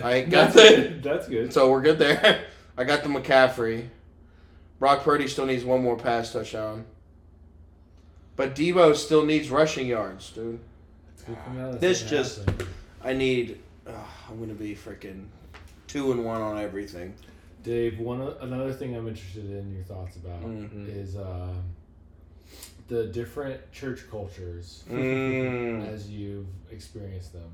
Speaker 2: I ain't got
Speaker 1: That's
Speaker 2: the.
Speaker 1: good. That's good.
Speaker 2: So we're good there. I got the McCaffrey. Brock Purdy still needs one more pass touchdown. But Debo still needs rushing yards, dude. This just- I need. Uh, I'm gonna be freaking two and one on everything.
Speaker 1: Dave, one o- another thing I'm interested in your thoughts about
Speaker 4: Mm.
Speaker 2: Mhm.
Speaker 1: is um, the different church cultures
Speaker 2: Mm.
Speaker 1: as you've experienced them,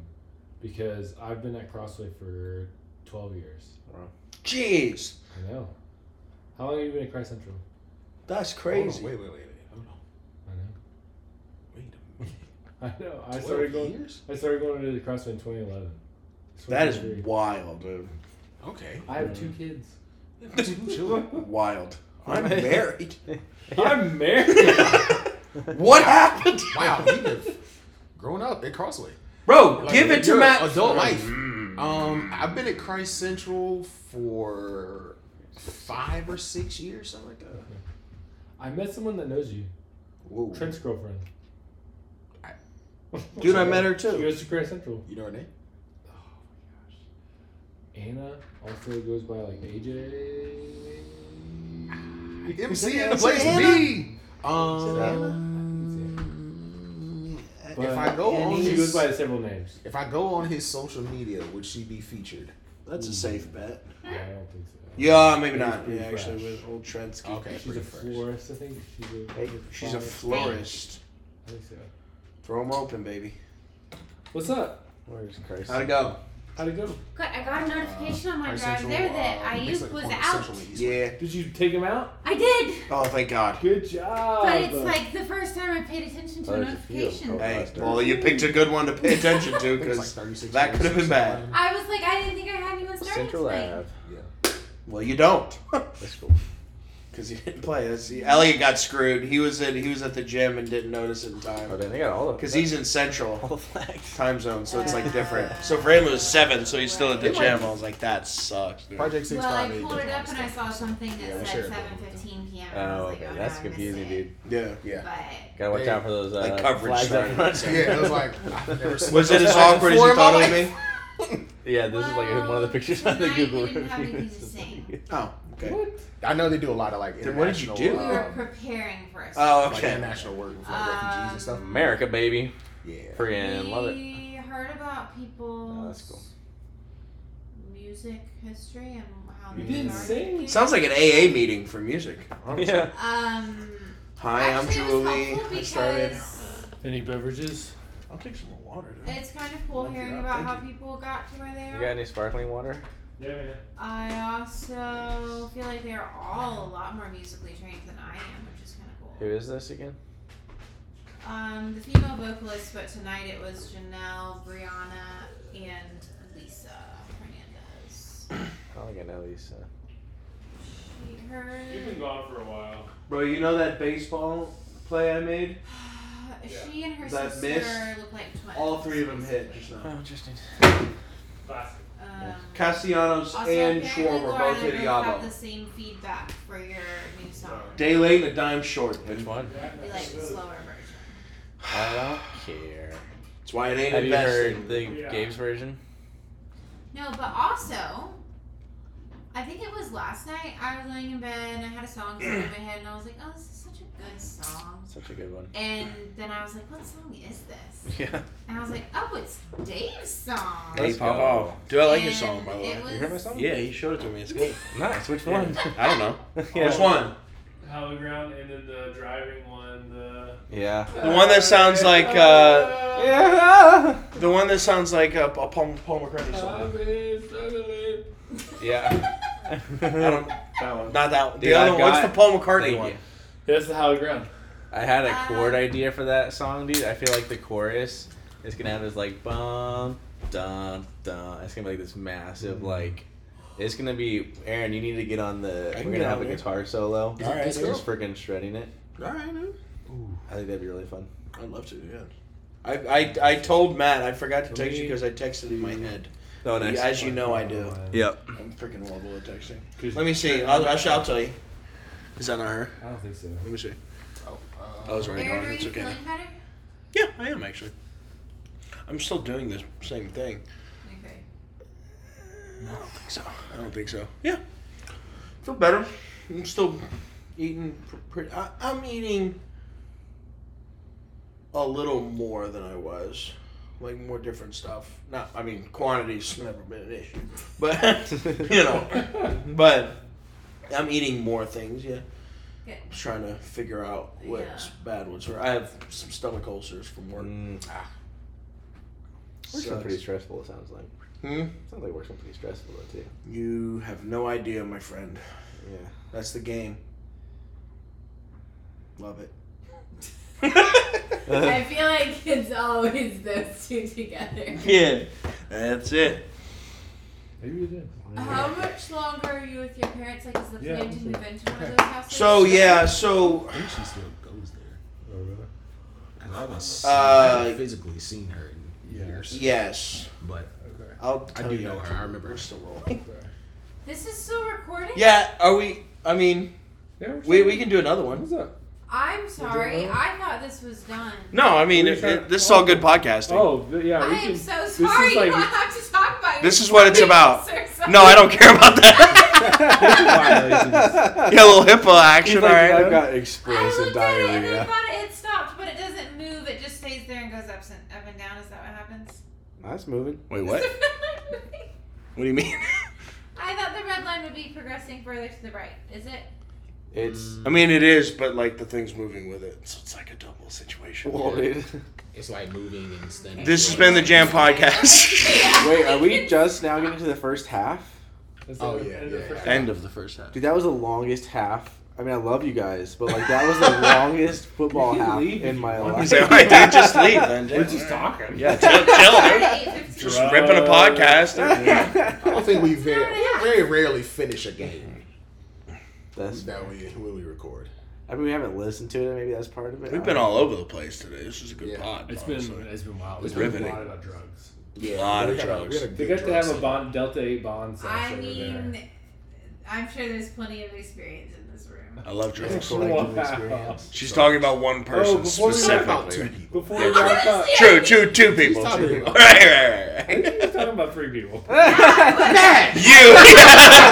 Speaker 1: because I've been at Crossway for 12 years.
Speaker 2: Jeez,
Speaker 1: I know. How long have you been at Christ Central?
Speaker 2: that's
Speaker 3: Hold on,
Speaker 2: crazy.
Speaker 3: Wait, wait, wait, wait. Hold on.
Speaker 1: I know.
Speaker 3: Wait a minute.
Speaker 1: I know. I
Speaker 3: Twelve
Speaker 1: started going.
Speaker 3: years?
Speaker 1: I started going to the Crossway in 2011.
Speaker 2: That is
Speaker 1: 23.
Speaker 2: wild, dude.
Speaker 3: Okay.
Speaker 1: I have two kids.
Speaker 3: Sure.
Speaker 2: Wild. I'm married.
Speaker 1: I'm married.
Speaker 2: What happened,
Speaker 3: wow, you have grown up at Crossway.
Speaker 2: bro?
Speaker 3: Like,
Speaker 2: give it to
Speaker 3: your
Speaker 2: Matt.
Speaker 3: Adult life.
Speaker 2: Mm.
Speaker 3: Um, I've been at Christ Central for five or six years, something like that.
Speaker 1: I met someone that knows you.
Speaker 3: Whoa.
Speaker 1: Trent's girlfriend.
Speaker 3: I-
Speaker 2: Dude, I met her
Speaker 1: She
Speaker 2: too.
Speaker 1: goes to Grand Central.
Speaker 3: You know her name?
Speaker 1: Anna also goes by like AJ.
Speaker 3: MC in the place to be. Um, if
Speaker 1: But-
Speaker 3: I go on
Speaker 1: She goes
Speaker 3: his,
Speaker 1: by several names.
Speaker 3: if I go on his social media, would she be featured?
Speaker 2: That's a safe bet.
Speaker 1: I don't think so.
Speaker 2: Yeah, maybe not.
Speaker 1: pretty
Speaker 2: Yeah, actually,
Speaker 1: fresh.
Speaker 2: with old Trensky.
Speaker 3: Okay,
Speaker 1: She's a florist, I think. She's a.
Speaker 2: She's a florist.
Speaker 1: I think so.
Speaker 2: Throw them open, baby.
Speaker 1: What's up?
Speaker 4: Where's Christ?
Speaker 2: How'd it go?
Speaker 1: How'd it go?
Speaker 12: Good. I got a notification on my
Speaker 3: Christ
Speaker 12: drive
Speaker 3: Central,
Speaker 12: there that
Speaker 3: uh, makes,
Speaker 12: Ayuk
Speaker 3: like, a
Speaker 12: was
Speaker 3: point of
Speaker 12: out.
Speaker 3: Central and East.
Speaker 2: Yeah.
Speaker 1: Did you take him out?
Speaker 12: I did,
Speaker 2: Oh, thank God.
Speaker 1: Good job.
Speaker 12: but it's like the first time I paid attention to
Speaker 4: Oh,
Speaker 12: a
Speaker 4: there's a few.
Speaker 12: notification.
Speaker 4: Oh.
Speaker 2: Hey, well, you picked a good one to pay attention to
Speaker 3: I think it's like
Speaker 2: because
Speaker 3: 36
Speaker 2: that could have been bad.
Speaker 12: I was like, I didn't think I had anyone starting
Speaker 4: Central
Speaker 12: tonight.
Speaker 4: Ave.
Speaker 2: Well, you don't.
Speaker 4: That's cool.
Speaker 2: Because you didn't play. That's, Elliot got screwed. He was in. He was at the gym and didn't notice it in
Speaker 4: Oh,
Speaker 2: time.
Speaker 4: damn, they got all of
Speaker 2: Because
Speaker 4: that-
Speaker 2: he's in
Speaker 4: all
Speaker 2: Central
Speaker 4: the flags.
Speaker 2: time zone, so it's like different. So for him it was seven, so he's still at the gym. I was like, that sucks. Dude.
Speaker 3: Project
Speaker 12: Well, I
Speaker 3: 658
Speaker 12: pulled
Speaker 3: does
Speaker 12: it
Speaker 3: all
Speaker 12: up
Speaker 3: this
Speaker 12: and I
Speaker 3: stuff.
Speaker 12: saw something that
Speaker 3: Yeah, we
Speaker 12: said
Speaker 3: shared it.
Speaker 12: 7:15 p.m.
Speaker 4: Oh,
Speaker 12: and I was
Speaker 4: okay,
Speaker 12: like,
Speaker 4: that's
Speaker 12: oh, no, I missed
Speaker 4: confusing,
Speaker 12: it.
Speaker 4: dude.
Speaker 2: Yeah, yeah.
Speaker 12: But
Speaker 4: Gotta watch
Speaker 3: They-
Speaker 4: out for those uh,
Speaker 2: like coverage
Speaker 4: flags up
Speaker 2: started.
Speaker 4: front.
Speaker 3: Yeah, it was like I've never seen
Speaker 2: Was it
Speaker 3: those
Speaker 2: as
Speaker 3: flags
Speaker 2: awkward as
Speaker 3: before
Speaker 2: you
Speaker 3: in my
Speaker 2: thought it would
Speaker 3: life.
Speaker 2: be?
Speaker 4: Yeah, this is like one of the pictures on the
Speaker 12: Tonight
Speaker 4: Google
Speaker 12: we didn't have
Speaker 4: review.
Speaker 12: anything to sing.
Speaker 2: Oh, okay.
Speaker 1: What?
Speaker 3: I know they do a lot of like
Speaker 2: Then what did you
Speaker 3: international,
Speaker 2: do?
Speaker 12: We were
Speaker 3: um,
Speaker 12: preparing for a
Speaker 2: Oh,
Speaker 3: like
Speaker 2: okay. Um,
Speaker 3: international work with like, refugees and stuff.
Speaker 4: America, baby,
Speaker 3: Yeah.
Speaker 4: friggin' love it.
Speaker 12: We heard about people's
Speaker 4: Oh, that's cool.
Speaker 12: music history and how
Speaker 1: You
Speaker 12: they
Speaker 1: didn't
Speaker 12: started
Speaker 1: sing?
Speaker 12: it.
Speaker 2: Sounds like an AA meeting for music.
Speaker 4: Yeah,
Speaker 12: Um,
Speaker 2: Hi, I'm
Speaker 12: actually, it was
Speaker 2: Julie.
Speaker 12: helpful
Speaker 2: I started.
Speaker 12: because
Speaker 1: Any beverages?
Speaker 2: I'll take some more water. dude.
Speaker 12: It's kind of cool
Speaker 2: Look it
Speaker 12: hearing
Speaker 2: up,
Speaker 12: about
Speaker 2: thank
Speaker 12: how people got to where they
Speaker 4: you
Speaker 12: are.
Speaker 4: got any sparkling water?
Speaker 1: Yeah, man.
Speaker 12: I also feel like they're all a lot more musically trained than I am, which is kind of cool.
Speaker 4: Who is this again?
Speaker 12: Um, the female vocalist, but tonight it was Janelle, Brianna, and Lisa Hernandez.
Speaker 4: I don't think I know these. Uh,
Speaker 12: She, her,
Speaker 1: gone for a while.
Speaker 2: Bro, you know that baseball
Speaker 4: play I made?
Speaker 12: She and her
Speaker 2: That
Speaker 12: sister
Speaker 2: missed.
Speaker 12: look like twins.
Speaker 2: All three of them hit just now.
Speaker 4: interesting.
Speaker 13: Classic.
Speaker 12: Um,
Speaker 2: Castellanos
Speaker 12: also,
Speaker 2: and
Speaker 12: apparently
Speaker 2: Schwarber
Speaker 12: Laura
Speaker 2: both hit
Speaker 12: and
Speaker 2: a
Speaker 12: I both have
Speaker 2: yabo.
Speaker 12: the same feedback for your new song.
Speaker 2: Day late and a dime short.
Speaker 10: Which one?
Speaker 12: We like the slower version.
Speaker 4: I don't care.
Speaker 2: That's why it ain't
Speaker 4: Have you heard
Speaker 2: investing.
Speaker 4: the
Speaker 13: Yeah.
Speaker 4: Gabe's version?
Speaker 12: No, but also, I think it was last night. I was laying in bed and I had a song stuck in my head, and I was like, "Oh, this is such a good song."
Speaker 4: Such a good one.
Speaker 12: And then I was like, "What song is this?"
Speaker 4: Yeah.
Speaker 12: And I was like, "Oh, it's Dave's song."
Speaker 4: Let's
Speaker 2: Paul.
Speaker 4: go.
Speaker 2: Dude, I like your
Speaker 12: And
Speaker 2: song by the way.
Speaker 12: it was-
Speaker 4: You heard my song?
Speaker 2: Yeah, he showed it to me. It's good.
Speaker 4: Nice. Which one?
Speaker 2: I don't know.
Speaker 4: yeah.
Speaker 2: Which one?
Speaker 13: Hollow ground and then the driving one. The
Speaker 4: Yeah.
Speaker 2: The one that sounds like uh,
Speaker 4: Yeah.
Speaker 2: the one that sounds like a, a Paul, Paul McCartney song.
Speaker 4: Yeah.
Speaker 2: I don't.
Speaker 1: That one.
Speaker 2: Not that. one. The
Speaker 4: Dude,
Speaker 2: other
Speaker 4: I've
Speaker 2: one. What's the
Speaker 4: got-
Speaker 2: Paul McCartney
Speaker 4: Thank
Speaker 2: one?
Speaker 4: you.
Speaker 1: That's the high ground.
Speaker 4: I had a
Speaker 12: Uh,
Speaker 4: chord idea for that song, dude. I feel like the chorus is gonna have this like bum dun dun. It's gonna be like this massive
Speaker 2: Mm.
Speaker 4: like. It's gonna be Aaron. You need to get on the.
Speaker 2: I can
Speaker 4: We're
Speaker 2: get
Speaker 4: gonna have
Speaker 2: on
Speaker 4: a
Speaker 2: there.
Speaker 4: guitar solo.
Speaker 2: All right,
Speaker 4: just freaking shredding it.
Speaker 2: All right, man.
Speaker 4: I think that'd be really fun.
Speaker 2: I'd love to. Yeah. I, I, I told Matt I forgot to text you because I texted in my head.
Speaker 4: Oh, nice.
Speaker 2: As you know, I do.
Speaker 4: Yep.
Speaker 2: I'm freaking horrible at texting.
Speaker 1: 'Cause-
Speaker 2: Let me see. I'll, I shall tell you. Is that not her?
Speaker 1: I don't think so.
Speaker 2: Let me see.
Speaker 3: Oh, uh,
Speaker 2: I was right.
Speaker 12: Aaron,
Speaker 2: on.
Speaker 12: are
Speaker 2: It's
Speaker 12: you
Speaker 2: okay.
Speaker 12: feeling better?
Speaker 2: Yeah, I am actually. I'm still doing this same thing.
Speaker 12: Okay.
Speaker 2: I don't think so. I don't think so. Yeah. Feel better. I'm still eating pr- pretty. I, I'm eating a little more than I was. Like more different stuff. Not, I mean, quantity's never been an issue. But, you know, but I'm eating more things, yeah.
Speaker 12: Good.
Speaker 2: I'm trying to figure out what's
Speaker 12: Yeah.
Speaker 2: bad, what's right. I have some stomach ulcers from work.
Speaker 4: Mm, works been
Speaker 2: Sucks.
Speaker 4: pretty stressful. It sounds like.
Speaker 2: Hmm?
Speaker 4: Sounds like works been pretty stressful though too.
Speaker 2: You have no idea, my friend.
Speaker 4: Yeah.
Speaker 2: That's the game. Love it.
Speaker 12: I feel like it's always those two together.
Speaker 2: yeah, that's it.
Speaker 1: Maybe you did.
Speaker 12: How much longer are you with your parents? Like, is the
Speaker 1: Yeah,
Speaker 12: plan to
Speaker 1: I'm
Speaker 12: move into one of those houses?
Speaker 2: So yeah, so
Speaker 14: I think she still goes there.
Speaker 1: Oh, really?
Speaker 14: Cause I haven't, seen,
Speaker 2: Uh,
Speaker 14: I haven't physically seen her in
Speaker 1: Yeah.
Speaker 14: years.
Speaker 2: yes,
Speaker 14: But
Speaker 1: Okay.
Speaker 2: I'll
Speaker 14: I
Speaker 2: tell
Speaker 14: do
Speaker 2: you.
Speaker 14: know her, I remember.
Speaker 2: We're still rolling.
Speaker 12: This is still recording?
Speaker 2: Yeah, are we? I mean,
Speaker 1: Yeah, we're
Speaker 2: we
Speaker 1: sure.
Speaker 2: we can do another one.
Speaker 1: What's up?
Speaker 12: I'm sorry.
Speaker 1: it?
Speaker 12: I thought this was done.
Speaker 2: No, I mean,
Speaker 1: We
Speaker 2: it,
Speaker 1: try-
Speaker 2: it- this is all good podcasting.
Speaker 1: Oh, but yeah.
Speaker 12: I
Speaker 1: we
Speaker 12: am
Speaker 1: can-
Speaker 12: so
Speaker 1: is
Speaker 12: sorry. you
Speaker 1: like-
Speaker 12: don't have to talk about it.
Speaker 2: This is what it's about.
Speaker 12: Sir, sorry.
Speaker 2: No, I don't care about that. yeah, a little HIPAA action, all right.
Speaker 4: I've got
Speaker 12: I
Speaker 4: explosive
Speaker 12: looked at it and I
Speaker 4: diarrhea.
Speaker 12: thought it had stopped, but it doesn't move. It just stays there and goes up and up and down. Is that what happens?
Speaker 4: That's moving.
Speaker 2: Wait, what? What do you mean?
Speaker 12: I thought the red line would be progressing further to the right. Is it?
Speaker 4: It's.
Speaker 2: I mean, it is, but like the thing's moving with it, so it's like a double situation.
Speaker 4: Whoa, dude.
Speaker 14: It's like moving and standing.
Speaker 2: This has been the Jam Podcast.
Speaker 4: Wait, are we just now getting to the first half?
Speaker 1: That's
Speaker 14: Oh,
Speaker 1: the
Speaker 14: yeah,
Speaker 1: end of
Speaker 14: yeah,
Speaker 1: first-
Speaker 14: yeah.
Speaker 2: End of the first half.
Speaker 4: Dude, that was the longest half. I mean, I love you guys, but like that was the longest football
Speaker 1: You can
Speaker 4: half
Speaker 1: leave
Speaker 4: in
Speaker 1: if
Speaker 4: my
Speaker 1: you want
Speaker 4: life.
Speaker 2: Say, all right, dude, just leave then.
Speaker 1: We're
Speaker 2: Just,
Speaker 1: just talking.
Speaker 2: yeah, chill, chill, dude. Just
Speaker 1: Right.
Speaker 2: ripping a podcast.
Speaker 14: I don't think we very, we very rarely finish a game
Speaker 4: That's-
Speaker 14: that we when we record.
Speaker 4: I mean, we haven't listened to it. Maybe that's part of it.
Speaker 2: We've
Speaker 4: I
Speaker 2: been
Speaker 4: don't
Speaker 2: all over the place today. This is a good
Speaker 14: Yeah.
Speaker 2: pod.
Speaker 1: It's
Speaker 2: honestly.
Speaker 1: been it's been wild.
Speaker 14: It's
Speaker 1: We've been
Speaker 2: riveting.
Speaker 1: a lot about drugs.
Speaker 14: Yeah,
Speaker 2: Lot
Speaker 14: we
Speaker 2: of
Speaker 14: had a- we had a
Speaker 1: They
Speaker 14: good
Speaker 1: got to
Speaker 14: drug
Speaker 1: have a
Speaker 14: scene.
Speaker 1: bond Delta Eight bond sesh
Speaker 12: I
Speaker 1: over
Speaker 12: mean,
Speaker 1: there.
Speaker 12: I'm sure there's plenty of experience in this room.
Speaker 2: I love
Speaker 4: know.
Speaker 2: drugs.
Speaker 4: Collective
Speaker 1: Wow.
Speaker 4: experience.
Speaker 2: She's talking about one person
Speaker 1: Oh, before we
Speaker 14: Talking about two
Speaker 2: specifically.
Speaker 14: people.
Speaker 1: Before we wrap up,
Speaker 2: True, two, two people.
Speaker 14: She's
Speaker 2: Two
Speaker 14: talking
Speaker 2: people.
Speaker 14: about-
Speaker 2: Right, right,
Speaker 1: I think
Speaker 2: right.
Speaker 1: we're talking about three people.
Speaker 2: You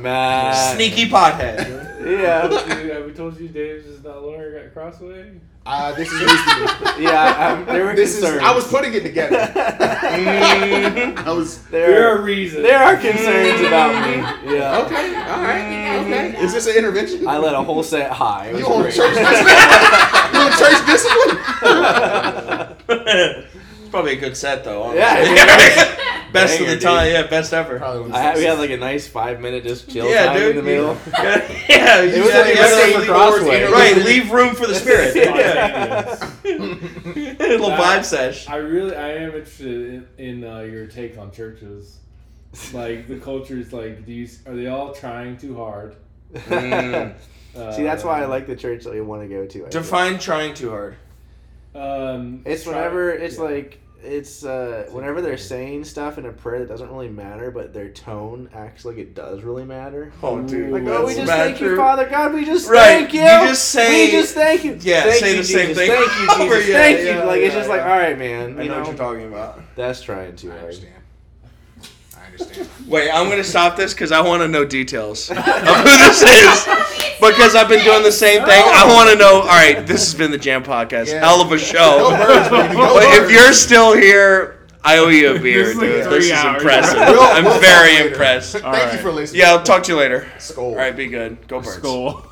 Speaker 4: Matt.
Speaker 2: sneaky pothead.
Speaker 4: Yeah,
Speaker 1: Dude, have we told you Dave's is not Laura got crossway?
Speaker 14: Uh, this is recently.
Speaker 4: yeah. I'm, they were
Speaker 14: this is.
Speaker 4: concerned.
Speaker 14: I was putting it together. I was.
Speaker 1: There
Speaker 4: there,
Speaker 1: are reasons.
Speaker 4: there are concerns about me. Yeah.
Speaker 14: Okay. All right.
Speaker 12: You guys
Speaker 14: Okay. Is this an intervention?
Speaker 4: I let a whole set high. It was
Speaker 14: You on
Speaker 4: great.
Speaker 14: church discipline? you on church discipline?
Speaker 2: it's probably a good set though. Honestly.
Speaker 4: Yeah,
Speaker 2: best of
Speaker 4: Banger,
Speaker 2: the
Speaker 4: dude.
Speaker 2: time. Yeah, best ever.
Speaker 14: Probably
Speaker 4: I had, we had like a nice five minute just chill
Speaker 2: Yeah,
Speaker 4: time
Speaker 2: dude,
Speaker 4: in the
Speaker 2: you-
Speaker 4: middle.
Speaker 2: yeah, you
Speaker 4: It was
Speaker 2: said
Speaker 4: like
Speaker 2: you had
Speaker 4: Save
Speaker 2: to
Speaker 4: the
Speaker 2: leave-
Speaker 4: Crossway.
Speaker 2: Right, leave room for the spirit.
Speaker 1: Spontaneous.
Speaker 2: little vibe sesh.
Speaker 1: I really, I am interested in, in uh, your take on churches. Like the culture is like, do you, are they all trying too hard Uh,
Speaker 2: Mm.
Speaker 4: See, that's why I like the church that you want to go to. I think.
Speaker 2: Define trying too hard.
Speaker 1: Um,
Speaker 4: It's
Speaker 1: try-
Speaker 4: whenever it's
Speaker 1: yeah.
Speaker 4: like it's uh whenever they're saying stuff in a prayer that doesn't really matter, but their tone acts like it does really matter.
Speaker 2: Oh, dude.
Speaker 4: Like, oh, we
Speaker 2: that's
Speaker 4: just
Speaker 2: bad
Speaker 4: thank you,
Speaker 2: true.
Speaker 4: Father God. We just
Speaker 2: Right.
Speaker 4: thank you.
Speaker 2: You just say-
Speaker 4: We just thank you.
Speaker 2: Yeah,
Speaker 4: Thank
Speaker 2: say
Speaker 4: you,
Speaker 2: the same
Speaker 4: Jesus.
Speaker 2: thing
Speaker 4: Thank you,
Speaker 2: over.
Speaker 4: Jesus.
Speaker 2: Yeah,
Speaker 4: thank you.
Speaker 2: yeah,
Speaker 4: like it's
Speaker 2: yeah,
Speaker 4: just like,
Speaker 2: yeah.
Speaker 4: all right, man.
Speaker 2: I
Speaker 4: you
Speaker 2: know
Speaker 4: know,
Speaker 2: what you're talking about.
Speaker 4: that's trying too
Speaker 3: I
Speaker 4: hard.
Speaker 3: understand. I understand.
Speaker 2: Wait, I'm gonna stop this because I want to know details of who this is. Because I've been doing the same thing. I want to know. All right, this has been the Jam Podcast.
Speaker 3: Yeah.
Speaker 2: Hell of a
Speaker 3: Go
Speaker 2: show.
Speaker 3: birds, baby. Go
Speaker 2: But if
Speaker 3: birds.
Speaker 2: you're still here, I owe you a beer,
Speaker 1: This is like
Speaker 2: dude.
Speaker 1: three
Speaker 2: this is
Speaker 1: hours.
Speaker 2: impressive.
Speaker 3: We'll-
Speaker 2: I'm
Speaker 3: we'll talk
Speaker 2: very
Speaker 3: later.
Speaker 2: impressed.
Speaker 3: Thank you for listening.
Speaker 2: Yeah, I'll talk to you later.
Speaker 3: Skull.
Speaker 2: All right, be good. Go birds.
Speaker 1: Skull.